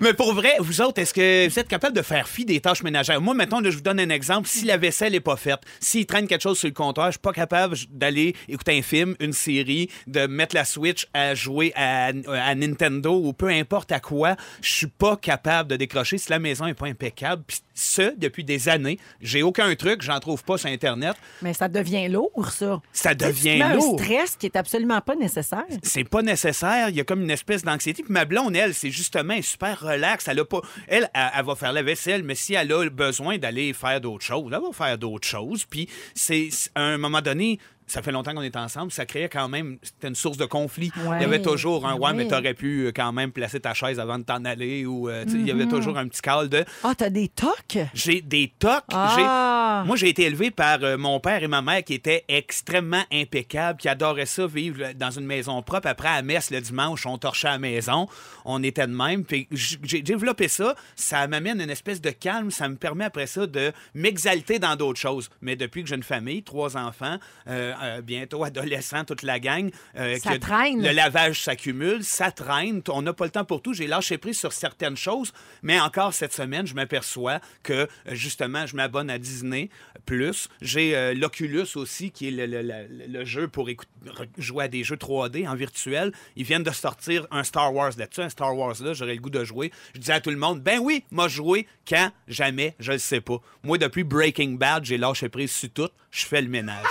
[SPEAKER 2] Mais pour vrai, vous autres, est-ce que vous êtes capable de faire fi des tâches ménagères? Moi, mettons, là, je vous donne un exemple. Si la vaisselle est pas faite, s'il traîne quelque chose sur le comptoir, je suis pas capable j- d'aller écouter un film, une série, de mettre la Switch à jouer à, à Nintendo ou peu importe à quoi. Je suis pas capable de décrocher si la maison est pas impeccable. Puis ce, depuis des années, j'ai aucun truc, j'en trouve pas sur Internet.
[SPEAKER 1] Mais ça devient lourd, ça.
[SPEAKER 2] Ça
[SPEAKER 1] Tu sais, tu te
[SPEAKER 2] devient
[SPEAKER 1] mets
[SPEAKER 2] lourd.
[SPEAKER 1] un stress qui est absolument pas nécessaire.
[SPEAKER 2] c'est pas nécessaire. Il y a comme une espèce d'anxiété. Puis ma blonde, elle, c'est justement elle est super relax. Elle, a pas... elle, elle, elle va faire la vaisselle, mais si elle a besoin d'aller faire d'autres choses, elle va faire d'autres choses. Puis, c'est c'est- à un moment donné, ça fait longtemps qu'on est ensemble, ça créait quand même, c'était une source de conflit. Il y avait toujours un ouais, mais t'aurais pu euh, quand même placer ta chaise avant de t'en aller ou euh, tu sais, il y avait toujours un petit call de
[SPEAKER 1] Ah, t'as des tocs?
[SPEAKER 2] j'ai des tocs.
[SPEAKER 1] Ah.
[SPEAKER 2] J'ai- Moi, j'ai été élevé par euh, mon père et ma mère qui étaient extrêmement impeccables, qui adoraient ça, vivre le- dans une maison propre. Après, à messe, le dimanche, on torchait à la maison. On était de même. Puis j- j'ai développé ça. Ça m'amène une espèce de calme. Ça me permet après ça de m'exalter dans d'autres choses. Mais depuis que j'ai une famille, trois enfants, euh, euh, bientôt adolescents, toute la gang, euh,
[SPEAKER 3] Ça
[SPEAKER 2] que
[SPEAKER 3] traîne.
[SPEAKER 2] Le lavage s'accumule, ça traîne. On n'a pas le temps pour tout. J'ai lâché prise sur certaines choses, mais encore cette semaine, je m'aperçois que euh, justement, je m'abonne à Disney Plus. J'ai euh, l'Oculus aussi, qui est le, le- le- le jeu pour écou- re- jouer à des jeux 3D en virtuel. Ils viennent de sortir un Star Wars là-dessus, un Star Wars là. J'aurais le goût de jouer. Je disais à tout le monde, ben oui, moi jouer quand, jamais, je le sais pas. Moi, depuis Breaking Bad, j'ai lâché prise sur tout. Je fais le ménage.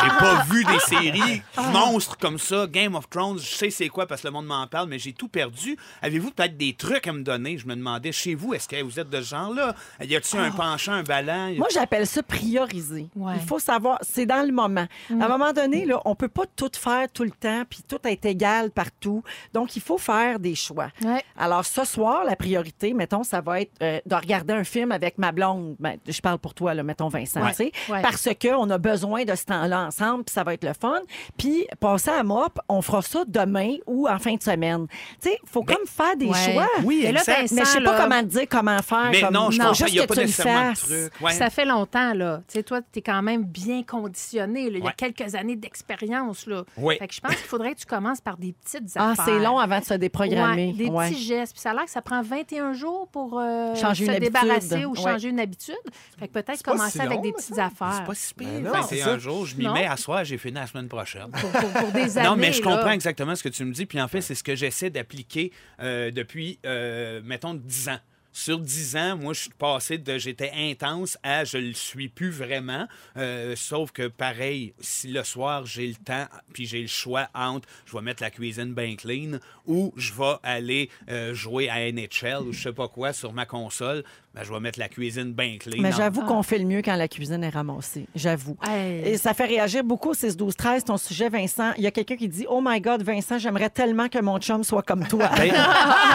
[SPEAKER 2] J'ai pas vu des séries monstres comme ça. Game of Thrones, je sais c'est quoi parce que le monde m'en parle, mais j'ai tout perdu. Avez-vous peut-être des trucs à me donner? Je me demandais, chez vous, est-ce que vous êtes de ce genre-là? Y a-t-il un penchant, un ballon?
[SPEAKER 1] Moi, j'appelle ça prioriser.
[SPEAKER 3] Ouais. Mm.
[SPEAKER 1] Il faut savoir, c'est dans le moment. À un moment donné, là, on peut pas tout faire tout le temps, puis tout est égal partout. Donc, il faut faire des choix.
[SPEAKER 3] Ouais.
[SPEAKER 1] Alors, ce soir, la priorité, mettons, ça va être euh, de regarder un film avec ma blonde. Ben, je parle pour toi, là, mettons, Vincent,
[SPEAKER 3] Ouais.
[SPEAKER 1] tu sais,
[SPEAKER 3] Ouais.
[SPEAKER 1] parce qu'on a besoin de ce temps-là ensemble, puis ça va être le fun. Puis, passer à MOP, on fera ça demain ou en fin de semaine. Tu sais, il faut comme faire des
[SPEAKER 3] Ouais.
[SPEAKER 1] choix.
[SPEAKER 2] Ben, Oui,
[SPEAKER 3] Mais là,
[SPEAKER 2] exact.
[SPEAKER 3] Vincent,
[SPEAKER 1] Mais je sais pas
[SPEAKER 3] là,
[SPEAKER 1] comment te dire comment faire.
[SPEAKER 2] Mais
[SPEAKER 1] comme-
[SPEAKER 2] non, je
[SPEAKER 3] non.
[SPEAKER 2] comprends,
[SPEAKER 1] Juste
[SPEAKER 2] y a
[SPEAKER 1] que
[SPEAKER 2] pas
[SPEAKER 1] tu le
[SPEAKER 2] nécessairement de
[SPEAKER 1] fasses.
[SPEAKER 2] truc. Ouais.
[SPEAKER 3] Ça fait longtemps, là. Tu sais, toi, tu es quand même bien conditionné. là. Il y a
[SPEAKER 2] Ouais.
[SPEAKER 3] quelques années d'expérience, là.
[SPEAKER 2] Oui.
[SPEAKER 3] Fait que je pense qu'il faudrait que tu commences par des petites
[SPEAKER 1] Ah,
[SPEAKER 3] affaires.
[SPEAKER 1] c'est long avant de se déprogrammer.
[SPEAKER 3] Ouais, des
[SPEAKER 1] Ouais.
[SPEAKER 3] petits gestes. Puis ça a l'air que ça prend 21 jours pour euh,
[SPEAKER 1] Changer une
[SPEAKER 3] se
[SPEAKER 1] habitude.
[SPEAKER 3] débarrasser ou
[SPEAKER 1] Ouais.
[SPEAKER 3] changer une habitude. Fait que peut-être
[SPEAKER 4] pas
[SPEAKER 3] commencer
[SPEAKER 4] si
[SPEAKER 3] avec
[SPEAKER 4] long,
[SPEAKER 3] des
[SPEAKER 4] me
[SPEAKER 3] petites affaires.
[SPEAKER 2] C'est pas si pire.
[SPEAKER 4] Ben non, c'est
[SPEAKER 2] 21
[SPEAKER 4] ça.
[SPEAKER 2] jours, je m'y
[SPEAKER 3] Non.
[SPEAKER 2] mets à soir, j'ai fini la semaine prochaine.
[SPEAKER 3] Pour, pour- pour des années.
[SPEAKER 2] Non, mais je comprends
[SPEAKER 3] là.
[SPEAKER 2] exactement ce que tu me dis. Puis en fait, c'est ce que j'essaie d'appliquer euh, depuis, euh, mettons, 10 ans. Sur 10 ans, moi, je suis passé de j'étais intense à je le suis plus vraiment. Euh, sauf que, pareil, si le soir, j'ai le temps, puis j'ai le choix entre je vais mettre la cuisine bien clean ou je vais aller euh, jouer à NHL ou je sais pas quoi sur ma console, ben, je vais mettre la cuisine bien clean.
[SPEAKER 1] Mais
[SPEAKER 2] en-
[SPEAKER 1] j'avoue qu'on fait le mieux quand la cuisine est ramassée. J'avoue.
[SPEAKER 3] Ah. Hey.
[SPEAKER 1] Et ça fait réagir beaucoup, 6, 12, 13, ton sujet, Vincent. Il y a quelqu'un qui dit Oh my God, Vincent, j'aimerais tellement que mon chum soit comme toi.
[SPEAKER 2] Ben,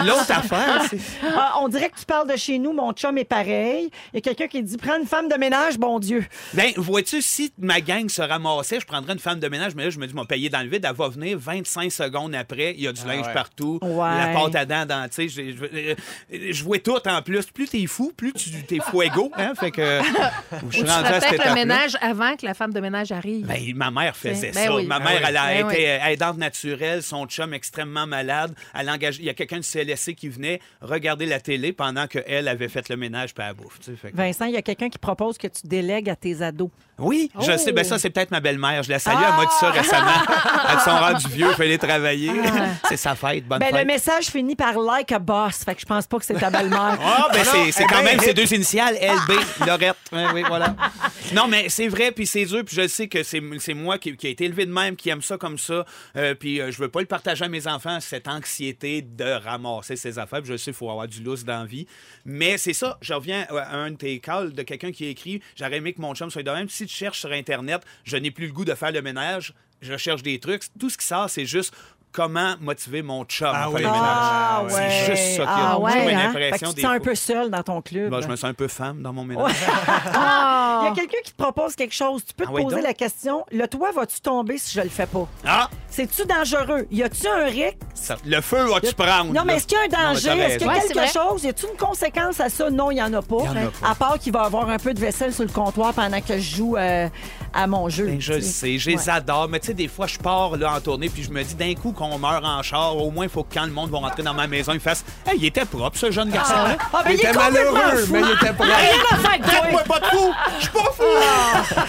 [SPEAKER 2] L'autre affaire, c'est.
[SPEAKER 1] Ah, on dirait que tu parles de chez nous, mon chum est pareil. Il y a quelqu'un qui dit Prends une femme de ménage, bon Dieu.
[SPEAKER 2] Ben, vois-tu, si ma gang se ramassait, je prendrais une femme de ménage, mais là, je me dis, m'a payé dans le vide, elle va venir 25 secondes après, il y a du
[SPEAKER 3] Ah
[SPEAKER 2] linge
[SPEAKER 4] ouais.
[SPEAKER 2] partout,
[SPEAKER 1] Ouais.
[SPEAKER 2] la pâte à dents dans, tu sais, je- je euh, je vois tout en plus. Plus t'es fou, plus tu t'es fuego, hein, fait que je
[SPEAKER 3] Ou
[SPEAKER 2] suis
[SPEAKER 3] tu
[SPEAKER 2] rendu à
[SPEAKER 3] ferais
[SPEAKER 2] cette
[SPEAKER 3] peut-être le
[SPEAKER 2] étape
[SPEAKER 3] ménage avant que la femme de ménage arrive.
[SPEAKER 2] ben, ma mère faisait
[SPEAKER 3] Ben
[SPEAKER 2] ça.
[SPEAKER 3] oui.
[SPEAKER 2] Ma
[SPEAKER 3] Ah
[SPEAKER 2] mère,
[SPEAKER 3] oui.
[SPEAKER 2] elle a
[SPEAKER 3] Ben
[SPEAKER 2] été euh, aidante naturelle, son chum extrêmement malade. Elle engage... Il y a quelqu'un du CLSC qui venait regarder la télé pendant qu'elle avait fait le ménage pas la bouffe. tu sais, fait que-
[SPEAKER 1] Vincent, il y a quelqu'un qui propose que tu délègues à tes ados.
[SPEAKER 2] Oui, je sais.
[SPEAKER 1] Oh.
[SPEAKER 2] Ben ça, c'est peut-être ma belle-mère. Je la salue. Elle m'a dit
[SPEAKER 1] Ah!
[SPEAKER 2] ça récemment. Elle s'en rend du vieux, fallait travailler. c'est sa fête. Bonne
[SPEAKER 1] Ben, le
[SPEAKER 2] fête.
[SPEAKER 1] message finit par like a boss. Fait que je pense pas que c'est ta belle-mère.
[SPEAKER 2] Ah, ben c'est- c'est
[SPEAKER 4] eh
[SPEAKER 2] quand
[SPEAKER 4] ben,
[SPEAKER 2] même
[SPEAKER 4] hip.
[SPEAKER 2] ces deux initiales, LB, Lorette. Oui, oui, voilà. Non, mais c'est vrai, puis c'est dur, puis je sais que c'est c'est moi qui, qui a été élevé de même, qui aime ça comme ça, euh, puis euh, je veux pas le partager à mes enfants, cette anxiété de ramasser ses affaires, puis je sais qu'il faut avoir du lousse dans la vie. Mais c'est ça, je reviens euh, à un de tes calls de quelqu'un qui a écrit « J'aurais aimé que mon chum soit de même. Si tu cherches sur Internet, je n'ai plus le goût de faire le ménage, je cherche des trucs. Tout ce qui sort, c'est juste... » Comment motiver mon chum à faire
[SPEAKER 4] oui.
[SPEAKER 2] le ménage?
[SPEAKER 1] Ah,
[SPEAKER 2] C'est
[SPEAKER 1] ouais.
[SPEAKER 2] juste ça qui
[SPEAKER 1] Ah,
[SPEAKER 2] a
[SPEAKER 1] ouais,
[SPEAKER 2] J'ai une
[SPEAKER 1] hein? Fait que
[SPEAKER 2] impression
[SPEAKER 1] tu te
[SPEAKER 2] des
[SPEAKER 1] sens un
[SPEAKER 2] fois.
[SPEAKER 1] peu seul dans ton club.
[SPEAKER 2] Bon, je me sens un peu femme dans mon ménage.
[SPEAKER 1] Il y a quelqu'un qui te propose quelque chose. Tu peux te
[SPEAKER 2] Ah oui,
[SPEAKER 1] poser
[SPEAKER 2] donc?
[SPEAKER 1] la question le toit va-tu tomber si je le fais pas
[SPEAKER 2] Ah!
[SPEAKER 1] C'est-tu dangereux Y a-tu un risque
[SPEAKER 2] Ça- le feu va-tu prendre?
[SPEAKER 1] Non, mais
[SPEAKER 2] là?
[SPEAKER 1] est-ce qu'il y a un danger
[SPEAKER 2] Non, mais t'as
[SPEAKER 1] Est-ce qu'il y a
[SPEAKER 3] raison.
[SPEAKER 1] quelque
[SPEAKER 3] Ouais, c'est
[SPEAKER 1] chose Y a-tu une conséquence à ça Non, il y en a pas.
[SPEAKER 2] Il y en a pas.
[SPEAKER 1] À part qu'il va avoir un peu de vaisselle sur le comptoir pendant que je joue euh, à mon jeu.
[SPEAKER 2] Ben, je le
[SPEAKER 1] tu
[SPEAKER 2] sais, je les
[SPEAKER 1] Ouais.
[SPEAKER 2] adore, mais tu sais, des fois, je pars là, en tournée, puis je me dis d'un coup qu'on meurt en char, au moins, il faut que quand le monde va rentrer dans ma maison, ils fassent Hey, il était propre, ce jeune garçon-là.
[SPEAKER 1] Ah, ben,
[SPEAKER 4] Il
[SPEAKER 1] il est
[SPEAKER 4] était
[SPEAKER 1] complètement fou.
[SPEAKER 4] malheureux,
[SPEAKER 1] hein. Ah,
[SPEAKER 4] mais il était propre.
[SPEAKER 1] Rien à faire avec toi.
[SPEAKER 2] Moi, pas de fou! Je suis pas fou!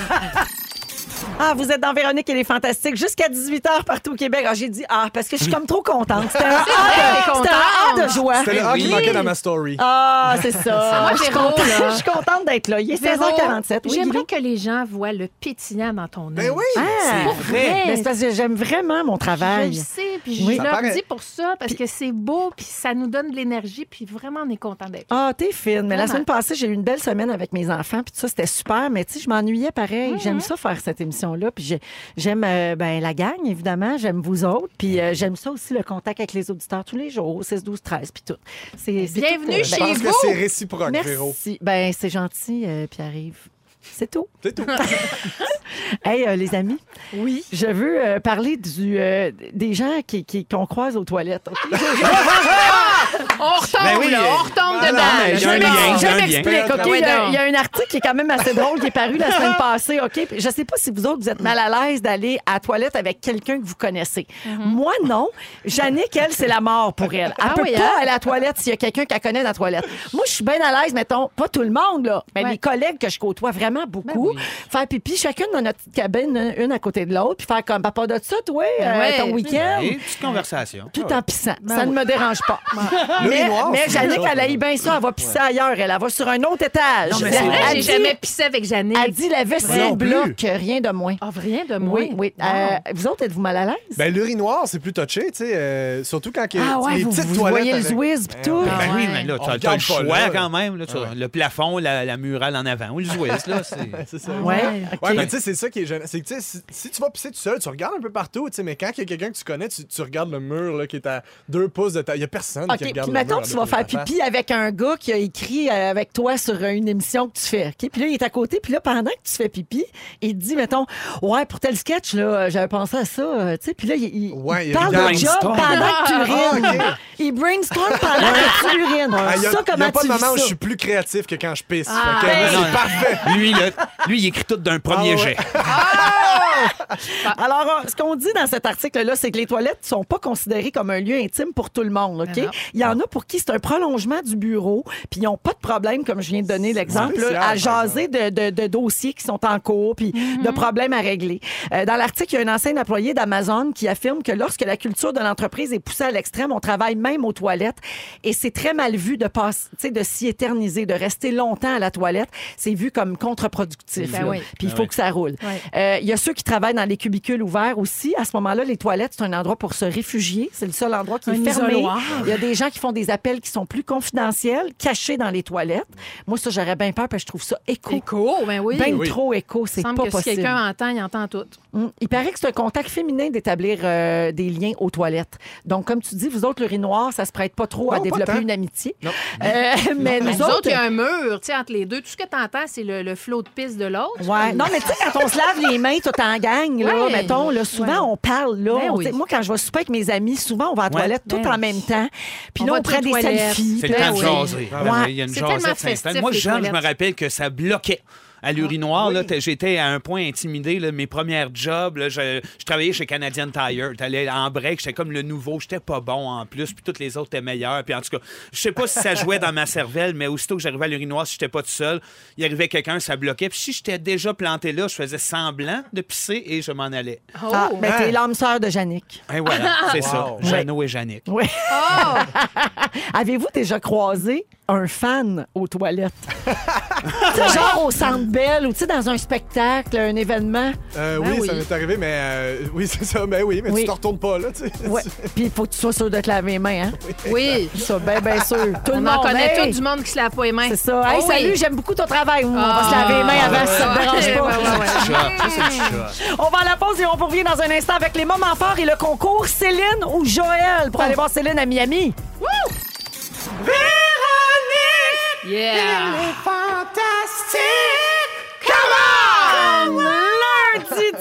[SPEAKER 1] Ah, vous êtes dans Véronique et les Fantastiques jusqu'à 18h partout au Québec. Ah, j'ai dit ah parce que je suis comme trop contente. C'était un
[SPEAKER 3] vrai,
[SPEAKER 1] ah de-
[SPEAKER 3] t'es
[SPEAKER 1] c'était un ah de
[SPEAKER 3] contente.
[SPEAKER 1] joie.
[SPEAKER 4] C'était le A qui
[SPEAKER 2] Oui.
[SPEAKER 4] manquait dans ma story.
[SPEAKER 1] Ah, c'est ça.
[SPEAKER 3] moi,
[SPEAKER 1] je, suis
[SPEAKER 3] Véro,
[SPEAKER 1] contente,
[SPEAKER 3] là.
[SPEAKER 1] je suis contente d'être là. Il est
[SPEAKER 3] Véro,
[SPEAKER 1] 16h47. Oui,
[SPEAKER 3] J'aimerais
[SPEAKER 1] Guilou?
[SPEAKER 3] que les gens voient le pétillant dans ton œil.
[SPEAKER 4] Ben oui!
[SPEAKER 1] Ah,
[SPEAKER 3] Pour vrai.
[SPEAKER 1] ben, c'est parce que j'aime vraiment mon travail.
[SPEAKER 3] Je le sais, puis
[SPEAKER 1] Oui.
[SPEAKER 3] je
[SPEAKER 4] Ça
[SPEAKER 3] leur
[SPEAKER 4] paraît.
[SPEAKER 3] dis pour ça, parce que c'est beau, puis ça nous donne de l'énergie, puis vraiment, on est content d'être là.
[SPEAKER 1] Ah, t'es fine. Mais la
[SPEAKER 3] Vraiment.
[SPEAKER 1] semaine passée, j'ai eu une belle semaine avec mes enfants, puis tout ça, c'était super. Mais tu sais, je m'ennuyais pareil.
[SPEAKER 3] Mm-hmm.
[SPEAKER 1] J'aime ça faire cette émission-là, puis j'ai- j'aime euh, ben, la gang, évidemment. J'aime vous autres, puis euh, j'aime ça aussi le contact avec les auditeurs tous les jours, 6, 12, 13, puis tout. C'est- c'est
[SPEAKER 3] Bienvenue
[SPEAKER 1] tout,
[SPEAKER 4] Je
[SPEAKER 3] chez
[SPEAKER 1] ben,
[SPEAKER 4] pense que
[SPEAKER 3] vous.
[SPEAKER 4] c'est réciproque, Véro.
[SPEAKER 1] Merci. Ben, c'est gentil, euh, Pierre-Yves. C'est tout.
[SPEAKER 4] C'est tout.
[SPEAKER 1] Hey, euh, les amis,
[SPEAKER 3] Oui.
[SPEAKER 1] je veux euh, parler du, euh, des gens qui- qui- qu'on croise aux toilettes. ok?
[SPEAKER 3] On retombe,
[SPEAKER 2] Ben oui,
[SPEAKER 3] là,
[SPEAKER 2] euh,
[SPEAKER 3] on retombe
[SPEAKER 4] voilà,
[SPEAKER 3] dedans.
[SPEAKER 2] mais
[SPEAKER 3] là.
[SPEAKER 2] il y a un
[SPEAKER 3] Je
[SPEAKER 2] lien.
[SPEAKER 1] Je
[SPEAKER 2] il
[SPEAKER 3] m'excuse.
[SPEAKER 2] y a un
[SPEAKER 1] m'explique,
[SPEAKER 3] Ben
[SPEAKER 4] lien.
[SPEAKER 1] OK? Il y, a, il y a un article qui est quand même assez drôle qui est paru la semaine passée, OK? Puis Je sais pas si vous autres, vous êtes mal à l'aise d'aller à la toilette avec quelqu'un que vous connaissez. Moi, non. Jannick, elle, c'est la mort pour elle. Elle
[SPEAKER 3] Mm-hmm. Ah
[SPEAKER 1] peut
[SPEAKER 3] oui,
[SPEAKER 1] pas
[SPEAKER 3] hein?
[SPEAKER 1] aller à la toilette s'il y a quelqu'un qu'elle connaît dans la toilette. Moi, je suis bien à l'aise, mettons, pas tout le monde, là, mais
[SPEAKER 3] Ouais. Ben
[SPEAKER 1] mes collègues que je côtoie vraiment beaucoup, faire pipi chacune dans notre petite cabine, une à côté de l'autre, puis faire comme, papa de ça, toi, euh,
[SPEAKER 3] Ben Ouais.
[SPEAKER 1] ton week-end
[SPEAKER 2] Et petite conversation.
[SPEAKER 1] tout en pissant.
[SPEAKER 3] Ben
[SPEAKER 1] ça
[SPEAKER 3] oui.
[SPEAKER 1] ne me dérange pas. mais
[SPEAKER 4] Le Ah, noir,
[SPEAKER 1] Ah, mais
[SPEAKER 4] c'est
[SPEAKER 1] Jannick,
[SPEAKER 4] autre
[SPEAKER 1] elle aille bien ça, elle va pisser ailleurs. Elle, elle va sur un autre étage.
[SPEAKER 2] Non, Ah, mais
[SPEAKER 1] elle,
[SPEAKER 2] c'est vrai,
[SPEAKER 1] dit,
[SPEAKER 3] J'ai jamais pissé avec Janine.
[SPEAKER 1] elle dit la
[SPEAKER 2] Moi
[SPEAKER 1] vaisselle
[SPEAKER 2] non plus.
[SPEAKER 1] bloque, rien de moins.
[SPEAKER 3] Ah, rien de moi.
[SPEAKER 1] oui, oui. Euh, vous autres, êtes-vous mal à l'aise?
[SPEAKER 4] Ben, l'urinoir, c'est plus touché, tu sais. euh, surtout quand que-
[SPEAKER 1] ah ouais,
[SPEAKER 4] les
[SPEAKER 1] vous,
[SPEAKER 4] petites
[SPEAKER 1] vous
[SPEAKER 4] toilettes.
[SPEAKER 1] voyez
[SPEAKER 4] avec-
[SPEAKER 1] le zouiz pis
[SPEAKER 4] Ben,
[SPEAKER 1] tout.
[SPEAKER 2] Ben oui,
[SPEAKER 3] ouais.
[SPEAKER 2] mais là,
[SPEAKER 4] On
[SPEAKER 2] t'as- t'as
[SPEAKER 4] regarde
[SPEAKER 2] le
[SPEAKER 4] pas
[SPEAKER 2] choix
[SPEAKER 4] là.
[SPEAKER 2] quand même. Là, Ah tu vois, Le plafond, la, la murale en avant. Ou le Zouest, là. c'est-
[SPEAKER 4] C'est ça.
[SPEAKER 1] Ah Ouais, ok.
[SPEAKER 4] Ouais, mais tu sais, c'est ça qui est gênant. C'est que tu sais, si, si tu vas pisser tout seul, tu regardes un peu partout, tu sais, mais quand il y a quelqu'un que tu connais, tu, tu regardes le mur là, qui est à deux pouces de ta. Il y a personne qui
[SPEAKER 1] OK,
[SPEAKER 4] regarde
[SPEAKER 1] puis
[SPEAKER 4] le mur.
[SPEAKER 1] mettons,
[SPEAKER 4] là,
[SPEAKER 1] tu vas
[SPEAKER 4] qui est
[SPEAKER 1] faire
[SPEAKER 4] en face.
[SPEAKER 1] pipi avec un gars qui a écrit euh, avec toi sur euh, une émission que tu fais. OK? Puis là, il est à côté. Puis là, pendant que tu fais pipi, il te dit, mettons, ouais, pour tel sketch, là, euh, j'avais pensé à ça. euh, tu sais, puis là, il, il-
[SPEAKER 4] Ouais,
[SPEAKER 1] il
[SPEAKER 4] il
[SPEAKER 1] parle de job pendant
[SPEAKER 2] brainstorm.
[SPEAKER 1] que tu urines.
[SPEAKER 4] Ah,
[SPEAKER 1] Il brainstorm pendant que tu urines.
[SPEAKER 4] Ah, Il n'y a,
[SPEAKER 1] ça,
[SPEAKER 4] il y
[SPEAKER 1] comment
[SPEAKER 4] a pas
[SPEAKER 1] tu
[SPEAKER 4] de moment où
[SPEAKER 1] vis
[SPEAKER 4] je
[SPEAKER 1] ça?
[SPEAKER 4] suis plus créatif que quand je pisse.
[SPEAKER 3] Ah,
[SPEAKER 4] Fait que,
[SPEAKER 3] ben,
[SPEAKER 4] c'est
[SPEAKER 2] non.
[SPEAKER 4] parfait.
[SPEAKER 2] Lui, là, lui, il écrit tout d'un premier
[SPEAKER 4] Ah ouais.
[SPEAKER 2] jet.
[SPEAKER 1] Alors, euh, ce qu'on dit dans cet article-là, c'est que les toilettes ne sont pas considérées comme un lieu intime pour tout le monde. OK?
[SPEAKER 3] Ben non.
[SPEAKER 1] Il y en a pour qui c'est un prolongement du bureau, puis ils n'ont pas de problème, comme je viens de donner l'exemple,
[SPEAKER 4] spécial,
[SPEAKER 1] là, à
[SPEAKER 4] par
[SPEAKER 1] jaser de, de- de dossiers qui sont en cours, puis
[SPEAKER 3] Mm-hmm.
[SPEAKER 1] de problèmes à régler. Euh, dans l'article, il y a un ancien employé d'Amazon qui affirme que lorsque la culture de l'entreprise est poussée à l'extrême, on travaille même aux toilettes et c'est très mal vu de, pas- tu sais, de s'y éterniser, de rester longtemps à la toilette. C'est vu comme contre-productif.
[SPEAKER 3] Ben
[SPEAKER 1] là.
[SPEAKER 3] oui.
[SPEAKER 1] Puis il
[SPEAKER 4] Ah
[SPEAKER 2] Ben
[SPEAKER 1] faut
[SPEAKER 2] oui.
[SPEAKER 1] que ça roule.
[SPEAKER 3] Ouais.
[SPEAKER 1] Euh, Il y a ceux qui travaillent dans les cubicules ouverts aussi. À ce moment-là, les toilettes, c'est un endroit pour se réfugier. C'est le seul endroit qui
[SPEAKER 3] Un
[SPEAKER 1] est fermé.
[SPEAKER 3] isoloir.
[SPEAKER 1] Il y a des gens qui font des appels qui sont plus confidentiels, cachés dans les toilettes. Moi, ça, j'aurais bien peur parce que je trouve ça écho.
[SPEAKER 3] Écho, ben oui.
[SPEAKER 1] Ben
[SPEAKER 4] Oui.
[SPEAKER 1] trop écho,
[SPEAKER 3] Il
[SPEAKER 1] c'est pas
[SPEAKER 3] semble que si
[SPEAKER 1] possible.
[SPEAKER 3] quelqu'un entend, il entend tout.
[SPEAKER 1] Mm. Il paraît que c'est un contact féminin d'établir euh, des liens aux toilettes. Donc, comme tu dis, vous autres, l'urinoir, ça se prête pas trop à
[SPEAKER 4] Non, pas
[SPEAKER 1] développer
[SPEAKER 4] tant.
[SPEAKER 1] une amitié.
[SPEAKER 4] Non.
[SPEAKER 1] Euh, mais
[SPEAKER 3] Ben,
[SPEAKER 1] nous
[SPEAKER 3] nous autres,
[SPEAKER 1] autres...
[SPEAKER 3] il y a un mur, tu sais, entre les deux. Tout ce que tu entends, c'est le, le flot de pisse de l'autre.
[SPEAKER 1] Ouais. Non, mais tu sais, quand on se lave les mains tout en gang, là,
[SPEAKER 3] Ouais.
[SPEAKER 1] mettons, là, souvent,
[SPEAKER 3] Ouais.
[SPEAKER 1] on parle, là.
[SPEAKER 3] Ben
[SPEAKER 1] On-
[SPEAKER 3] oui.
[SPEAKER 1] Moi, quand je vais souper avec mes amis, souvent, on va à la
[SPEAKER 2] Ouais.
[SPEAKER 1] toilette tout
[SPEAKER 3] Ben
[SPEAKER 1] en
[SPEAKER 3] oui.
[SPEAKER 1] même temps. Puis
[SPEAKER 3] On
[SPEAKER 1] là,
[SPEAKER 3] va
[SPEAKER 1] on prend
[SPEAKER 3] aux
[SPEAKER 1] des
[SPEAKER 3] toilettes.
[SPEAKER 1] selfies. Ben
[SPEAKER 2] C'est le temps de
[SPEAKER 3] oui.
[SPEAKER 2] jaser.
[SPEAKER 1] Ouais.
[SPEAKER 2] Ah, ben Il y a une
[SPEAKER 3] C'est tellement
[SPEAKER 2] jasette s'installe.
[SPEAKER 3] festif,
[SPEAKER 2] Moi,
[SPEAKER 3] les
[SPEAKER 2] Jean, je me
[SPEAKER 3] toilettes.
[SPEAKER 2] rappelle que ça bloquait. À l'urinoir, là, t'as- j'étais à un point intimidé. là, mes premières jobs, là, je, je travaillais chez Canadian Tire. T'allais en break, j'étais comme le nouveau, j'étais pas bon en plus, puis toutes les autres étaient meilleures. Puis en tout cas, je sais pas si ça jouait dans ma cervelle, mais aussitôt que j'arrivais à l'urinoir, si j'étais pas tout seul, il arrivait quelqu'un, ça bloquait. Puis si j'étais déjà planté là, je faisais semblant de pisser et je m'en allais.
[SPEAKER 3] Oh!
[SPEAKER 1] Ah, mais
[SPEAKER 4] Hein.
[SPEAKER 1] t'es l'âme sœur de Yannick.
[SPEAKER 2] Et ben voilà, c'est ça.
[SPEAKER 4] Wow.
[SPEAKER 2] Jeannot et Jannick.
[SPEAKER 1] Oui.
[SPEAKER 3] Oh!
[SPEAKER 1] Avez-vous déjà croisé un fan aux toilettes? Tu sais, genre au Centre Bell ou tu sais, dans un spectacle, un événement.
[SPEAKER 4] Euh,
[SPEAKER 3] Ben
[SPEAKER 4] oui,
[SPEAKER 3] oui.
[SPEAKER 4] ça m'est arrivé, mais euh, oui, c'est ça. Mais oui, mais
[SPEAKER 1] Oui.
[SPEAKER 4] tu te retournes pas là, tu sais.
[SPEAKER 1] Ouais. Puis il faut que tu sois sûr de te laver les mains. Hein?
[SPEAKER 3] Oui.
[SPEAKER 1] Ça, bien, bien sûr. Tout le
[SPEAKER 3] On
[SPEAKER 1] monde
[SPEAKER 3] en connaît
[SPEAKER 1] hey!
[SPEAKER 3] tout du monde qui se lave pas les mains.
[SPEAKER 1] C'est ça. Hey,
[SPEAKER 3] Oh oui. Ah,
[SPEAKER 1] salut, j'aime beaucoup ton travail. On va se laver les mains avant, si ça te dérange pas.
[SPEAKER 3] Ouais, ouais, ouais.
[SPEAKER 2] Shot, ça, c'est du shot.
[SPEAKER 1] On va à la pause et on vous revient dans un instant avec les moments forts et le concours Céline ou Joël
[SPEAKER 3] Oh.
[SPEAKER 1] pour aller voir Céline à Miami.
[SPEAKER 3] Yeah!
[SPEAKER 1] Lundi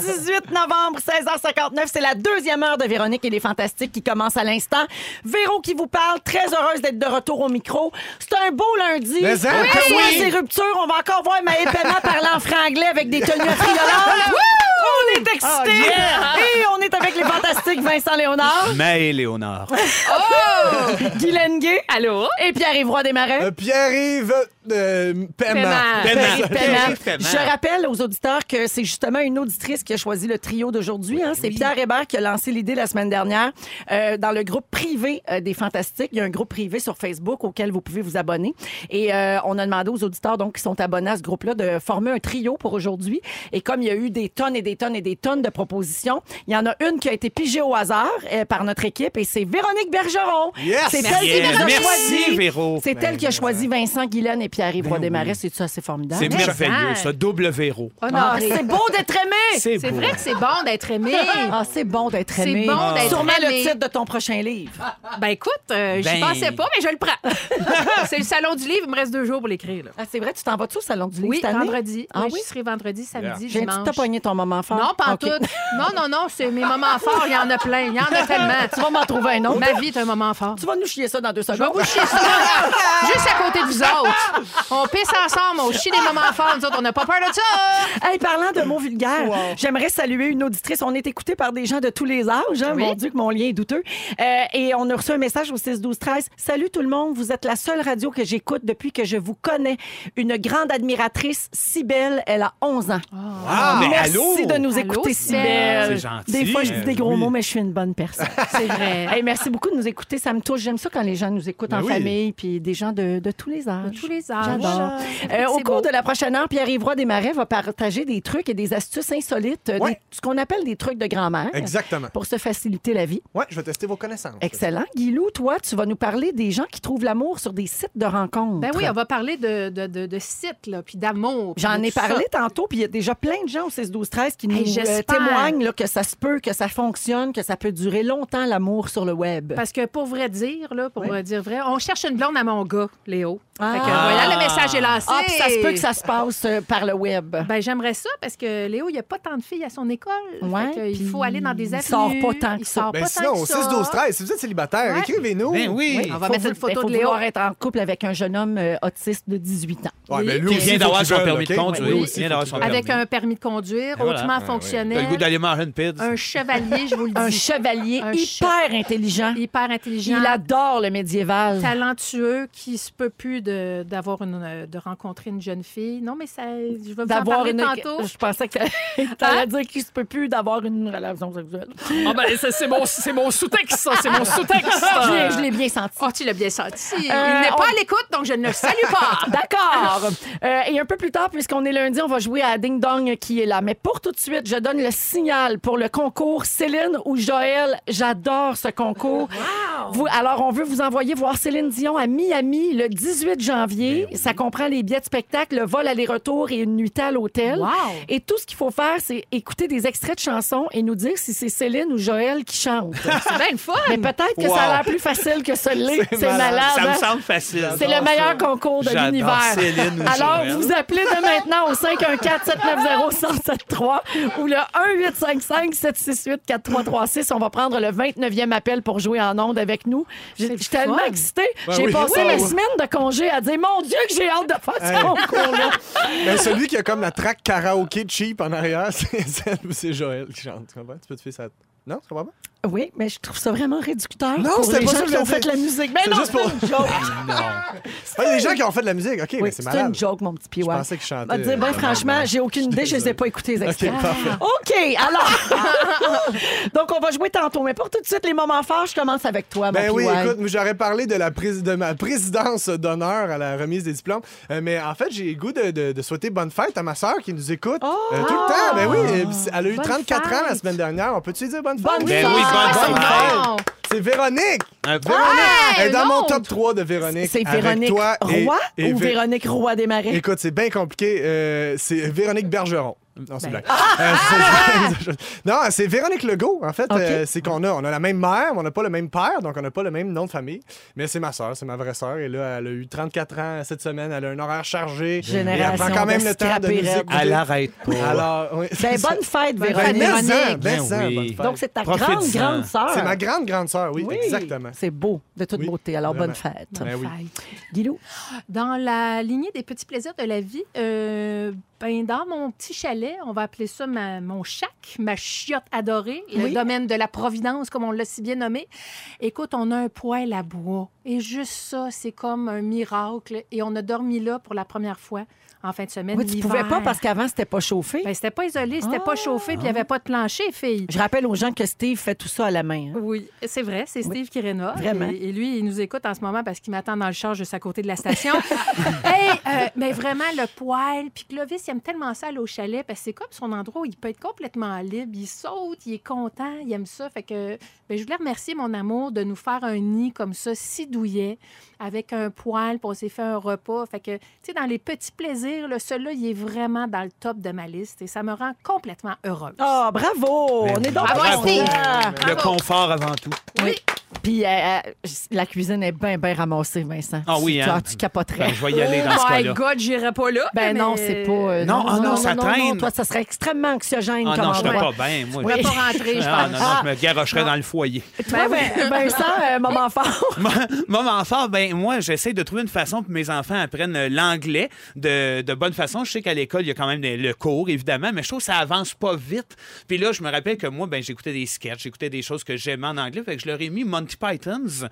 [SPEAKER 1] 18 novembre, 16h59, c'est la deuxième heure de Véronique et les Fantastiques qui commence à l'instant. Véro qui vous parle, très heureuse d'être de retour au micro. C'est un beau lundi.
[SPEAKER 4] Mais ça,
[SPEAKER 1] on
[SPEAKER 4] oui.
[SPEAKER 1] peut voir
[SPEAKER 4] Oui.
[SPEAKER 1] ses ruptures, on va encore voir Maëlle Pena parler en franglais avec des tenues à friolantes. On est excités!
[SPEAKER 4] Oh,
[SPEAKER 1] Et on est avec les Fantastiques Vincent Léonard,
[SPEAKER 2] Mais Léonard.
[SPEAKER 1] Guylaine Gay, allô, et Pierre-Yves Roy Desmarais.
[SPEAKER 4] Euh, Pierre-Yves euh, paiement.
[SPEAKER 3] Paiement.
[SPEAKER 2] Paiement.
[SPEAKER 1] Paris Paiement.
[SPEAKER 2] Paris Paiement.
[SPEAKER 1] Je rappelle aux auditeurs que c'est justement une auditrice qui a choisi le trio d'aujourd'hui. hein. C'est Pierre Hébert qui a lancé l'idée la semaine dernière euh, dans le groupe privé euh, des Fantastiques. Il y a un groupe privé sur Facebook auquel vous pouvez vous abonner. Et euh, on a demandé aux auditeurs donc qui sont abonnés à ce groupe-là de former un trio pour aujourd'hui. Et comme il y a eu des tonnes et des tonnes et des tonnes de propositions, il y en a une qui a été pigée au hasard euh, par notre équipe et c'est Véronique Bergeron.
[SPEAKER 4] Yes!
[SPEAKER 1] C'est
[SPEAKER 2] Merci,
[SPEAKER 1] elle qui nous a
[SPEAKER 2] Merci,
[SPEAKER 1] choisi.
[SPEAKER 2] Véro.
[SPEAKER 1] C'est elle qui a choisi Vincent Guylaine et Pierre-Yves Desmarais. C'est ça, c'est formidable.
[SPEAKER 2] Ben C'est
[SPEAKER 3] Mais
[SPEAKER 2] merveilleux,
[SPEAKER 3] ça.
[SPEAKER 2] ça. Double Véro.
[SPEAKER 1] Ah,
[SPEAKER 3] Honoré.
[SPEAKER 1] c'est beau d'être aimé!
[SPEAKER 2] C'est
[SPEAKER 3] Oh, C'est
[SPEAKER 2] beau.
[SPEAKER 3] vrai que c'est bon d'être aimé.
[SPEAKER 1] Ah, c'est bon d'être
[SPEAKER 3] C'est
[SPEAKER 1] aimé. Ah,
[SPEAKER 3] bon d'être
[SPEAKER 1] Sûrement
[SPEAKER 3] aimé.
[SPEAKER 1] le titre de ton prochain livre.
[SPEAKER 3] Ben écoute, euh,
[SPEAKER 2] Ben.
[SPEAKER 3] j'y pensais pas, mais je le prends. c'est le salon du livre, il me reste deux jours pour l'écrire. là.
[SPEAKER 1] Ah, c'est vrai, tu t'en vas-tu au Salon du Livre
[SPEAKER 3] Oui,
[SPEAKER 1] cette année?
[SPEAKER 3] vendredi.
[SPEAKER 1] Ah
[SPEAKER 3] Oui,
[SPEAKER 1] oui?
[SPEAKER 3] Je serai vendredi, samedi,
[SPEAKER 1] J'ai tu
[SPEAKER 3] dimanche.
[SPEAKER 1] t'as pogné ton moment fort?
[SPEAKER 3] Non, pas en
[SPEAKER 1] Ok.
[SPEAKER 3] tout. Non, non, non, c'est mes moments forts, il y en a plein. Il y en a tellement.
[SPEAKER 1] Tu vas m'en trouver un autre.
[SPEAKER 3] Ma vie est un moment fort.
[SPEAKER 1] Tu vas nous chier ça dans deux
[SPEAKER 3] Je vais
[SPEAKER 1] secondes.
[SPEAKER 3] vous chier ça, juste à côté de vous autres. On pisse ensemble, on chie des moments forts. Nous autres, on n'a pas peur de ça.
[SPEAKER 1] Hey, parlant de mots vulgaires, j'aimerais saluer une auditrice. On est écouté par des gens de tous les âges. hein.
[SPEAKER 3] Oui.
[SPEAKER 1] Mon Dieu, que mon lien est douteux. Euh, et on a reçu un message au 6-12-13. Salut tout le monde. Vous êtes la seule radio que j'écoute depuis que je vous connais. Une grande admiratrice, si belle. Elle a 11 ans.
[SPEAKER 2] Ah, mais
[SPEAKER 1] Merci
[SPEAKER 2] allô?
[SPEAKER 1] de nous
[SPEAKER 3] Allô,
[SPEAKER 1] écouter, si
[SPEAKER 3] Sybelle.
[SPEAKER 1] belle.
[SPEAKER 2] C'est gentil,
[SPEAKER 1] Des fois, je dis
[SPEAKER 2] euh,
[SPEAKER 1] des gros
[SPEAKER 2] oui.
[SPEAKER 1] mots, mais je suis une bonne personne.
[SPEAKER 3] C'est vrai.
[SPEAKER 1] Hey, merci beaucoup de nous écouter. Ça me touche. J'aime ça quand les gens nous
[SPEAKER 2] Ben
[SPEAKER 1] écoutent en
[SPEAKER 4] oui.
[SPEAKER 1] famille, puis des gens de, de tous les âges.
[SPEAKER 3] De tous les âges.
[SPEAKER 1] J'adore.
[SPEAKER 3] Ouais.
[SPEAKER 1] Euh, au
[SPEAKER 3] C'est
[SPEAKER 1] cours
[SPEAKER 3] beau.
[SPEAKER 1] de la prochaine heure, Pierre-Yves Roy Desmarais va partager des trucs et des astuces insolites, euh,
[SPEAKER 4] Ouais.
[SPEAKER 1] des- ce qu'on appelle des trucs de grand-mère,
[SPEAKER 4] Exactement.
[SPEAKER 1] pour se faciliter la vie.
[SPEAKER 4] Ouais, je vais tester vos connaissances.
[SPEAKER 1] Excellent. Guilou, toi, tu vas nous parler des gens qui trouvent l'amour sur des sites de rencontres.
[SPEAKER 3] Ben oui, on va parler de, de, de, de sites, là, puis d'amour. puis
[SPEAKER 1] J'en
[SPEAKER 3] de
[SPEAKER 1] ai
[SPEAKER 3] tout ça.
[SPEAKER 1] parlé tantôt, puis il y a déjà plein de gens au 6 12 13 qui nous
[SPEAKER 3] Hey,
[SPEAKER 1] euh,
[SPEAKER 3] j'espère.
[SPEAKER 1] témoignent là, que ça se peut, que ça fonctionne, que ça peut durer longtemps l'amour sur le web.
[SPEAKER 3] Parce que pour vrai dire, là, pour euh, dire vrai, on cherche une blonde à mon gars, Léo. Fait que
[SPEAKER 1] Ah.
[SPEAKER 3] voilà, le message est lancé.
[SPEAKER 1] Ah, puis ça se peut que ça se passe euh, par le web.
[SPEAKER 3] Ben, j'aimerais ça parce que Léo, il n'y a pas tant de filles à son école.
[SPEAKER 1] Ouais,
[SPEAKER 3] Fait que il
[SPEAKER 1] puis
[SPEAKER 3] faut aller dans des
[SPEAKER 1] il
[SPEAKER 3] avenues.
[SPEAKER 1] sort pas tant que
[SPEAKER 3] Il
[SPEAKER 1] ça.
[SPEAKER 3] sort
[SPEAKER 4] Ben
[SPEAKER 3] pas
[SPEAKER 4] sinon,
[SPEAKER 3] tant
[SPEAKER 4] 6,
[SPEAKER 3] que ça.
[SPEAKER 4] 12, 13, si vous êtes célibataire,
[SPEAKER 3] Ouais.
[SPEAKER 4] écrivez-nous.
[SPEAKER 2] Ben oui.
[SPEAKER 3] Oui, on va
[SPEAKER 1] Faut
[SPEAKER 3] mettre une
[SPEAKER 1] vou-
[SPEAKER 3] photo
[SPEAKER 1] faut
[SPEAKER 3] de Léo.
[SPEAKER 1] vouloir être en couple avec un jeune homme euh, autiste de 18 ans.
[SPEAKER 4] Ouais, ben lui
[SPEAKER 2] Qui
[SPEAKER 4] aussi,
[SPEAKER 2] vient
[SPEAKER 4] faut
[SPEAKER 2] d'avoir
[SPEAKER 4] qu'il
[SPEAKER 2] son
[SPEAKER 4] veuille,
[SPEAKER 2] permis
[SPEAKER 4] OK?
[SPEAKER 2] de conduire.
[SPEAKER 4] Ouais,
[SPEAKER 2] Il
[SPEAKER 4] lui aussi,
[SPEAKER 2] vient
[SPEAKER 4] faut
[SPEAKER 2] d'avoir
[SPEAKER 4] qu'il
[SPEAKER 2] son
[SPEAKER 4] veuille.
[SPEAKER 2] permis.
[SPEAKER 3] Avec un permis de conduire,
[SPEAKER 2] Ben voilà.
[SPEAKER 3] hautement
[SPEAKER 2] Ouais, T'as
[SPEAKER 3] fonctionnel.
[SPEAKER 2] le goût d'aller manger une pizza.
[SPEAKER 3] Un chevalier, je vous le dis.
[SPEAKER 1] Un chevalier
[SPEAKER 3] Un
[SPEAKER 1] hyper intelligent.
[SPEAKER 3] hyper intelligent.
[SPEAKER 1] Il adore le médiéval.
[SPEAKER 3] talentueux qui se peut plus de d'avoir une euh, de rencontrer une jeune fille. Non mais ça je vais vous en
[SPEAKER 1] D'avoir
[SPEAKER 3] parler
[SPEAKER 1] une.
[SPEAKER 3] tantôt.
[SPEAKER 1] Je pensais que t'allais dire qu'il se peut plus d'avoir une relation sexuelle.
[SPEAKER 7] Ah ben, ça, c'est mon, c'est mon sous-texte, ça, c'est mon sous-texte.
[SPEAKER 1] Je l'ai- je l'ai bien senti.
[SPEAKER 3] Oh, tu l'as bien senti.
[SPEAKER 1] Euh,
[SPEAKER 3] Il n'est pas
[SPEAKER 1] on-
[SPEAKER 3] à l'écoute donc je ne le salue pas.
[SPEAKER 1] D'accord. Euh, et un peu plus tard, puisqu'on est lundi, on va jouer à Ding Dong qui est là. Mais pour tout de suite, je donne le signal pour le concours Céline ou Joël. J'adore ce concours. Vous, alors, on veut vous envoyer voir Céline Dion à Miami le 18
[SPEAKER 2] Ben
[SPEAKER 1] janvier. Ça comprend les billets de spectacle, le vol aller-retour et une nuitée à l'hôtel.
[SPEAKER 3] Wow.
[SPEAKER 1] Et tout ce qu'il faut faire, c'est écouter des extraits de chansons et nous dire si c'est Céline ou Joël qui chante.
[SPEAKER 3] C'est bien le fun.
[SPEAKER 1] Mais peut-être que ça a l'air plus facile que ce l'est. C'est
[SPEAKER 4] malade.
[SPEAKER 1] malade.
[SPEAKER 2] Ça me
[SPEAKER 1] hein?
[SPEAKER 2] semble facile.
[SPEAKER 1] C'est le meilleur concours de
[SPEAKER 2] J'adore
[SPEAKER 1] l'univers.
[SPEAKER 2] Céline ou
[SPEAKER 1] Alors,
[SPEAKER 2] Joël.
[SPEAKER 1] vous appelez de maintenant au 514-790-1073 ou le 1855-768-4336. On va prendre le 29e appel pour jouer en onde avec nous. J'ai- Je suis tellement
[SPEAKER 3] fun.
[SPEAKER 1] excitée.
[SPEAKER 4] Ben
[SPEAKER 1] j'ai
[SPEAKER 4] oui.
[SPEAKER 1] passé
[SPEAKER 4] Wow.
[SPEAKER 1] mes semaines de congé à dire Mon Dieu, que j'ai hâte de faire
[SPEAKER 4] Hey.
[SPEAKER 1] ce concours-là.
[SPEAKER 4] Ben, celui qui a comme la track karaoké cheap en arrière, c'est c'est Joël qui chante. Tu comprends? Tu peux te faire ça. Non, tu comprends pas?
[SPEAKER 1] Oui, mais je trouve ça vraiment réducteur
[SPEAKER 4] Non,
[SPEAKER 1] pour
[SPEAKER 4] c'était
[SPEAKER 1] les
[SPEAKER 4] pas
[SPEAKER 1] gens
[SPEAKER 4] ça que
[SPEAKER 1] qui
[SPEAKER 4] je
[SPEAKER 1] ont
[SPEAKER 4] voulais
[SPEAKER 1] fait
[SPEAKER 4] dire.
[SPEAKER 1] la musique. Mais
[SPEAKER 4] C'est
[SPEAKER 1] non,
[SPEAKER 4] juste pour-
[SPEAKER 1] c'est une joke.
[SPEAKER 4] Ah, il y a des gens qui ont fait de la musique. OK, mais
[SPEAKER 1] Oui,
[SPEAKER 4] c'est
[SPEAKER 1] c'est
[SPEAKER 4] malade.
[SPEAKER 1] une joke, mon petit PY.
[SPEAKER 4] Je pensais Ah, que je chantais.
[SPEAKER 1] Va te dire, ben franchement, j'ai aucune idée, je les ai pas écoutés les extraits.
[SPEAKER 4] parfait.
[SPEAKER 1] OK, alors. Donc, on va jouer tantôt. Mais pour tout de suite, les moments forts, je commence avec toi, mon
[SPEAKER 4] Ben oui,
[SPEAKER 1] PY.
[SPEAKER 4] écoute, moi, j'aurais parlé de, la prés- de ma présidence d'honneur à la remise des diplômes, euh, mais en fait, j'ai le goût de, de- de souhaiter bonne fête à ma sœur qui nous écoute euh,
[SPEAKER 1] Oh!
[SPEAKER 4] tout le temps. Ben oui, euh, c'est- elle a eu
[SPEAKER 3] Bonne
[SPEAKER 4] 34 ans la
[SPEAKER 3] fête.
[SPEAKER 4] semaine dernière. On peut-tu lui dire bonne fête?
[SPEAKER 1] Ah! Bonne
[SPEAKER 2] Ben oui,
[SPEAKER 1] Ah,
[SPEAKER 2] bonne
[SPEAKER 4] bonne
[SPEAKER 2] fête.
[SPEAKER 4] fête.
[SPEAKER 3] Bon.
[SPEAKER 4] C'est Véronique!
[SPEAKER 2] Un peu.
[SPEAKER 4] Véronique! Elle est dans
[SPEAKER 3] une
[SPEAKER 4] mon
[SPEAKER 3] autre.
[SPEAKER 4] top 3 de Véronique.
[SPEAKER 1] C'est
[SPEAKER 4] avec
[SPEAKER 1] Véronique
[SPEAKER 4] toi et-
[SPEAKER 1] Roy
[SPEAKER 4] et
[SPEAKER 1] ou
[SPEAKER 4] Vé-
[SPEAKER 1] Véronique Roy des Marais?
[SPEAKER 4] Écoute, c'est bien compliqué. Euh, c'est Véronique Bergeron. Non, c'est une
[SPEAKER 3] Ben.
[SPEAKER 4] blague. Euh, c'est- non, c'est Véronique Legault, en fait.
[SPEAKER 1] Ok.
[SPEAKER 4] Euh, c'est qu'on a, on a la même mère, mais on n'a pas le même père, donc on n'a pas le même nom de famille. Mais c'est ma sœur, c'est ma vraie sœur. Et là, elle a eu 34 ans cette semaine. Elle a un horaire chargé.
[SPEAKER 1] Génération
[SPEAKER 4] et elle prend quand même
[SPEAKER 1] de
[SPEAKER 4] le temps de nous
[SPEAKER 1] scraper raide.
[SPEAKER 4] écouter.
[SPEAKER 2] Elle arrête pas.
[SPEAKER 4] Alors, oui.
[SPEAKER 1] Ben, bonne fête,
[SPEAKER 3] Bonne
[SPEAKER 4] Ben,
[SPEAKER 3] fête,
[SPEAKER 1] Véronique.
[SPEAKER 4] mais-en,
[SPEAKER 3] Véronique.
[SPEAKER 4] mais-en,
[SPEAKER 2] Ben oui.
[SPEAKER 4] bonne fête.
[SPEAKER 1] Donc, c'est ta grande,
[SPEAKER 2] Profite-en.
[SPEAKER 1] grande sœur.
[SPEAKER 4] c'est ma grande, grande sœur, oui,
[SPEAKER 1] Oui,
[SPEAKER 4] exactement.
[SPEAKER 1] C'est beau, de toute
[SPEAKER 4] Oui,
[SPEAKER 1] beauté. Alors, bonne
[SPEAKER 4] vraiment.
[SPEAKER 1] fête.
[SPEAKER 4] Ben oui.
[SPEAKER 3] Fête.
[SPEAKER 1] Guilou?
[SPEAKER 3] Dans la lignée des petits plaisirs de la vie, euh, Ben, dans mon petit chalet, on va appeler ça ma- mon chac, ma chiotte adorée, le domaine de la Providence, comme on l'a si bien nommé. Écoute, on a un poêle à bois. Et juste ça, c'est comme un miracle. Et on a dormi là pour la première fois en fin de semaine.
[SPEAKER 1] Oui, tu
[SPEAKER 3] l'hiver.
[SPEAKER 1] pouvais pas parce qu'avant, c'était pas chauffé.
[SPEAKER 3] Ben, c'était pas isolé, c'était
[SPEAKER 1] Ah.
[SPEAKER 3] pas chauffé, puis il n'y avait pas de plancher, fille.
[SPEAKER 1] Je rappelle aux gens que Steve fait tout ça à la main. hein.
[SPEAKER 3] Oui, c'est vrai, c'est Steve qui rénove.
[SPEAKER 1] Vraiment.
[SPEAKER 3] Et, et lui, il nous écoute en ce moment parce qu'il m'attend dans le char juste à côté de la station. hey, euh, mais vraiment, le poêle. Puis Clovis, il aime tellement ça aller au chalet parce que c'est comme son endroit où il peut être complètement libre. Il saute, il est content, il aime ça. Fait que ben, je voulais remercier mon amour de nous faire un nid comme ça, si douillet, avec un poêle, puis on s'est fait un repas. Fait que, tu sais, dans les petits plaisirs, là, celui-là, il est vraiment dans le top de ma liste et ça me rend complètement heureuse.
[SPEAKER 1] Ah, bravo!
[SPEAKER 4] Ben
[SPEAKER 1] On est donc
[SPEAKER 3] Bravo,
[SPEAKER 1] contents.
[SPEAKER 3] Steve!
[SPEAKER 2] Le confort avant tout.
[SPEAKER 1] Oui. Puis euh, euh, la cuisine est bien, bien ramassée, Vincent.
[SPEAKER 2] Ah oui,
[SPEAKER 1] tu,
[SPEAKER 2] hein?
[SPEAKER 1] tu capoterais.
[SPEAKER 2] Ben, je vais y aller
[SPEAKER 3] oh
[SPEAKER 2] dans ce
[SPEAKER 3] my
[SPEAKER 2] cas-là.
[SPEAKER 3] God, j'irai pas là.
[SPEAKER 1] Ben
[SPEAKER 3] mais-
[SPEAKER 1] non, c'est pas. euh,
[SPEAKER 2] Non, ah non, ça traîne.
[SPEAKER 1] toi, ça serait extrêmement anxiogène
[SPEAKER 2] Ah
[SPEAKER 1] comme
[SPEAKER 2] non, je ne
[SPEAKER 1] endroit.
[SPEAKER 2] pas bien, moi.
[SPEAKER 3] Je pourrais pas rentrer, je
[SPEAKER 2] Ah,
[SPEAKER 3] pense.
[SPEAKER 2] non, non, je me garocherais dans le foyer.
[SPEAKER 1] Toi, Vin- ben Vincent, euh, moment fort.
[SPEAKER 2] Moment fort, ben moi, j'essaie de trouver une façon pour que mes enfants apprennent euh, l'anglais de, de bonne façon. Je sais qu'à l'école, il y a quand même des- le cours, évidemment, mais je trouve que ça avance pas vite. Puis là, je me rappelle que moi, ben j'écoutais des sketchs, j'écoutais des choses que j'aimais en anglais. Fait que je leur ai mis Monty Python's,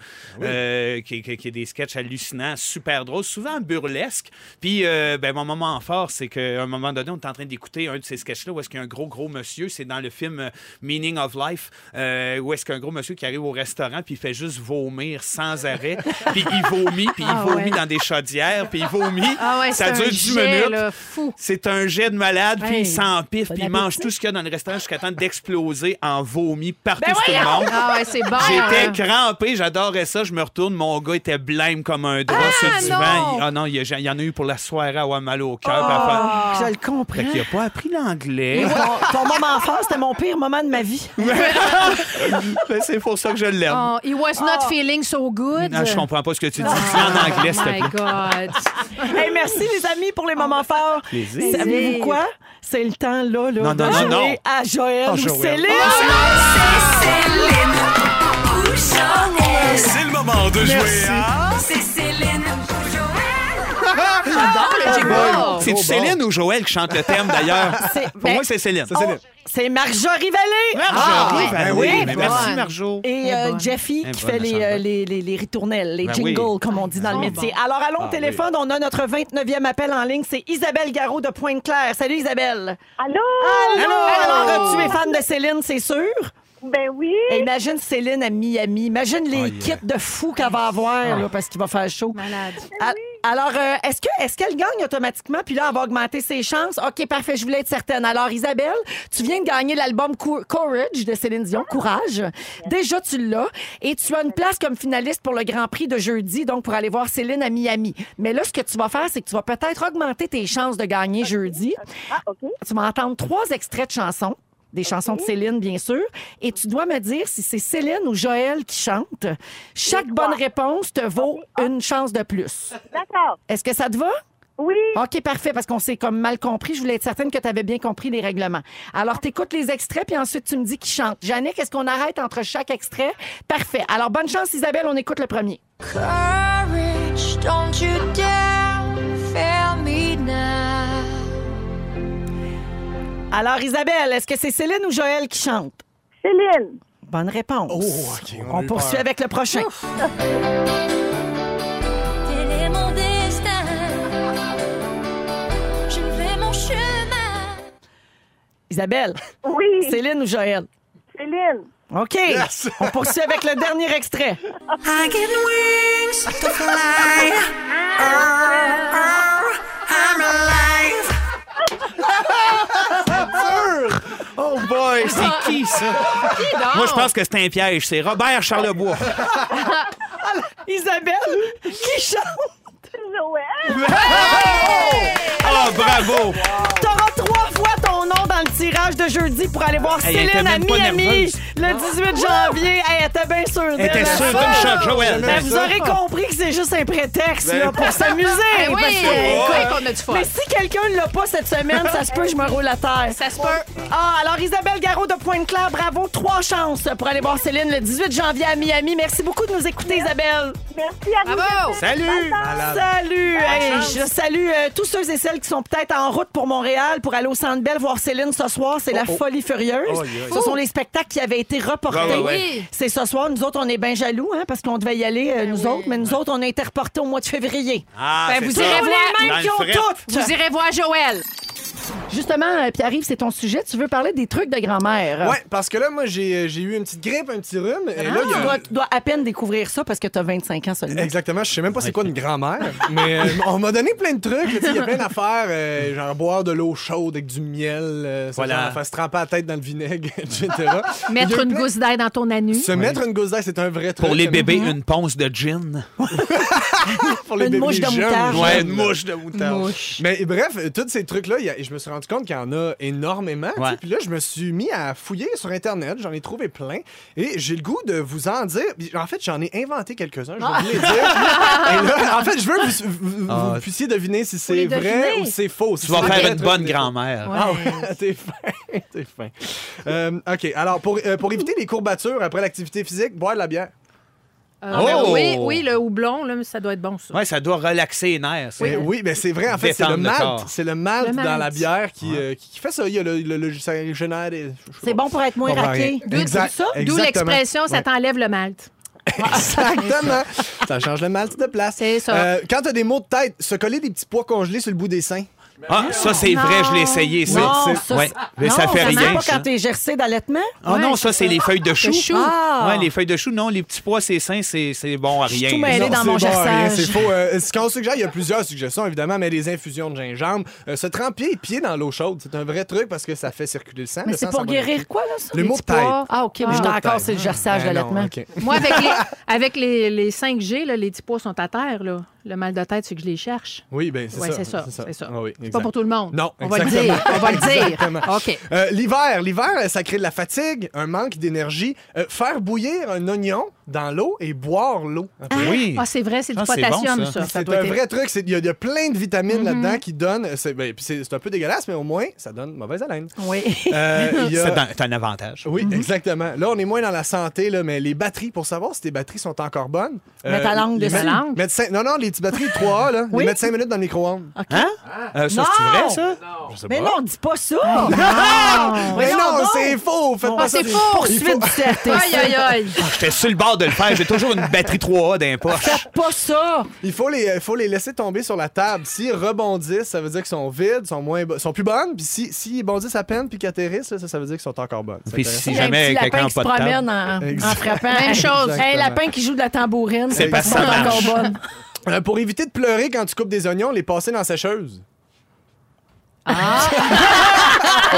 [SPEAKER 2] euh, qui, qui- qui est des sketchs hallucinants, super drôles, souvent burlesques. Puis, euh, ben mon moment fort, c'est qu'à un moment donné, on est en train d'écouter un de ces sketchs-là où est-ce qu'il y a un gros, gros monsieur. C'est dans le film euh, Meaning of Life, euh, où est-ce qu'un gros monsieur qui arrive au restaurant puis il fait juste vomir sans arrêt. puis il vomit, puis il
[SPEAKER 3] Ah
[SPEAKER 2] vomit
[SPEAKER 3] ouais.
[SPEAKER 2] dans des chaudières, puis il vomit.
[SPEAKER 3] Ah ouais,
[SPEAKER 2] ça
[SPEAKER 3] c'est
[SPEAKER 2] dure
[SPEAKER 3] un
[SPEAKER 2] 10
[SPEAKER 3] jet,
[SPEAKER 2] minutes.
[SPEAKER 3] là, fou.
[SPEAKER 2] C'est un jet de malade, puis
[SPEAKER 1] Hey,
[SPEAKER 2] il s'empiffe,
[SPEAKER 1] bon
[SPEAKER 2] puis il mange
[SPEAKER 1] appétit.
[SPEAKER 2] tout ce qu'il y a dans le restaurant jusqu'à temps d'exploser en vomi partout
[SPEAKER 1] Ben
[SPEAKER 2] sur tout le
[SPEAKER 1] voyons!
[SPEAKER 2] monde.
[SPEAKER 3] Ah ouais, c'est bon.
[SPEAKER 2] J'étais
[SPEAKER 3] hein.
[SPEAKER 2] crampé, j'adorais ça. Je me retourne, mon gars était blême comme un drap sur le divan.
[SPEAKER 3] non!
[SPEAKER 2] Il- Ah non, il y, a- il y en a eu pour la soirée à avoir mal au cœur. puis à faire-
[SPEAKER 1] Je le comprends.
[SPEAKER 2] Fait qu'il a pas appris l'anglais.
[SPEAKER 1] Ton, ton moment fort, c'était mon pire moment de ma vie.
[SPEAKER 2] Ben, c'est pour ça que je l'aime.
[SPEAKER 3] Oh, he was
[SPEAKER 4] Ah.
[SPEAKER 3] not feeling so good.
[SPEAKER 2] Non, je comprends pas ce que tu dis.
[SPEAKER 3] Ah,
[SPEAKER 2] Dis en anglais, s'il te plaît.
[SPEAKER 3] my God.
[SPEAKER 1] Hey, merci, les amis, pour les moments forts.
[SPEAKER 2] Plaisir.
[SPEAKER 1] Savez-vous quoi? C'est le temps, là, là
[SPEAKER 2] Non, non,
[SPEAKER 1] de
[SPEAKER 2] non, non.
[SPEAKER 1] jouer à Joël
[SPEAKER 2] Oh,
[SPEAKER 1] ou
[SPEAKER 2] Joël.
[SPEAKER 1] Céline.
[SPEAKER 5] C'est le moment de jouer à...
[SPEAKER 2] Oh,
[SPEAKER 3] Bravo.
[SPEAKER 2] C'est-tu Céline ou Joël qui chante le thème, d'ailleurs?
[SPEAKER 1] C'est-
[SPEAKER 2] Pour
[SPEAKER 1] ben,
[SPEAKER 2] moi, c'est Céline.
[SPEAKER 4] Ça, c'est le-
[SPEAKER 1] C'est Marjorie Vallée. Ah.
[SPEAKER 2] Marjo!
[SPEAKER 3] oui,
[SPEAKER 2] ben
[SPEAKER 4] ben
[SPEAKER 2] oui,
[SPEAKER 4] oui,
[SPEAKER 2] mais
[SPEAKER 3] bonne.
[SPEAKER 2] merci, Marjo.
[SPEAKER 1] Et euh,
[SPEAKER 3] bonne.
[SPEAKER 1] Jeffy
[SPEAKER 2] Eh,
[SPEAKER 1] qui
[SPEAKER 2] bonne,
[SPEAKER 1] fait les,
[SPEAKER 2] Charlotte.
[SPEAKER 1] euh, les, les, les ritournelles, les
[SPEAKER 2] Ben oui. Ah,
[SPEAKER 1] jingles, comme on dit dans le
[SPEAKER 3] bon.
[SPEAKER 1] métier. Alors, allons au téléphone. On a notre 29e appel en ligne. C'est Isabelle Garot de Pointe-Claire. Salut, Isabelle.
[SPEAKER 6] Allô?
[SPEAKER 1] Allô? Alors, tu es fan de Céline, c'est sûr?
[SPEAKER 6] Ben oui.
[SPEAKER 1] Et imagine Céline à Miami. Imagine les kits de fou qu'elle va avoir là, parce qu'il va faire chaud.
[SPEAKER 3] Malade.
[SPEAKER 1] A- Alors, euh, est-ce que est-ce qu'elle gagne automatiquement? Puis là, elle va augmenter ses chances. OK, parfait, je voulais être certaine. Alors, Isabelle, tu viens de gagner l'album Cou- Courage de Céline Dion, Courage. Déjà, tu l'as. Et tu as une place comme finaliste pour le Grand Prix de jeudi, donc pour aller voir Céline à Miami. Mais là, ce que tu vas faire, c'est que tu vas peut-être augmenter tes chances de gagner jeudi.
[SPEAKER 6] Ah, OK.
[SPEAKER 1] Tu vas entendre trois extraits de chansons. Des chansons de Céline, bien sûr. Et tu dois me dire si c'est Céline ou Joël qui chante. Chaque bonne réponse te vaut une chance de plus.
[SPEAKER 6] D'accord.
[SPEAKER 1] Est-ce que ça te va?
[SPEAKER 6] Oui.
[SPEAKER 1] OK, parfait, parce qu'on s'est comme mal compris. Je voulais être certaine que tu avais bien compris les règlements. Alors, t'écoutes les extraits, puis ensuite, tu me dis qui chante. Jannick, est-ce qu'on arrête entre chaque extrait? Parfait. Alors, bonne chance, Isabelle, on écoute le premier.
[SPEAKER 8] Courage, don't you dare fail me now.
[SPEAKER 1] Alors, Isabelle, est-ce que c'est Céline ou Joël qui chante?
[SPEAKER 6] Céline.
[SPEAKER 1] Bonne réponse.
[SPEAKER 4] Oh, OK, on a
[SPEAKER 1] on
[SPEAKER 4] eu
[SPEAKER 1] poursuit
[SPEAKER 4] peur.
[SPEAKER 1] avec le prochain.
[SPEAKER 8] Tel est mon destin. Je vais mon chemin.
[SPEAKER 1] Isabelle,
[SPEAKER 6] Oui.
[SPEAKER 1] Céline ou Joël?
[SPEAKER 6] Céline.
[SPEAKER 1] OK.
[SPEAKER 4] Yes.
[SPEAKER 1] On poursuit avec le dernier extrait.
[SPEAKER 9] I get wings to fly. Arr, arr, I'm alive.
[SPEAKER 2] Oh boy, c'est qui, ça? Moi, je pense que c'est un piège. C'est Robert Charlebois.
[SPEAKER 1] Isabelle, qui chante?
[SPEAKER 6] Joël.
[SPEAKER 2] Ah, bravo!
[SPEAKER 1] T'auras trois fois ton nom dans le tirage de jeudi pour aller voir
[SPEAKER 2] Hey, elle était
[SPEAKER 1] Céline à
[SPEAKER 2] même pas
[SPEAKER 1] Miami.
[SPEAKER 2] nerveuse.
[SPEAKER 1] Le 18 janvier, hey, elle était bien sûre
[SPEAKER 2] Elle était
[SPEAKER 1] d'elle,
[SPEAKER 2] sûre
[SPEAKER 1] elle.
[SPEAKER 2] comme Jacques Joël.
[SPEAKER 1] Ben, vous aurez compris que c'est juste un prétexte
[SPEAKER 2] Ah. Ben-
[SPEAKER 1] là, pour s'amuser.
[SPEAKER 3] Eh oui,
[SPEAKER 1] Parce que-
[SPEAKER 3] écoute, on a du fun.
[SPEAKER 1] Mais si quelqu'un ne l'a pas cette semaine, ça se peut que je me roule à terre.
[SPEAKER 3] Ça se peut.
[SPEAKER 1] Ah, alors Isabelle Garraud de Pointe-Claire, bravo. Trois chances pour aller voir Céline le 18 janvier à Miami. Merci beaucoup de nous écouter, Isabelle.
[SPEAKER 6] Merci à vous.
[SPEAKER 3] Bravo!
[SPEAKER 2] Salut!
[SPEAKER 1] Salut! Hey, je salue euh, tous ceux et celles qui sont peut-être en route pour Montréal pour aller au Centre Bell voir Céline ce soir.
[SPEAKER 2] Oh,
[SPEAKER 1] C'est la folie furieuse. Ce sont les spectacles qui avaient été reportés.
[SPEAKER 2] Ouais, ouais, ouais.
[SPEAKER 3] Oui.
[SPEAKER 1] C'est ce soir. Nous autres, on est bien jaloux hein, parce qu'on devait y aller,
[SPEAKER 2] Ben
[SPEAKER 1] euh, nous autres. Mais nous autres, on a été reportés au mois de février.
[SPEAKER 2] Ah,
[SPEAKER 3] Ben,
[SPEAKER 2] c'est
[SPEAKER 3] vous
[SPEAKER 2] ça.
[SPEAKER 3] irez voir.
[SPEAKER 1] Les
[SPEAKER 2] Dans
[SPEAKER 1] mêmes
[SPEAKER 2] le
[SPEAKER 1] qui ont
[SPEAKER 2] fret.
[SPEAKER 1] toutes!
[SPEAKER 3] Vous irez voir Joël.
[SPEAKER 1] Justement, euh, Pierre-Yves, c'est ton sujet. Tu veux parler des trucs de
[SPEAKER 2] Ah.
[SPEAKER 1] grand-mère.
[SPEAKER 4] Ouais, parce que là, moi, j'ai j'ai eu une petite grippe, un petit rhume. Et là,
[SPEAKER 1] Tu
[SPEAKER 4] il y a-
[SPEAKER 2] Ah!
[SPEAKER 1] dois, tu dois à peine découvrir ça parce que tu as 25 ans seulement.
[SPEAKER 4] Exactement, je sais même pas c'est quoi une grand-mère, mais euh, on m'a donné plein de trucs, là, tu sais, il y a plein d'affaires, euh, genre boire de l'eau chaude avec du miel, euh, ça,
[SPEAKER 2] Voilà.
[SPEAKER 4] genre, faire se tremper la tête dans le vinaigre, etc. Il y
[SPEAKER 3] Mettre
[SPEAKER 4] a
[SPEAKER 3] une
[SPEAKER 4] plein-
[SPEAKER 3] gousse d'ail dans ton anus.
[SPEAKER 4] Se mettre une gousse d'ail, c'est un vrai truc.
[SPEAKER 2] Pour les
[SPEAKER 4] ça,
[SPEAKER 2] bébés, une ponce de gin.
[SPEAKER 4] pour les
[SPEAKER 1] Une
[SPEAKER 4] bébés
[SPEAKER 1] mouche de
[SPEAKER 4] jeunes,
[SPEAKER 1] moutarde.
[SPEAKER 4] jeunes,
[SPEAKER 2] Ouais,
[SPEAKER 4] là.
[SPEAKER 2] une mouche de moutarde.
[SPEAKER 4] Mais bref, euh, tous ces trucs-là, il y a- et je me suis rendu compte qu'il y en a énormément. tu sais.
[SPEAKER 2] Ouais.
[SPEAKER 4] Puis là, je me suis mis à fouiller sur Internet. J'en ai trouvé plein. Et j'ai le goût de vous en dire. Puis En fait, j'en ai inventé quelques-uns. Je vais vous les dire. Et là, en fait, je veux que vous, vous- vous
[SPEAKER 2] Ah.
[SPEAKER 4] puissiez deviner si c'est
[SPEAKER 3] les
[SPEAKER 4] vrai
[SPEAKER 3] deviner.
[SPEAKER 4] ou c'est faux.
[SPEAKER 2] Tu vas faire une bonne grand-mère.
[SPEAKER 4] Ah ouais, t'es fin, t'es fin. Euh, OK, alors, pour, euh, pour éviter les courbatures après l'activité physique, boire de la bière.
[SPEAKER 3] Euh, ben
[SPEAKER 2] Oh!
[SPEAKER 3] oui, oui, le houblon, là, ça doit être bon, ça.
[SPEAKER 2] Ouais, ça doit relaxer les nerfs. ça.
[SPEAKER 4] Oui, oui, mais c'est vrai. En fait, c'est le
[SPEAKER 2] Détendre le
[SPEAKER 4] malt.
[SPEAKER 2] corps.
[SPEAKER 4] C'est le malt
[SPEAKER 3] Le malt.
[SPEAKER 4] dans la bière qui, euh, qui qui fait ça. Il y a le, le- le- ça génère des. je sais
[SPEAKER 1] C'est
[SPEAKER 4] pas.
[SPEAKER 1] bon pour être moins
[SPEAKER 4] Comprends
[SPEAKER 1] raqué.
[SPEAKER 4] rien.
[SPEAKER 3] D'où-
[SPEAKER 4] Exact,
[SPEAKER 3] ça- D'où
[SPEAKER 4] exactement.
[SPEAKER 3] l'expression, ça
[SPEAKER 4] Ouais.
[SPEAKER 3] t'enlève le malt.
[SPEAKER 4] Exactement. ça change le malt de place.
[SPEAKER 3] C'est ça.
[SPEAKER 4] Euh, quand t'as des maux de tête, se coller des petits pois congelés sur le bout des seins.
[SPEAKER 2] Ah, ça, c'est
[SPEAKER 3] Non.
[SPEAKER 2] vrai, je l'ai essayé, ça.
[SPEAKER 1] Non,
[SPEAKER 4] c'est-
[SPEAKER 1] ça,
[SPEAKER 2] Ouais.
[SPEAKER 1] c'est-
[SPEAKER 2] Mais
[SPEAKER 1] non,
[SPEAKER 2] ça fait
[SPEAKER 1] marche
[SPEAKER 2] rien,
[SPEAKER 1] pas
[SPEAKER 2] ça.
[SPEAKER 1] quand t'es gercé d'allaitement.
[SPEAKER 2] Ah non, ça, c'est les feuilles de chou.
[SPEAKER 3] chou.
[SPEAKER 1] Ah.
[SPEAKER 2] Ouais, les feuilles de chou, non, les petits pois, c'est sain, c'est c'est bon à
[SPEAKER 1] Je suis
[SPEAKER 2] rien.
[SPEAKER 1] tout mêlée. Elle est dans
[SPEAKER 4] c'est
[SPEAKER 1] mon
[SPEAKER 4] rien,
[SPEAKER 1] gerçage.
[SPEAKER 4] C'est faux. Euh, ce qu'on suggère, il y a plusieurs suggestions, évidemment, mais les infusions de gingembre. euh, se tremper les pieds dans l'eau chaude, c'est un vrai truc parce que ça fait circuler le sang.
[SPEAKER 1] Mais
[SPEAKER 4] Le
[SPEAKER 1] c'est
[SPEAKER 4] sang,
[SPEAKER 1] pour
[SPEAKER 4] ça va-
[SPEAKER 1] guérir quoi, là, ça?
[SPEAKER 4] Les maux de tête.
[SPEAKER 1] Ah, OK.
[SPEAKER 4] Les
[SPEAKER 1] mais je
[SPEAKER 4] maux de
[SPEAKER 1] encore,
[SPEAKER 4] tête.
[SPEAKER 1] c'est le gerçage
[SPEAKER 4] Ben non,
[SPEAKER 1] d'allaitement.
[SPEAKER 4] ok.
[SPEAKER 3] Moi, avec les, avec les, les 5G, là, les petits pois sont à terre. Là. Le mal de tête, c'est que je les cherche.
[SPEAKER 4] Oui, ben c'est
[SPEAKER 3] Oui,
[SPEAKER 4] ça.
[SPEAKER 3] c'est ça. C'est ça.
[SPEAKER 4] Ah oui,
[SPEAKER 3] C'est pas
[SPEAKER 4] exact.
[SPEAKER 3] pour tout le monde.
[SPEAKER 4] Non,
[SPEAKER 3] on va le
[SPEAKER 4] exactement.
[SPEAKER 3] dire. On va le
[SPEAKER 4] Exactement.
[SPEAKER 3] dire. OK.
[SPEAKER 4] Euh, l'hiver, l'hiver, euh, ça crée de la fatigue, un manque d'énergie. Euh, faire bouillir un oignon dans l'eau et boire l'eau.
[SPEAKER 2] Oui.
[SPEAKER 3] Ah, c'est vrai, c'est du
[SPEAKER 2] Ah, c'est bon,
[SPEAKER 3] potassium,
[SPEAKER 2] ça.
[SPEAKER 3] ça. Ça
[SPEAKER 4] C'est
[SPEAKER 3] doit
[SPEAKER 4] un
[SPEAKER 3] être- Mm-hmm.
[SPEAKER 4] vrai truc. c'est- Il y, a- il y a plein de vitamines là-dedans qui donnent. C'est, ben, puis c'est, c'est un peu dégueulasse, mais au moins, ça donne mauvaise haleine.
[SPEAKER 1] Oui.
[SPEAKER 4] Euh, il y a-
[SPEAKER 2] C'est un, c'est un avantage.
[SPEAKER 4] Oui,
[SPEAKER 3] Mm-hmm.
[SPEAKER 4] exactement. Là, on est moins dans la santé, là, mais les batteries, pour savoir si tes batteries sont encore bonnes. euh,
[SPEAKER 1] Mets ta langue
[SPEAKER 4] les
[SPEAKER 1] dessus.
[SPEAKER 4] met-
[SPEAKER 3] La langue?
[SPEAKER 4] mettre cinq- non, non, les petites batteries 3A, là,
[SPEAKER 1] Oui.
[SPEAKER 4] les mettre 5 minutes dans le micro-ondes.
[SPEAKER 3] Ah.
[SPEAKER 2] Hein? Euh, ça, c'est
[SPEAKER 1] Non!
[SPEAKER 2] vrai, ça?
[SPEAKER 1] Mais non, dis pas ça!
[SPEAKER 4] mais
[SPEAKER 1] Voyons
[SPEAKER 4] non,
[SPEAKER 1] donc!
[SPEAKER 4] c'est faux! Faites pas ça.
[SPEAKER 3] Ah, c'est faux!
[SPEAKER 1] Poursuite du
[SPEAKER 3] Aïe,
[SPEAKER 1] CRTC.
[SPEAKER 3] aïe, aïe.
[SPEAKER 2] J'étais sur le bord de le faire. J'ai toujours une batterie 3A d'un poche.
[SPEAKER 1] Faites pas ça!
[SPEAKER 4] Il faut les, euh, faut les laisser tomber sur la table. S'ils rebondissent, ça veut dire qu'ils sont vides, sont moins, bo- sont plus bonnes. Puis si- s'ils bondissent à peine puis qu'ils atterrissent, là, ça, ça veut dire qu'ils sont encore bonnes. C'est
[SPEAKER 2] Puis
[SPEAKER 4] intéressant.
[SPEAKER 2] si
[SPEAKER 1] Il y a un
[SPEAKER 2] jamais
[SPEAKER 1] petit
[SPEAKER 2] quelqu'un
[SPEAKER 1] lapin
[SPEAKER 2] n'a
[SPEAKER 1] qui se
[SPEAKER 2] pas de table.
[SPEAKER 1] promène en,
[SPEAKER 4] Exact.
[SPEAKER 1] en frappant.
[SPEAKER 3] Même chose.
[SPEAKER 1] Un
[SPEAKER 4] Exactement.
[SPEAKER 1] lapin qui joue de la tambourine.
[SPEAKER 4] C'est
[SPEAKER 1] parce
[SPEAKER 2] parce que ça
[SPEAKER 1] qu'elle est
[SPEAKER 2] marche.
[SPEAKER 1] encore bonne.
[SPEAKER 4] Euh, pour éviter de pleurer quand tu coupes des oignons, les passer dans la sécheuse.
[SPEAKER 2] Ah,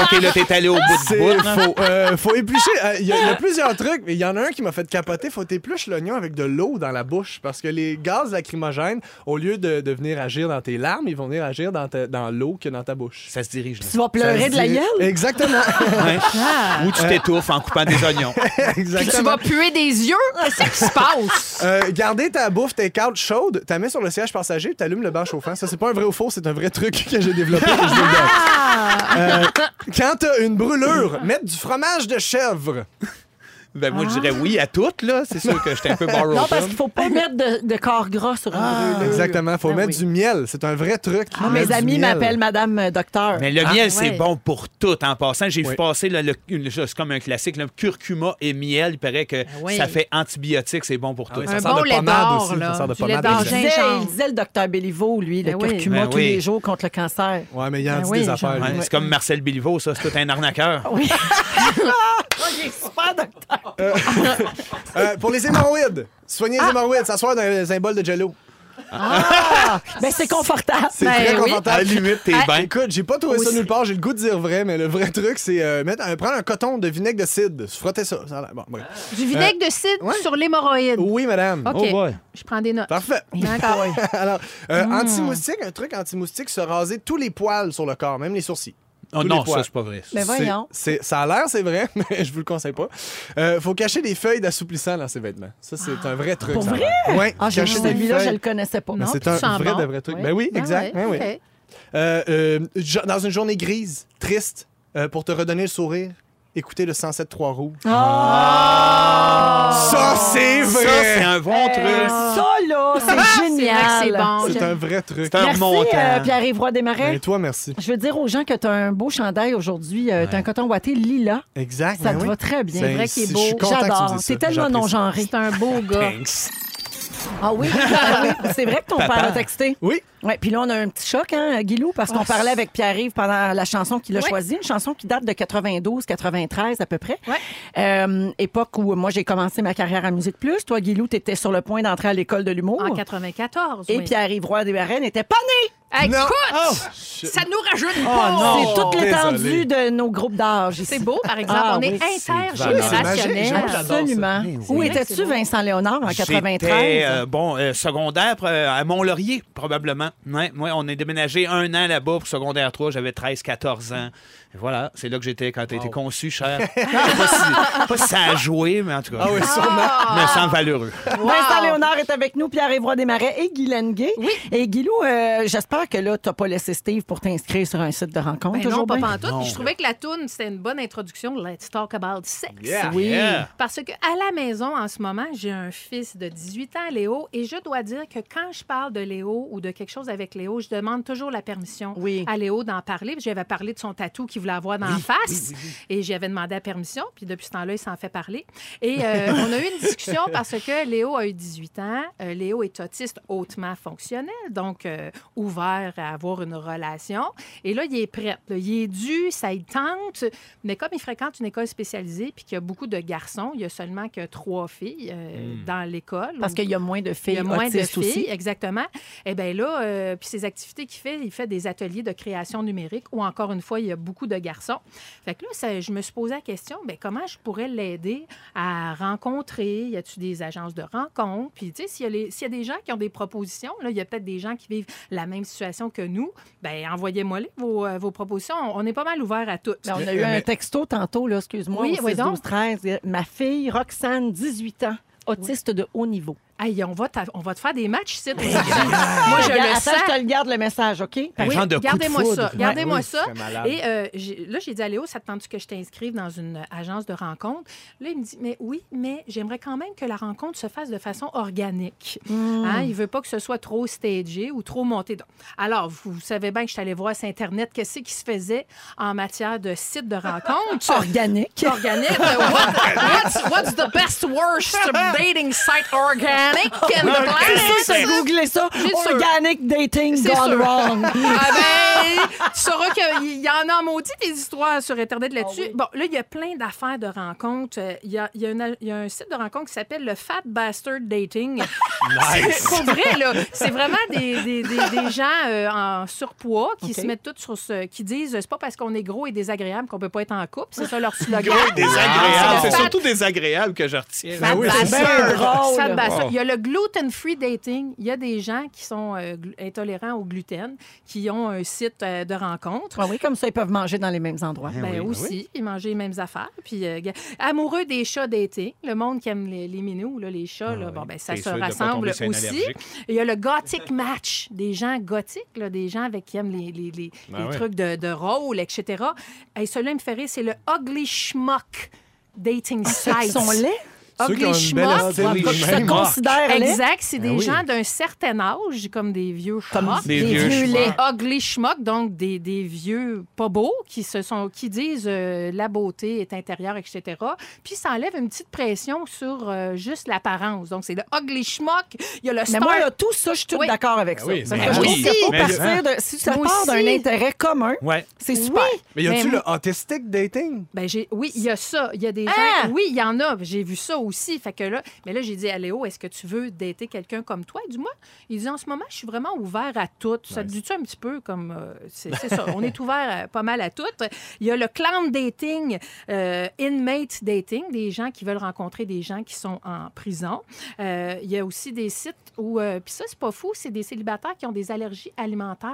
[SPEAKER 2] OK, là, t'es allé au bout de
[SPEAKER 4] C'est
[SPEAKER 2] bout. là.
[SPEAKER 4] faux. Euh, faut éplucher. Euh, Il y, a- il y a plusieurs trucs, mais il y en a un qui m'a fait capoter. Faut éplucher l'oignon avec de l'eau dans la bouche parce que les gaz lacrymogènes, au lieu de, de venir agir dans tes larmes, ils vont venir agir dans, ta- dans l'eau que dans ta bouche.
[SPEAKER 2] Ça se dirige, là.
[SPEAKER 1] Tu vas pleurer de la gueule?
[SPEAKER 4] Exactement.
[SPEAKER 2] Ouais. Ou tu t'étouffes en coupant des oignons.
[SPEAKER 3] Puis tu
[SPEAKER 4] Exactement.
[SPEAKER 3] vas puer des yeux. Qu'est-ce qui se passe?
[SPEAKER 4] Euh, garder ta bouffe, tes cartes chaudes, t'as mets sur le siège passager, tu allumes le bar chauffant. Ça, c'est pas un vrai ou faux, c'est un vrai truc que j'ai développé. que je vous donne. Euh, quand t'as une brûlure, mettre du fromage de chèvre.
[SPEAKER 2] Ben, moi, je dirais oui à toutes, là. C'est sûr que j'étais un peu borrowed.
[SPEAKER 1] Non, parce qu'il faut pas mettre de, de corps gras sur une brûlure.
[SPEAKER 4] Exactement, faut
[SPEAKER 1] Ah
[SPEAKER 4] mettre
[SPEAKER 1] oui.
[SPEAKER 4] du miel. C'est un vrai truc.
[SPEAKER 1] Moi,
[SPEAKER 4] Mettre
[SPEAKER 1] mes
[SPEAKER 4] du
[SPEAKER 1] amis
[SPEAKER 4] miel.
[SPEAKER 1] m'appellent Madame euh, Docteur.
[SPEAKER 2] Mais le miel, c'est
[SPEAKER 3] ouais.
[SPEAKER 2] bon pour tout. En passant, j'ai
[SPEAKER 4] Oui.
[SPEAKER 2] vu passer, là, le, une- c'est comme un classique, le curcuma et miel. Il paraît que
[SPEAKER 3] oui.
[SPEAKER 2] ça fait antibiotique, c'est bon pour tout.
[SPEAKER 4] oui, ça
[SPEAKER 3] Un
[SPEAKER 4] sert
[SPEAKER 3] bon
[SPEAKER 4] de
[SPEAKER 3] lait
[SPEAKER 4] pommade
[SPEAKER 3] d'or,
[SPEAKER 4] aussi, ça
[SPEAKER 3] là.
[SPEAKER 4] sert de
[SPEAKER 3] Du lait
[SPEAKER 4] pommade,
[SPEAKER 3] d'or,
[SPEAKER 4] exact.
[SPEAKER 1] Il disait,
[SPEAKER 3] gingembre.
[SPEAKER 1] il disait le docteur Béliveau, lui, le
[SPEAKER 3] Ben oui.
[SPEAKER 1] curcuma
[SPEAKER 2] Ben
[SPEAKER 1] tous
[SPEAKER 2] oui.
[SPEAKER 1] les jours contre le cancer.
[SPEAKER 4] Ouais, mais il en
[SPEAKER 3] Ben
[SPEAKER 4] dit
[SPEAKER 3] oui,
[SPEAKER 4] des
[SPEAKER 3] j'en-
[SPEAKER 4] affaires.
[SPEAKER 2] Ouais,
[SPEAKER 4] lui.
[SPEAKER 2] C'est comme Marcel Bilvaux, ça. C'est tout un arnaqueur.
[SPEAKER 1] Oui. Ok, super docteur.
[SPEAKER 4] Euh, pour les hémorroïdes, soigner les hémorroïdes, s'asseoir dans un bol de jello.
[SPEAKER 1] Ben, c'est confortable.
[SPEAKER 4] C'est
[SPEAKER 3] Ben
[SPEAKER 4] très
[SPEAKER 3] oui.
[SPEAKER 2] À la
[SPEAKER 4] confortable.
[SPEAKER 2] limite, t'es
[SPEAKER 3] Ah,
[SPEAKER 2] bien.
[SPEAKER 4] Écoute, j'ai pas trouvé ça
[SPEAKER 3] Aussi.
[SPEAKER 4] nulle part, j'ai le goût de dire vrai, mais le vrai truc, c'est euh, mettre un- prendre un coton de vinaigre de cidre, se frotter ça. ça a l'air- bon, bref.
[SPEAKER 3] Du vinaigre de cidre
[SPEAKER 4] ouais.
[SPEAKER 3] sur l'hémorroïde.
[SPEAKER 4] Oui, madame.
[SPEAKER 3] OK.
[SPEAKER 2] Oh boy.
[SPEAKER 3] Je prends des notes.
[SPEAKER 4] Parfait.
[SPEAKER 3] D'accord.
[SPEAKER 4] Alors, euh, anti-moustique, un truc anti-moustique, se raser tous les poils sur le corps, même les sourcils.
[SPEAKER 2] Oh,
[SPEAKER 4] Tous les
[SPEAKER 2] non,
[SPEAKER 4] poils.
[SPEAKER 2] ça, c'est pas vrai.
[SPEAKER 1] Mais voyons.
[SPEAKER 4] C'est- c'est- ça a l'air, c'est vrai, mais je vous le conseille pas. Euh, faut cacher des feuilles d'assouplissant dans ses vêtements. Ça, c'est un vrai truc.
[SPEAKER 1] Pour
[SPEAKER 4] ça a
[SPEAKER 1] vrai?
[SPEAKER 4] l'air. Ouais,
[SPEAKER 1] Ah, j'ai
[SPEAKER 4] cacher des
[SPEAKER 1] celui-là, je
[SPEAKER 4] feuilles.
[SPEAKER 1] le connaissais pas.
[SPEAKER 4] Mais
[SPEAKER 3] Non,
[SPEAKER 4] c'est
[SPEAKER 3] puis
[SPEAKER 4] un
[SPEAKER 3] tu sens
[SPEAKER 4] vrai
[SPEAKER 3] bon.
[SPEAKER 4] de vrai truc.
[SPEAKER 3] Oui.
[SPEAKER 4] Ben oui,
[SPEAKER 3] Ah
[SPEAKER 4] exact.
[SPEAKER 3] ouais,
[SPEAKER 4] Ouais, oui.
[SPEAKER 3] ok.
[SPEAKER 4] Euh, euh, jo- dans une journée grise, triste, euh, pour te redonner le sourire, écouter le 107 3 rouge. Ça, c'est
[SPEAKER 2] Ah! Ça, c'est
[SPEAKER 4] vrai!
[SPEAKER 2] un bon truc.
[SPEAKER 1] Ça, là, c'est
[SPEAKER 3] Ah, C'est vrai que
[SPEAKER 1] génial.
[SPEAKER 3] c'est bon.
[SPEAKER 4] C'est
[SPEAKER 3] J'aime-
[SPEAKER 4] un vrai truc.
[SPEAKER 2] C'est un
[SPEAKER 1] Merci,
[SPEAKER 2] remontant.
[SPEAKER 1] euh, Pierre-Yves Roy
[SPEAKER 4] Et
[SPEAKER 1] Desmarais.
[SPEAKER 4] toi, merci.
[SPEAKER 1] Je veux dire aux gens que tu as un beau chandail aujourd'hui. euh, T'as un coton ouaté lila.
[SPEAKER 4] Exact.
[SPEAKER 1] Ça
[SPEAKER 4] ben
[SPEAKER 1] te
[SPEAKER 4] oui.
[SPEAKER 1] va très bien.
[SPEAKER 4] Ben,
[SPEAKER 1] vrai qu'il est
[SPEAKER 4] si-
[SPEAKER 1] beau.
[SPEAKER 4] je suis content que tu me
[SPEAKER 1] J'adore.
[SPEAKER 4] dises
[SPEAKER 1] C'est
[SPEAKER 4] ça.
[SPEAKER 1] tellement
[SPEAKER 4] J'apprécie.
[SPEAKER 1] non-genré.
[SPEAKER 3] C'est un beau gars.
[SPEAKER 2] Thanks.
[SPEAKER 1] Ah oui? Ah oui. C'est vrai que ton père a texté.
[SPEAKER 4] Oui. Oh.
[SPEAKER 1] Ouais, puis là, on a un petit choc, hein, Guilou, parce qu'on parlait avec Pierre-Yves pendant la chanson qu'il a
[SPEAKER 3] Ouais.
[SPEAKER 1] choisie, une chanson qui date de 92, 93 à peu près.
[SPEAKER 3] Ouais.
[SPEAKER 1] Euh, époque où moi, j'ai commencé ma carrière à Musique Plus. Toi, Guilou, t'étais sur le point d'entrer à l'école de
[SPEAKER 4] Oh.
[SPEAKER 1] l'humour.
[SPEAKER 3] En 94.
[SPEAKER 1] Et
[SPEAKER 3] oui.
[SPEAKER 1] Pierre-Yves Roy Desmarais n'était pas né!
[SPEAKER 3] Écoute,
[SPEAKER 4] Non. Oh,
[SPEAKER 3] ça nous rajeune
[SPEAKER 4] non.
[SPEAKER 3] pas.
[SPEAKER 1] C'est toute
[SPEAKER 4] Oh, désolé.
[SPEAKER 1] l'étendue de nos groupes d'âge ici.
[SPEAKER 3] C'est beau, par exemple.
[SPEAKER 1] Ah
[SPEAKER 3] on est
[SPEAKER 1] oui, c'est
[SPEAKER 4] magique. Oui, c'est magique.
[SPEAKER 3] intergénérationnel.
[SPEAKER 4] Ah, J'adore ça.
[SPEAKER 1] Absolument. Où
[SPEAKER 3] vrai que
[SPEAKER 1] étais-tu,
[SPEAKER 3] c'est beau.
[SPEAKER 1] Vincent Léonard, en 93?
[SPEAKER 2] J'étais, euh, bon, euh, secondaire euh, à Mont-Laurier, probablement. Ouais, ouais, on est déménagé un an là-bas pour secondaire 3. J'avais 13-14 ans. Et voilà, c'est là que j'étais quand t'as été conçu, cher. Je sais pas, si, pas si ça a joué, mais en tout cas,
[SPEAKER 4] Ah oui, sûrement.
[SPEAKER 2] je me sens valeureux.
[SPEAKER 1] Vincent Léonard est avec nous, Pierre-Évroy Desmarais et Guy Lenguet.
[SPEAKER 3] Oui.
[SPEAKER 1] Et Guilou, euh, j'espère que là, t'as pas laissé Steve pour t'inscrire sur un site de rencontre.
[SPEAKER 3] Ben non,
[SPEAKER 1] toujours
[SPEAKER 3] pas
[SPEAKER 1] bien.
[SPEAKER 3] pantoute. Puis Je trouvais que la toune, c'était une bonne introduction. Let's talk about sex.
[SPEAKER 4] Yeah.
[SPEAKER 1] Oui.
[SPEAKER 2] Yeah.
[SPEAKER 3] Parce que à la maison, en ce moment, j'ai un fils de 18 ans, Léo, et je dois dire que quand je parle de Léo ou de quelque chose avec Léo, je demande toujours la permission
[SPEAKER 1] Oui.
[SPEAKER 3] à Léo d'en parler. J'avais parlé de son tatou qu'il voulait avoir dans la face, et j'avais demandé la permission, puis depuis ce temps-là, il s'en fait parler. Et euh, on a eu une discussion parce que Léo a eu 18 ans. Euh, Léo est autiste hautement fonctionnel, donc euh, ouvert à avoir une relation. Et là, il est prêt. là. Il est dû, ça il tente. Mais comme il fréquente une école spécialisée puis qu'il y a beaucoup de garçons, il y a seulement que trois filles euh, dans l'école.
[SPEAKER 1] Parce qu'il y a moins de
[SPEAKER 3] Il
[SPEAKER 1] filles
[SPEAKER 3] y a moins de
[SPEAKER 1] autistes
[SPEAKER 3] filles,
[SPEAKER 1] aussi.
[SPEAKER 3] exactement. Et bien là, euh, puis ses activités qu'il fait, il fait des ateliers de création numérique où, encore une fois, il y a beaucoup de garçons. Fait que là, ça- je me suis posé la question, ben comment je pourrais l'aider à rencontrer? Y a-tu des agences de rencontre? Puis, tu sais, s'il y, a les- s'il y a des gens qui ont des propositions, là, il y a peut-être des gens qui vivent la même situation que nous, ben envoyez-moi vos, euh, vos propositions. On, on est pas mal ouvert à toutes.
[SPEAKER 1] Ben, on a eu un
[SPEAKER 4] mais-
[SPEAKER 1] texto tantôt, là, excuse-moi,
[SPEAKER 3] Oui,
[SPEAKER 1] au
[SPEAKER 3] oui,
[SPEAKER 1] 6,
[SPEAKER 3] donc.
[SPEAKER 1] 12, 13. Ma fille, Roxane, 18 ans, autiste de haut niveau.
[SPEAKER 3] Hey, on va, t'a- on va te faire des matchs ici. aujourd'hui. Moi, je
[SPEAKER 1] Regarde,
[SPEAKER 3] le
[SPEAKER 1] attends,
[SPEAKER 3] sens.
[SPEAKER 1] je te le garde le message, OK?
[SPEAKER 2] Un
[SPEAKER 3] Oui,
[SPEAKER 2] genre Ben, de coup de
[SPEAKER 3] gardez-moi
[SPEAKER 2] foudre.
[SPEAKER 3] ça, gardez-moi
[SPEAKER 4] oui,
[SPEAKER 2] Ben,
[SPEAKER 3] ça.
[SPEAKER 4] c'est malade.
[SPEAKER 1] Ah.
[SPEAKER 3] Et euh, j'ai- là, j'ai dit à Léo, ça te tente que je t'inscrive dans une agence de rencontre? Là, il me dit, mais oui, mais j'aimerais quand même que la rencontre se fasse de façon organique.
[SPEAKER 1] Hmm.
[SPEAKER 3] Hein, il veut pas que ce soit trop stagé ou trop monté. Donc, Alors, vous, vous savez bien que je suis allée voir sur Internet qu'est-ce qui se faisait en matière de site de rencontre.
[SPEAKER 1] Organique.
[SPEAKER 3] Organique. euh, What- what's, what's the best worst dating site organic in the
[SPEAKER 1] C'est sûr que
[SPEAKER 3] planet?
[SPEAKER 1] t'as googlé ça.
[SPEAKER 3] sûr.
[SPEAKER 1] Organic dating
[SPEAKER 3] C'est
[SPEAKER 1] gone
[SPEAKER 3] sûr.
[SPEAKER 1] wrong.
[SPEAKER 3] Ah ben, tu sauras qu'il y en a en maudit des histoires sur Internet là-dessus. Bon, là, il y a plein d'affaires de rencontres. Euh, Il y a, il y a une- il y a un site de rencontre qui s'appelle le Fat Bastard Dating. C'est Pour vrai, là, c'est vraiment des, des- des- des gens euh, en surpoids qui
[SPEAKER 1] OK.
[SPEAKER 3] se mettent tous sur ce... qui disent c'est pas parce qu'on est gros et désagréable qu'on peut pas être en couple. C'est ça leur slogan. Ah,
[SPEAKER 2] Désagréable.
[SPEAKER 3] C'est
[SPEAKER 2] C'est
[SPEAKER 3] le fat
[SPEAKER 2] surtout désagréable que je retiens. Ben
[SPEAKER 3] Fat
[SPEAKER 4] oui, c'est
[SPEAKER 3] bastard.
[SPEAKER 1] bien drôle.
[SPEAKER 3] Fat bastard. Il y a le gluten-free dating. Il y a des gens qui sont euh, glu- intolérants au gluten, qui ont un site euh, de rencontre.
[SPEAKER 1] Ah oui, comme ça, ils peuvent manger dans les mêmes endroits.
[SPEAKER 3] Ben aussi, ils mangeaient les mêmes affaires. Puis, euh, ga- amoureux des chats d'été, le monde qui aime les, les minous, là, les chats, là, bon, ben, ça
[SPEAKER 2] T'es Ah
[SPEAKER 3] se
[SPEAKER 2] sûr de pas
[SPEAKER 3] rassemble
[SPEAKER 2] tomber sur un
[SPEAKER 3] aussi.
[SPEAKER 2] allergique.
[SPEAKER 3] Il y a le gothic match, des gens gothiques, là, des gens avec qui aiment les, les, les- les trucs de, de rôle, etc. Et celui-là, il me fait rire, c'est le ugly schmuck dating site.
[SPEAKER 1] Ils Ah, sont laids.
[SPEAKER 4] Ceux qui ont
[SPEAKER 3] Ugly
[SPEAKER 4] une belle
[SPEAKER 3] schmuck.
[SPEAKER 4] estime
[SPEAKER 1] Ils se
[SPEAKER 4] d'eux-mêmes.
[SPEAKER 1] considèrent laids.
[SPEAKER 3] Exact, c'est des gens d'un certain âge, comme des vieux schmucks.
[SPEAKER 2] Des vieux
[SPEAKER 1] vieux
[SPEAKER 3] Les
[SPEAKER 2] chemins.
[SPEAKER 3] ugly schmucks, donc des, des vieux pas beaux qui se sont qui disent euh, la beauté est intérieure, etc. Puis ça enlève une petite pression sur euh, juste l'apparence. Donc c'est le ugly schmuck, il y a le
[SPEAKER 1] Mais
[SPEAKER 3] star.
[SPEAKER 1] moi, là, tout ça, je suis toute
[SPEAKER 3] Oui.
[SPEAKER 1] d'accord avec ça.
[SPEAKER 4] oui,
[SPEAKER 1] Parce
[SPEAKER 4] mais
[SPEAKER 1] que je
[SPEAKER 2] Ben oui.
[SPEAKER 1] trouve qu'il faut
[SPEAKER 2] Mais-
[SPEAKER 1] partir de. Si ça
[SPEAKER 3] Moi
[SPEAKER 1] part d'un
[SPEAKER 3] aussi. Ben
[SPEAKER 1] intérêt commun,
[SPEAKER 2] Ouais.
[SPEAKER 1] c'est super.
[SPEAKER 4] Mais y a-tu
[SPEAKER 1] Ben
[SPEAKER 3] Mais-
[SPEAKER 4] le autistic dating?
[SPEAKER 3] Ben, j'ai- oui, il y a ça. Il y a des
[SPEAKER 1] Ah!
[SPEAKER 3] gens. Oui, il y en a. J'ai vu ça aussi. Fait que là, mais là, j'ai dit à Léo, est-ce que tu veux dater quelqu'un comme toi? Du moins, il dit en ce moment, je suis vraiment ouvert à tout. Ça te dit-tu un petit peu comme. euh, c'est c'est ça. On est ouvert à- pas mal à tout. Il y a le clan dating, euh, inmate dating, des gens qui veulent rencontrer des gens qui sont en prison. Euh, il y a aussi des sites où. euh, Puis ça, c'est pas fou, c'est des célibataires qui ont des allergies alimentaires,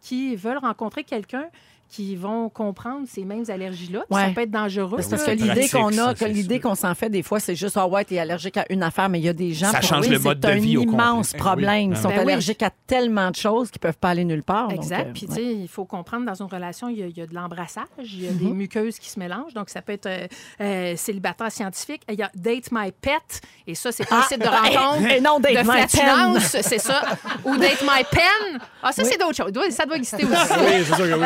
[SPEAKER 3] qui veulent rencontrer quelqu'un qui vont comprendre ces mêmes allergies-là. puis
[SPEAKER 1] Ouais.
[SPEAKER 3] Ça peut être dangereux. Euh,
[SPEAKER 1] Parce que
[SPEAKER 3] ça.
[SPEAKER 2] c'est
[SPEAKER 1] l'idée
[SPEAKER 2] pratique,
[SPEAKER 1] qu'on
[SPEAKER 2] ça,
[SPEAKER 1] a, que
[SPEAKER 2] c'est
[SPEAKER 1] l'idée
[SPEAKER 2] sûr.
[SPEAKER 1] qu'on s'en fait des fois, c'est juste ah ouais, t'es allergique à une affaire, mais il y a des gens
[SPEAKER 2] Ça
[SPEAKER 1] pour
[SPEAKER 2] change
[SPEAKER 1] qui
[SPEAKER 2] le mode
[SPEAKER 1] c'est
[SPEAKER 2] de
[SPEAKER 1] un
[SPEAKER 2] vie au
[SPEAKER 1] immense
[SPEAKER 2] complet.
[SPEAKER 1] problème. Ils
[SPEAKER 2] oui.
[SPEAKER 1] sont
[SPEAKER 3] Ben oui.
[SPEAKER 1] allergiques à tellement de choses qu'ils peuvent pas aller nulle part. donc,
[SPEAKER 3] Exact.
[SPEAKER 1] euh,
[SPEAKER 3] Puis,
[SPEAKER 1] ouais. Mm-hmm.
[SPEAKER 3] tu sais, il faut comprendre, dans une relation, il y a, il y a de l'embrassage, il y a des muqueuses qui se mélangent. Donc, ça peut être euh, euh, célibataire scientifique. Il y a Date My Pet. Et ça, c'est un site de rencontre.
[SPEAKER 1] et Ah, non, Date
[SPEAKER 3] de
[SPEAKER 1] My
[SPEAKER 3] flatulence, c'est ça. Ou Date My Pen. Ah, ça, c'est d'autres choses. Doit- Ça doit exister aussi.
[SPEAKER 4] Oui, c'est sûr que oui.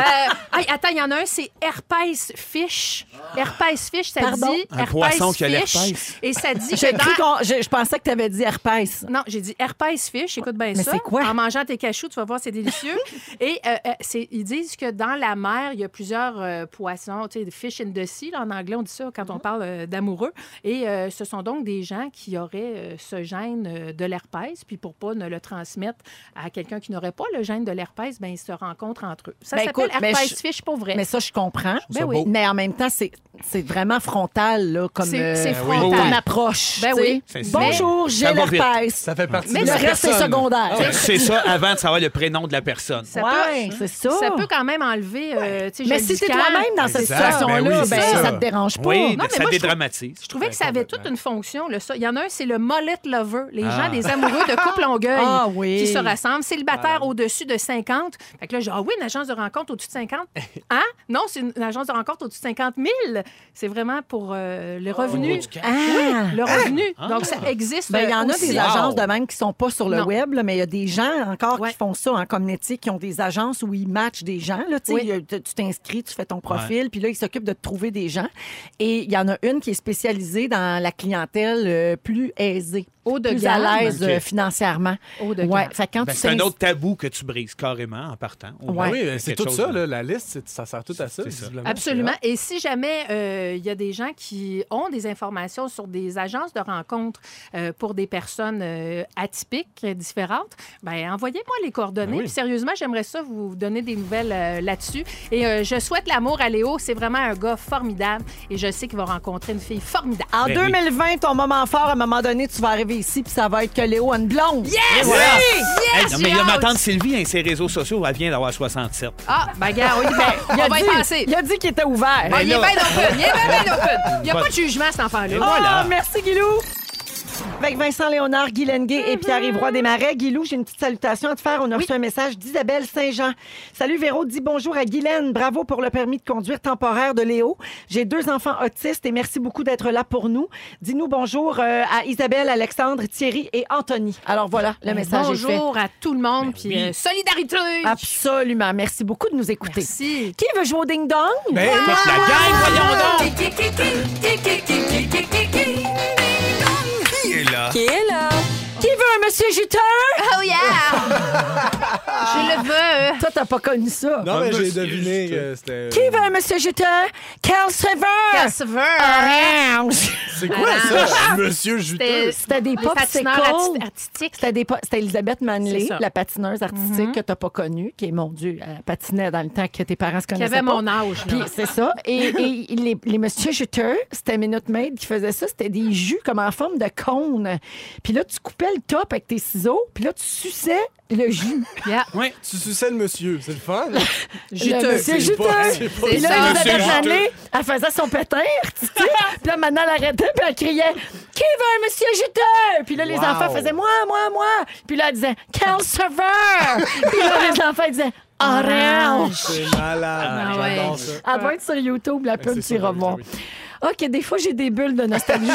[SPEAKER 3] Euh, hey, attends, il y en a un, c'est Herpès Fish. Herpès Fish, ça
[SPEAKER 1] Pardon?
[SPEAKER 3] dit.
[SPEAKER 2] Un
[SPEAKER 3] herpès
[SPEAKER 2] poisson qui a
[SPEAKER 3] fish.
[SPEAKER 2] l'herpès.
[SPEAKER 3] Et ça dit
[SPEAKER 1] J'ai
[SPEAKER 3] que
[SPEAKER 1] cru
[SPEAKER 3] dans-
[SPEAKER 1] qu'on- je, je pensais que tu avais dit herpès.
[SPEAKER 3] non, j'ai dit herpès fish. Écoute bien
[SPEAKER 1] Mais
[SPEAKER 3] ça.
[SPEAKER 1] c'est quoi?
[SPEAKER 3] En mangeant tes cachous, tu vas voir, c'est délicieux. Et euh, euh, c'est- ils disent que dans la mer, il y a plusieurs euh, poissons, tu sais, des fish in the sea. là, en anglais, on dit ça quand on
[SPEAKER 1] Mhm.
[SPEAKER 3] parle euh, d'amoureux. Et euh, ce sont donc des gens qui auraient euh, ce gène euh, de l'herpès. Puis pour pas ne le transmettre à quelqu'un qui n'aurait pas le gène de l'herpès, ben ils se rencontrent entre eux. Ça
[SPEAKER 1] Ben,
[SPEAKER 3] s'appelle
[SPEAKER 1] écoute, mais
[SPEAKER 3] herpès
[SPEAKER 1] je-
[SPEAKER 3] fish pour vrai.
[SPEAKER 1] Mais ça, je comprends. Ben
[SPEAKER 2] ça oui. beau.
[SPEAKER 1] Mais en même temps, c'est c'est vraiment frontal là, comme
[SPEAKER 3] C'est-
[SPEAKER 1] euh,
[SPEAKER 3] c'est
[SPEAKER 1] comme
[SPEAKER 3] frontal.
[SPEAKER 1] approche.
[SPEAKER 3] Ben
[SPEAKER 1] tu sais.
[SPEAKER 3] oui.
[SPEAKER 2] C'est ça.
[SPEAKER 1] Bonjour, j'ai
[SPEAKER 2] Ça va vite.
[SPEAKER 1] l'herpès.
[SPEAKER 4] Ça fait partie
[SPEAKER 3] Mais
[SPEAKER 4] de
[SPEAKER 1] Le
[SPEAKER 4] la
[SPEAKER 1] reste, c'est
[SPEAKER 4] personne.
[SPEAKER 1] secondaire.
[SPEAKER 2] Ouais, C'est ça avant de savoir le prénom de la personne.
[SPEAKER 3] Ça,
[SPEAKER 1] Ouais,
[SPEAKER 3] peut,
[SPEAKER 1] c'est ça.
[SPEAKER 3] ça peut quand même enlever. euh, tu sais,
[SPEAKER 1] Mais
[SPEAKER 3] je le
[SPEAKER 1] si
[SPEAKER 3] dis
[SPEAKER 1] t'es
[SPEAKER 3] quand-
[SPEAKER 1] toi-même dans cette
[SPEAKER 4] Exact,
[SPEAKER 1] situation-là,
[SPEAKER 4] ben oui, c'est
[SPEAKER 1] ben,
[SPEAKER 4] ça.
[SPEAKER 1] ça te dérange pas.
[SPEAKER 2] Oui,
[SPEAKER 3] Non, mais
[SPEAKER 2] ça
[SPEAKER 3] moi, je
[SPEAKER 2] dédramatise.
[SPEAKER 3] Je trouvais que ça avait toute une fonction. là, ça. Il y en a un, c'est le mullet lover, les gens des amoureux de couple longueuil
[SPEAKER 1] Ah oui.
[SPEAKER 3] qui se rassemblent, célibataires au-dessus de 50. Fait que là, genre, ah oui, une agence de rencontre au-dessus de 50. Hein? Non, c'est une, une agence de rencontre au-dessus de 50 000. C'est vraiment pour euh, le revenu.
[SPEAKER 1] Ah!
[SPEAKER 3] Le revenu. Donc, ça existe. euh,
[SPEAKER 1] Ben, il y en a
[SPEAKER 3] aussi.
[SPEAKER 1] des agences de même qui sont pas sur le
[SPEAKER 3] Non.
[SPEAKER 1] web, là, mais il y a des gens encore
[SPEAKER 3] Ouais.
[SPEAKER 1] qui font ça en comme métier, qui ont des agences où ils matchent des gens. Là, tu sais,
[SPEAKER 3] Oui.
[SPEAKER 1] il y a- tu tu t'inscris, tu fais ton profil, puis là, ils s'occupent de te trouver des gens. Et il y en a une qui est spécialisée dans la clientèle euh, plus aisée,
[SPEAKER 3] Haut de
[SPEAKER 1] plus
[SPEAKER 3] gamme.
[SPEAKER 1] à l'aise euh,
[SPEAKER 2] Ok.
[SPEAKER 1] financièrement.
[SPEAKER 3] Haut de
[SPEAKER 1] ouais.
[SPEAKER 3] gamme.
[SPEAKER 1] Fait que quand
[SPEAKER 2] Ben,
[SPEAKER 1] tu
[SPEAKER 2] c'est un
[SPEAKER 1] t'ins-
[SPEAKER 2] autre tabou que tu brises carrément en partant. Au
[SPEAKER 1] Ouais.
[SPEAKER 4] Ah
[SPEAKER 2] moins,
[SPEAKER 4] Oui,
[SPEAKER 2] il y a
[SPEAKER 4] c'est tout
[SPEAKER 2] quelque chose
[SPEAKER 4] ça,
[SPEAKER 2] de-
[SPEAKER 4] là, la liste, c'est- ça sert tout à ça,
[SPEAKER 2] C'est ça.
[SPEAKER 4] visiblement.
[SPEAKER 3] Absolument. Et si jamais euh, il y a des gens qui ont des informations sur des agences de rencontres euh, pour des personnes euh, atypiques, euh, différentes, ben envoyez-moi les coordonnées.
[SPEAKER 4] Ben oui.
[SPEAKER 3] Puis sérieusement, j'aimerais ça vous donner des nouvelles euh, là-dessus. Et euh, je souhaite l'amour à Léo. C'est vraiment un gars formidable. Et je sais qu'il va rencontrer une fille formidable.
[SPEAKER 1] En
[SPEAKER 2] Ben oui.
[SPEAKER 1] 2020, ton moment fort, à un moment donné, tu vas arriver ici, puis ça va être que Léo a une blonde.
[SPEAKER 2] Et voilà. Hey,
[SPEAKER 3] Yes,
[SPEAKER 2] non, mais
[SPEAKER 3] j'ai
[SPEAKER 2] là, ma
[SPEAKER 3] hâte.
[SPEAKER 2] tante Sylvie, hein, ses réseaux sociaux, elle vient d'avoir 67.
[SPEAKER 3] Ah, ben regarde, oui, ben,
[SPEAKER 1] Il a
[SPEAKER 3] on va y
[SPEAKER 1] dit-
[SPEAKER 3] passer.
[SPEAKER 1] Il a dit qu'il était ouvert.
[SPEAKER 3] Ah, il est
[SPEAKER 2] là-
[SPEAKER 3] bien open. Il est bien, bien open. Il n'y a
[SPEAKER 2] Bon.
[SPEAKER 3] pas de jugement, cet enfant-là.
[SPEAKER 2] Et voilà.
[SPEAKER 1] Ah, merci, Guilou. Avec Vincent Léonard, Guy Lenguet et Pierre-Yves Roy Desmarais. Guilou, j'ai une petite salutation à te faire. On a reçu un message d'Isabelle Saint-Jean. Salut Véro, dis bonjour à Guylaine. Bravo pour le permis de conduire temporaire de Léo. J'ai deux enfants autistes et merci beaucoup d'être là pour nous. Dis-nous bonjour euh, à Isabelle, Alexandre, Thierry et Anthony. Eh, Alors voilà,
[SPEAKER 3] Ah,
[SPEAKER 1] le message est fait.
[SPEAKER 3] Bonjour à tout le monde. Puis euh, solidarité.
[SPEAKER 1] Absolument. Merci beaucoup de nous écouter.
[SPEAKER 3] Merci.
[SPEAKER 1] Qui veut jouer au ding-dong?
[SPEAKER 2] Ben, toute la gang, voyons donc!
[SPEAKER 5] Qui est là?
[SPEAKER 8] Qui est là?
[SPEAKER 1] Qui veut un monsieur juteux?
[SPEAKER 8] Oh yeah!
[SPEAKER 3] Je le veux.
[SPEAKER 1] Toi, t'as pas connu ça.
[SPEAKER 4] Non, mais
[SPEAKER 2] Ah,
[SPEAKER 4] j'ai
[SPEAKER 2] monsieur,
[SPEAKER 4] deviné
[SPEAKER 2] je-
[SPEAKER 4] que c'était...
[SPEAKER 1] Qui veut un monsieur juteux? Quel serveur?
[SPEAKER 3] Ah.
[SPEAKER 1] Orange.
[SPEAKER 4] C'est quoi ça, monsieur
[SPEAKER 3] Euh,
[SPEAKER 4] juteux?
[SPEAKER 1] Ah! C'était des pop
[SPEAKER 3] artistiques.
[SPEAKER 1] c'était des po- c'était Elisabeth Manley,
[SPEAKER 3] C'est ça. Mhm.
[SPEAKER 1] la patineuse artistique que t'as pas connue, qui est mon Dieu, elle patinait dans le temps que tes parents se
[SPEAKER 3] Qui
[SPEAKER 1] connaissaient
[SPEAKER 3] avait
[SPEAKER 1] pas.
[SPEAKER 3] mon âge. là.
[SPEAKER 1] Puis c'est ça. Et, et les, les Monsieur Juteux, c'était Minute Maid qui faisait ça. C'était des jus comme en forme de cône. Puis là, tu coupais le top avec tes ciseaux. Puis là, tu suçais le jus.
[SPEAKER 3] Yeah.
[SPEAKER 4] Tu suçais le monsieur, c'est le fun.
[SPEAKER 1] Le
[SPEAKER 3] Juteux.
[SPEAKER 1] monsieur
[SPEAKER 4] C'est
[SPEAKER 1] Juteux.
[SPEAKER 4] pas- c'est pas-
[SPEAKER 1] Puis là,
[SPEAKER 3] ça.
[SPEAKER 1] Elisabeth
[SPEAKER 2] Monsieur Juteux.
[SPEAKER 1] Manley, elle faisait son pétin artistique. puis là, maintenant, elle arrêtait, puis elle criait Qui veut un monsieur juteux Puis là, les
[SPEAKER 4] Wow.
[SPEAKER 1] enfants faisaient Moi, moi, moi. Puis là, elle disait Quel serveur Puis là, les enfants ils disaient Orange.
[SPEAKER 4] C'est malade,
[SPEAKER 3] Ah ouais.
[SPEAKER 4] j'adore ça.
[SPEAKER 1] Elle doit être sur YouTube, la pub,
[SPEAKER 4] c'est
[SPEAKER 1] tu
[SPEAKER 4] sur
[SPEAKER 1] iras
[SPEAKER 4] YouTube,
[SPEAKER 1] voir.
[SPEAKER 4] oui.
[SPEAKER 1] OK, des fois, j'ai des bulles de nostalgie.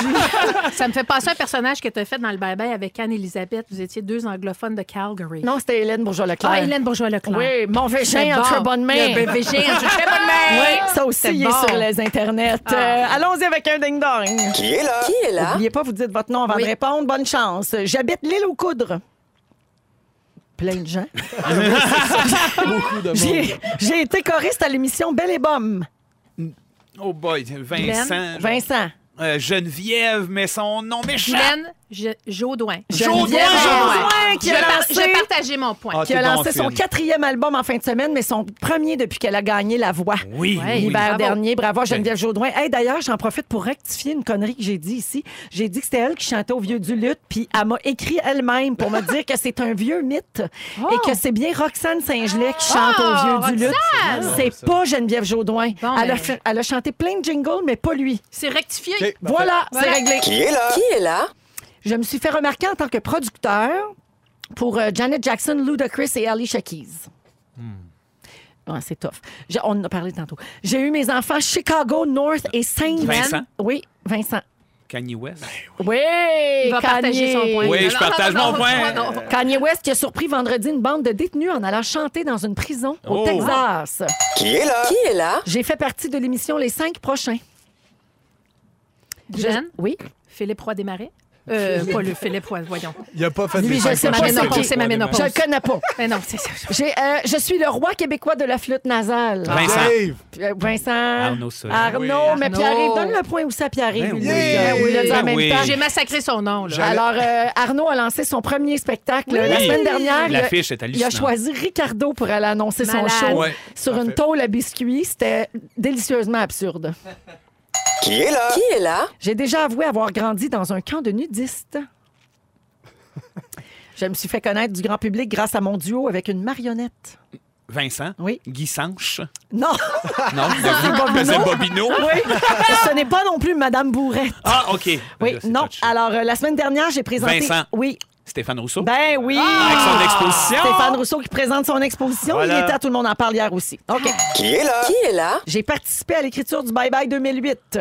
[SPEAKER 3] Ça me fait penser à un personnage que tu as fait dans le bye-bye avec Anne-Elisabeth. Vous étiez deux anglophones de Calgary.
[SPEAKER 1] non, c'était Hélène Bourgeois-Leclerc.
[SPEAKER 3] Ah, Hélène Bourgeois-Leclerc.
[SPEAKER 1] Oui, mon
[SPEAKER 3] C'est
[SPEAKER 1] végin entre
[SPEAKER 3] bon.
[SPEAKER 1] bonnes mains.
[SPEAKER 3] Le BVG entre très bonne main.
[SPEAKER 1] Oui, ça aussi,
[SPEAKER 3] C'est
[SPEAKER 1] il
[SPEAKER 3] bon.
[SPEAKER 1] est sur les internets. Euh, Allons-y avec un ding-dong.
[SPEAKER 9] Qui est là?
[SPEAKER 1] N'oubliez pas, vous dites votre nom avant
[SPEAKER 3] Oui.
[SPEAKER 1] de répondre. Bonne chance. J'habite l'île aux coudres. Plein de gens.
[SPEAKER 4] Beaucoup de monde.
[SPEAKER 1] J'ai j'ai été choriste à l'émission Belle et Bomme.
[SPEAKER 2] Oh boy, Vincent.
[SPEAKER 1] Vincent.
[SPEAKER 2] Euh, Geneviève, mais son nom méchant.
[SPEAKER 3] Guylaine, Je- Jaudoin.
[SPEAKER 1] Geneviève Jaudoin qui
[SPEAKER 3] Je
[SPEAKER 1] a
[SPEAKER 3] par-
[SPEAKER 1] lancé-
[SPEAKER 3] J'ai partagé mon point.
[SPEAKER 2] Ah,
[SPEAKER 1] qui a
[SPEAKER 2] t'es bon
[SPEAKER 1] lancé son
[SPEAKER 2] fine.
[SPEAKER 1] quatrième album en fin de semaine, mais son premier depuis qu'elle a gagné La Voix.
[SPEAKER 2] Oui,
[SPEAKER 3] Ouais.
[SPEAKER 2] oui.
[SPEAKER 1] L'hiver
[SPEAKER 3] Bravo. Ben.
[SPEAKER 1] dernier, bravo à Geneviève Jaudoin. Hey, D'ailleurs, j'en profite pour rectifier une connerie que j'ai dit ici. J'ai dit que c'était elle qui chantait au Vieux du Lutte, puis elle m'a écrit elle-même pour me dire que c'est un vieux mythe et que c'est bien Roxane Saint-Gelais qui chante
[SPEAKER 3] Oh,
[SPEAKER 1] au Vieux du Lutte. C'est pas Geneviève Jaudoin.
[SPEAKER 3] Bon,
[SPEAKER 1] elle, a
[SPEAKER 3] ben.
[SPEAKER 1] fait- elle a chanté plein de jingles, mais pas lui.
[SPEAKER 3] C'est rectifié.
[SPEAKER 4] Ok. Parfait.
[SPEAKER 1] Voilà,
[SPEAKER 3] Voilà.
[SPEAKER 1] c'est réglé.
[SPEAKER 9] Qui est là?
[SPEAKER 1] Je me suis fait remarquer en tant que producteur pour euh, Janet Jackson, Ludacris et Ali Shakiz.
[SPEAKER 3] Hmm.
[SPEAKER 1] Ouais, c'est tough. J'ai- on en a parlé tantôt. J'ai eu mes enfants Chicago, North et Saint.
[SPEAKER 2] Vincent?
[SPEAKER 1] Oui, Vincent.
[SPEAKER 2] Kanye West.
[SPEAKER 1] Oui,
[SPEAKER 3] Il va partager son point.
[SPEAKER 2] Oui,
[SPEAKER 3] Non,
[SPEAKER 2] je
[SPEAKER 3] non,
[SPEAKER 2] partage
[SPEAKER 3] non,
[SPEAKER 2] mon
[SPEAKER 3] non,
[SPEAKER 2] point.
[SPEAKER 3] non, non.
[SPEAKER 1] Kanye West qui a surpris vendredi une bande de détenus en allant chanter dans une prison au
[SPEAKER 2] Oh.
[SPEAKER 1] Texas.
[SPEAKER 9] Qui est là?
[SPEAKER 1] J'ai fait partie de l'émission Les Cinq Prochains. Je-
[SPEAKER 3] Guylaine?
[SPEAKER 1] Oui.
[SPEAKER 3] Philippe Roy Desmarais. Euh, pas le Philippe Roy, voyons.
[SPEAKER 4] Il a Ben, pas fait
[SPEAKER 1] Lui,
[SPEAKER 4] les
[SPEAKER 1] Ah, je
[SPEAKER 4] cinq
[SPEAKER 1] sais, ma
[SPEAKER 4] prochains.
[SPEAKER 1] ménopause,
[SPEAKER 3] c'est ma ménopause.
[SPEAKER 1] Je le connais pas.
[SPEAKER 3] Mais non, c'est ça.
[SPEAKER 1] J'ai, euh, je suis le roi québécois de la flûte nasale.
[SPEAKER 2] Ah. Vincent.
[SPEAKER 4] Dave!
[SPEAKER 1] Euh, Vincent.
[SPEAKER 2] Arnaud Soli.
[SPEAKER 1] Arnaud,
[SPEAKER 2] Oui.
[SPEAKER 1] mais
[SPEAKER 3] Arnaud.
[SPEAKER 1] Pierre-Yves, donne le point où ça, Pierre-Yves. il
[SPEAKER 2] Ben oui.
[SPEAKER 1] l'a dit.
[SPEAKER 4] Yeah.
[SPEAKER 1] Il l'a dit en
[SPEAKER 3] Ben
[SPEAKER 1] même
[SPEAKER 2] oui.
[SPEAKER 1] temps.
[SPEAKER 3] J'ai massacré son nom. Là.
[SPEAKER 1] Alors, euh, Arnaud a lancé son premier spectacle la semaine dernière. Ah, Il a-
[SPEAKER 2] L'affiche est
[SPEAKER 1] il a
[SPEAKER 2] hallucinante.
[SPEAKER 1] choisi Ricardo pour aller annoncer
[SPEAKER 3] Malade.
[SPEAKER 1] son show
[SPEAKER 2] Ouais.
[SPEAKER 1] sur une tôle à biscuits. C'était délicieusement absurde.
[SPEAKER 9] Qui est là?
[SPEAKER 1] J'ai déjà avoué avoir grandi dans un camp de nudistes. Je me suis fait connaître du grand public grâce à mon duo avec une marionnette.
[SPEAKER 2] Vincent.
[SPEAKER 1] Oui.
[SPEAKER 2] Guy Sanche.
[SPEAKER 1] Non,
[SPEAKER 2] Non, c'est Bobino.
[SPEAKER 1] oui. ce n'est pas non plus Madame Bourrette.
[SPEAKER 2] Ah, OK.
[SPEAKER 1] Oui,
[SPEAKER 2] Là, c'est
[SPEAKER 1] non.
[SPEAKER 2] touché.
[SPEAKER 1] Alors, euh, la semaine dernière, j'ai présenté.
[SPEAKER 2] Vincent.
[SPEAKER 1] Oui.
[SPEAKER 2] Stéphane Rousseau.
[SPEAKER 1] Ben oui.
[SPEAKER 2] Avec son exposition.
[SPEAKER 1] Stéphane Rousseau qui présente son exposition.
[SPEAKER 2] Voilà. Ah!
[SPEAKER 1] Il était à Tout le monde en parle hier aussi. OK.
[SPEAKER 9] Qui est là?
[SPEAKER 1] J'ai participé à l'écriture du Bye Bye 2008.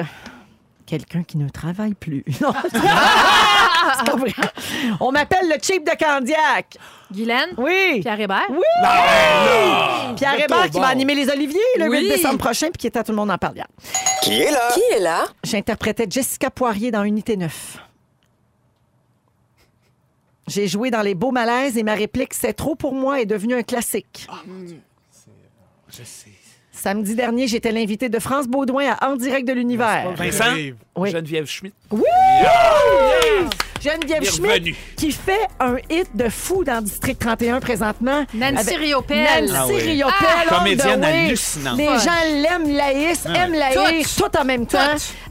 [SPEAKER 1] Quelqu'un qui ne travaille plus. Non. c'est pas vrai. On m'appelle le cheap de Candiac.
[SPEAKER 3] Guylaine,
[SPEAKER 1] Oui.
[SPEAKER 3] Pierre Hébert.
[SPEAKER 1] Oui!
[SPEAKER 2] Ah!
[SPEAKER 1] Pierre Hébert qui va animer les Oliviers le
[SPEAKER 3] Oui.
[SPEAKER 1] 8 décembre prochain puis qui est à Tout le monde en parle hier.
[SPEAKER 9] Qui est là? Qui est là?
[SPEAKER 1] J'interprétais Jessica Poirier dans Unité 9. J'ai joué dans Les Beaux Malaises et ma réplique C'est trop pour moi est devenue un classique. Samedi dernier, j'étais l'invité de France Baudouin à En direct de l'univers.
[SPEAKER 2] Vincent.
[SPEAKER 4] Dave.
[SPEAKER 1] Oui.
[SPEAKER 2] Geneviève Schmidt.
[SPEAKER 1] Geneviève Schmidt
[SPEAKER 2] Bienvenue.
[SPEAKER 1] qui fait un hit de fou dans District 31 présentement.
[SPEAKER 3] Nancy
[SPEAKER 1] Avec-
[SPEAKER 3] Riopelle.
[SPEAKER 2] Ah
[SPEAKER 1] Nancy
[SPEAKER 2] oui.
[SPEAKER 1] Riopelle,
[SPEAKER 2] Ah!
[SPEAKER 1] on the
[SPEAKER 2] Comédienne
[SPEAKER 1] way.
[SPEAKER 2] hallucinante.
[SPEAKER 1] Les
[SPEAKER 3] Folle.
[SPEAKER 1] gens l'aiment, Laïs, aiment Laïs, tout en même temps.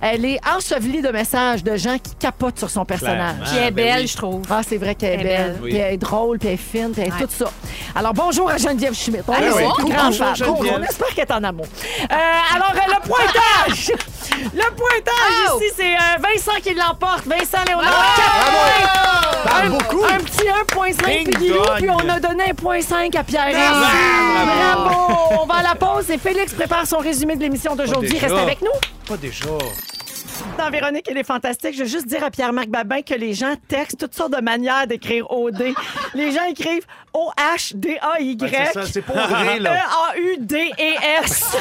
[SPEAKER 1] Elle est ensevelie de messages de gens qui capotent sur son personnage.
[SPEAKER 3] Qui est
[SPEAKER 2] Ah, ben
[SPEAKER 3] belle,
[SPEAKER 2] oui.
[SPEAKER 3] je trouve.
[SPEAKER 1] Ah, c'est vrai qu'elle est
[SPEAKER 3] Elle est
[SPEAKER 1] belle.
[SPEAKER 3] belle.
[SPEAKER 2] Oui.
[SPEAKER 1] Puis elle est drôle, puis elle est fine, puis elle est
[SPEAKER 3] Ouais.
[SPEAKER 1] tout ça. Alors, bonjour à Geneviève Schmidt. On est
[SPEAKER 4] Ah, oui.
[SPEAKER 1] une
[SPEAKER 4] Coucou,
[SPEAKER 1] grande
[SPEAKER 4] bonjour,
[SPEAKER 1] fan.
[SPEAKER 4] Geneviève.
[SPEAKER 1] On espère qu'elle est en amour. Euh, alors, euh, le pointage! le pointage
[SPEAKER 3] Oh!
[SPEAKER 1] ici, c'est euh, Vincent qui l'emporte. Vincent Léonard, quatre points.
[SPEAKER 4] Par
[SPEAKER 1] Un-
[SPEAKER 4] beaucoup.
[SPEAKER 1] Un petit 1,5 puis Guilou,
[SPEAKER 2] Ding-dong.
[SPEAKER 1] puis on a donné 1,5 à Pierre.
[SPEAKER 2] Ah,
[SPEAKER 1] Bravo! On va à la pause et Félix prépare son résumé de l'émission d'aujourd'hui.
[SPEAKER 2] déjà.
[SPEAKER 1] Reste avec nous.
[SPEAKER 2] Pas déjà.
[SPEAKER 1] Dans Véronique, elle est fantastique. Je veux juste dire à Pierre-Marc Babin que les gens textent toutes sortes de manières d'écrire OD. les gens écrivent O-H-D-A-Y.
[SPEAKER 2] pas vrai,
[SPEAKER 1] E E-A-U-D-E-S.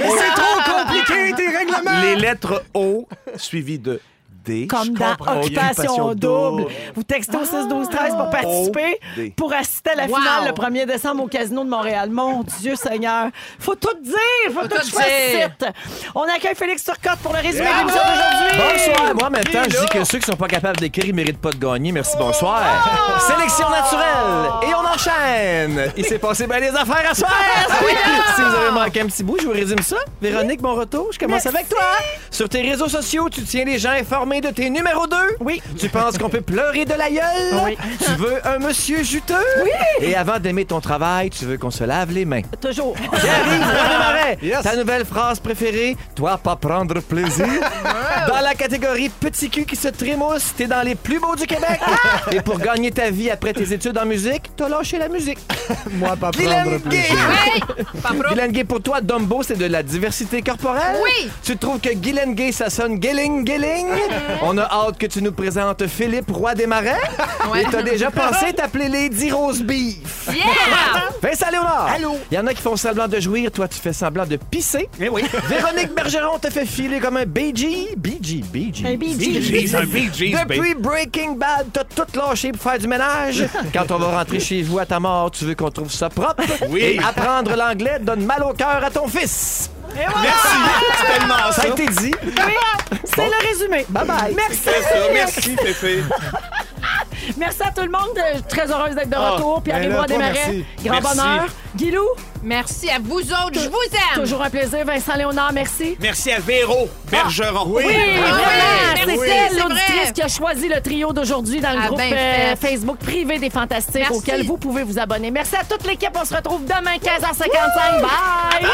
[SPEAKER 10] Mais c'est trop compliqué, tes règlements! Les lettres O suivies de D.
[SPEAKER 1] Comme dans Occupation double. Vous textez au 6 12 13 pour participer,
[SPEAKER 10] O-D.
[SPEAKER 1] pour assister à la
[SPEAKER 3] Wow.
[SPEAKER 1] finale le 1er décembre au Casino de Montréal. Mon Dieu Seigneur. Faut tout dire. Faut, tout
[SPEAKER 3] tout
[SPEAKER 1] choisir.
[SPEAKER 3] dire.
[SPEAKER 1] On accueille Félix Turcotte pour le résumé de l'émission d'aujourd'hui.
[SPEAKER 10] Bonsoir. Moi, en même temps, je dis que ceux qui sont pas capables d'écrire, ils méritent pas de gagner. Merci, bonsoir. Sélection naturelle. Et on enchaîne. Il s'est passé bien des affaires à soir.
[SPEAKER 1] Ah, hein.
[SPEAKER 10] si vous avez manqué un petit bout, je vous résume ça. Véronique, mon retour, je commence avec toi. Sur tes réseaux sociaux, tu tiens les gens informés de tes numéros 2.
[SPEAKER 1] Oui.
[SPEAKER 10] Tu penses qu'on peut pleurer de la gueule.
[SPEAKER 1] Oui.
[SPEAKER 10] Tu veux un monsieur juteux. Oui. Et avant d'aimer ton travail, tu veux qu'on se lave les mains.
[SPEAKER 1] Toujours.
[SPEAKER 10] Pierre-Yves Roy-Desmarais,
[SPEAKER 4] Yes.
[SPEAKER 10] ta nouvelle phrase préférée, toi pas prendre plaisir. Dans la catégorie petit cul qui se trémousse, t'es dans les plus beaux du Québec.
[SPEAKER 3] Ah!
[SPEAKER 10] Et pour gagner ta vie après tes études en musique, t'as lâché la musique.
[SPEAKER 4] Moi, pas prendre
[SPEAKER 10] Guylaine
[SPEAKER 4] plus.
[SPEAKER 10] Gay.
[SPEAKER 3] Hey, pas propre.
[SPEAKER 10] Guylaine Gay, pour toi, Dumbo, c'est de la diversité corporelle.
[SPEAKER 3] Oui.
[SPEAKER 10] Tu trouves que Guylaine Gay, ça sonne Gilling Gilling.
[SPEAKER 3] Mm-hmm.
[SPEAKER 10] On a hâte que tu nous présentes Philippe Roy des Marais.
[SPEAKER 3] Ouais.
[SPEAKER 10] Et t'as déjà pensé t'appeler Lady Rose Beef.
[SPEAKER 3] Yeah!
[SPEAKER 10] Vincent Léonard.
[SPEAKER 4] Allô?
[SPEAKER 10] Il y en a qui font semblant de jouir, toi, tu fais semblant de pisser.
[SPEAKER 2] Eh oui.
[SPEAKER 10] Véronique Bergeron te fait filer comme un BG. BG, BG.
[SPEAKER 1] Un BG.
[SPEAKER 2] Bee Gees, un Bee Gees, babe.
[SPEAKER 10] Depuis Breaking Bad, t'as tout lâché pour faire du ménage. Quand on va rentrer chez vous à ta mort, tu veux qu'on trouve ça propre.
[SPEAKER 2] Oui.
[SPEAKER 10] Et apprendre l'anglais donne mal au cœur à ton fils. Merci. C'est tellement ça. a été dit.
[SPEAKER 1] C'est le résumé. Bye bye. Merci.
[SPEAKER 2] C'est ça. Merci, Pépé.
[SPEAKER 1] Merci à tout le monde. Je suis très heureuse d'être de
[SPEAKER 2] Ah,
[SPEAKER 1] retour. Puis
[SPEAKER 2] ben
[SPEAKER 1] arrive moi
[SPEAKER 2] là, toi,
[SPEAKER 1] Desmarais.
[SPEAKER 2] merci.
[SPEAKER 1] Grand
[SPEAKER 2] Merci.
[SPEAKER 1] bonheur. Guilou,
[SPEAKER 3] Merci à vous autres. Je vous aime.
[SPEAKER 1] toujours un plaisir. Vincent Léonard, merci.
[SPEAKER 2] Merci à Véro Bergeron.
[SPEAKER 1] Oui, vraiment,
[SPEAKER 3] Ah merci,
[SPEAKER 1] c'est elle,
[SPEAKER 3] c'est
[SPEAKER 1] l'auditrice
[SPEAKER 3] vrai.
[SPEAKER 1] qui a choisi le trio d'aujourd'hui dans le
[SPEAKER 3] Ah,
[SPEAKER 1] groupe
[SPEAKER 3] ben
[SPEAKER 1] euh,
[SPEAKER 3] fait.
[SPEAKER 1] Facebook privé des Fantastiques
[SPEAKER 3] Merci.
[SPEAKER 1] auquel vous pouvez vous abonner. Merci à toute l'équipe. On se retrouve demain 15h55. Bye!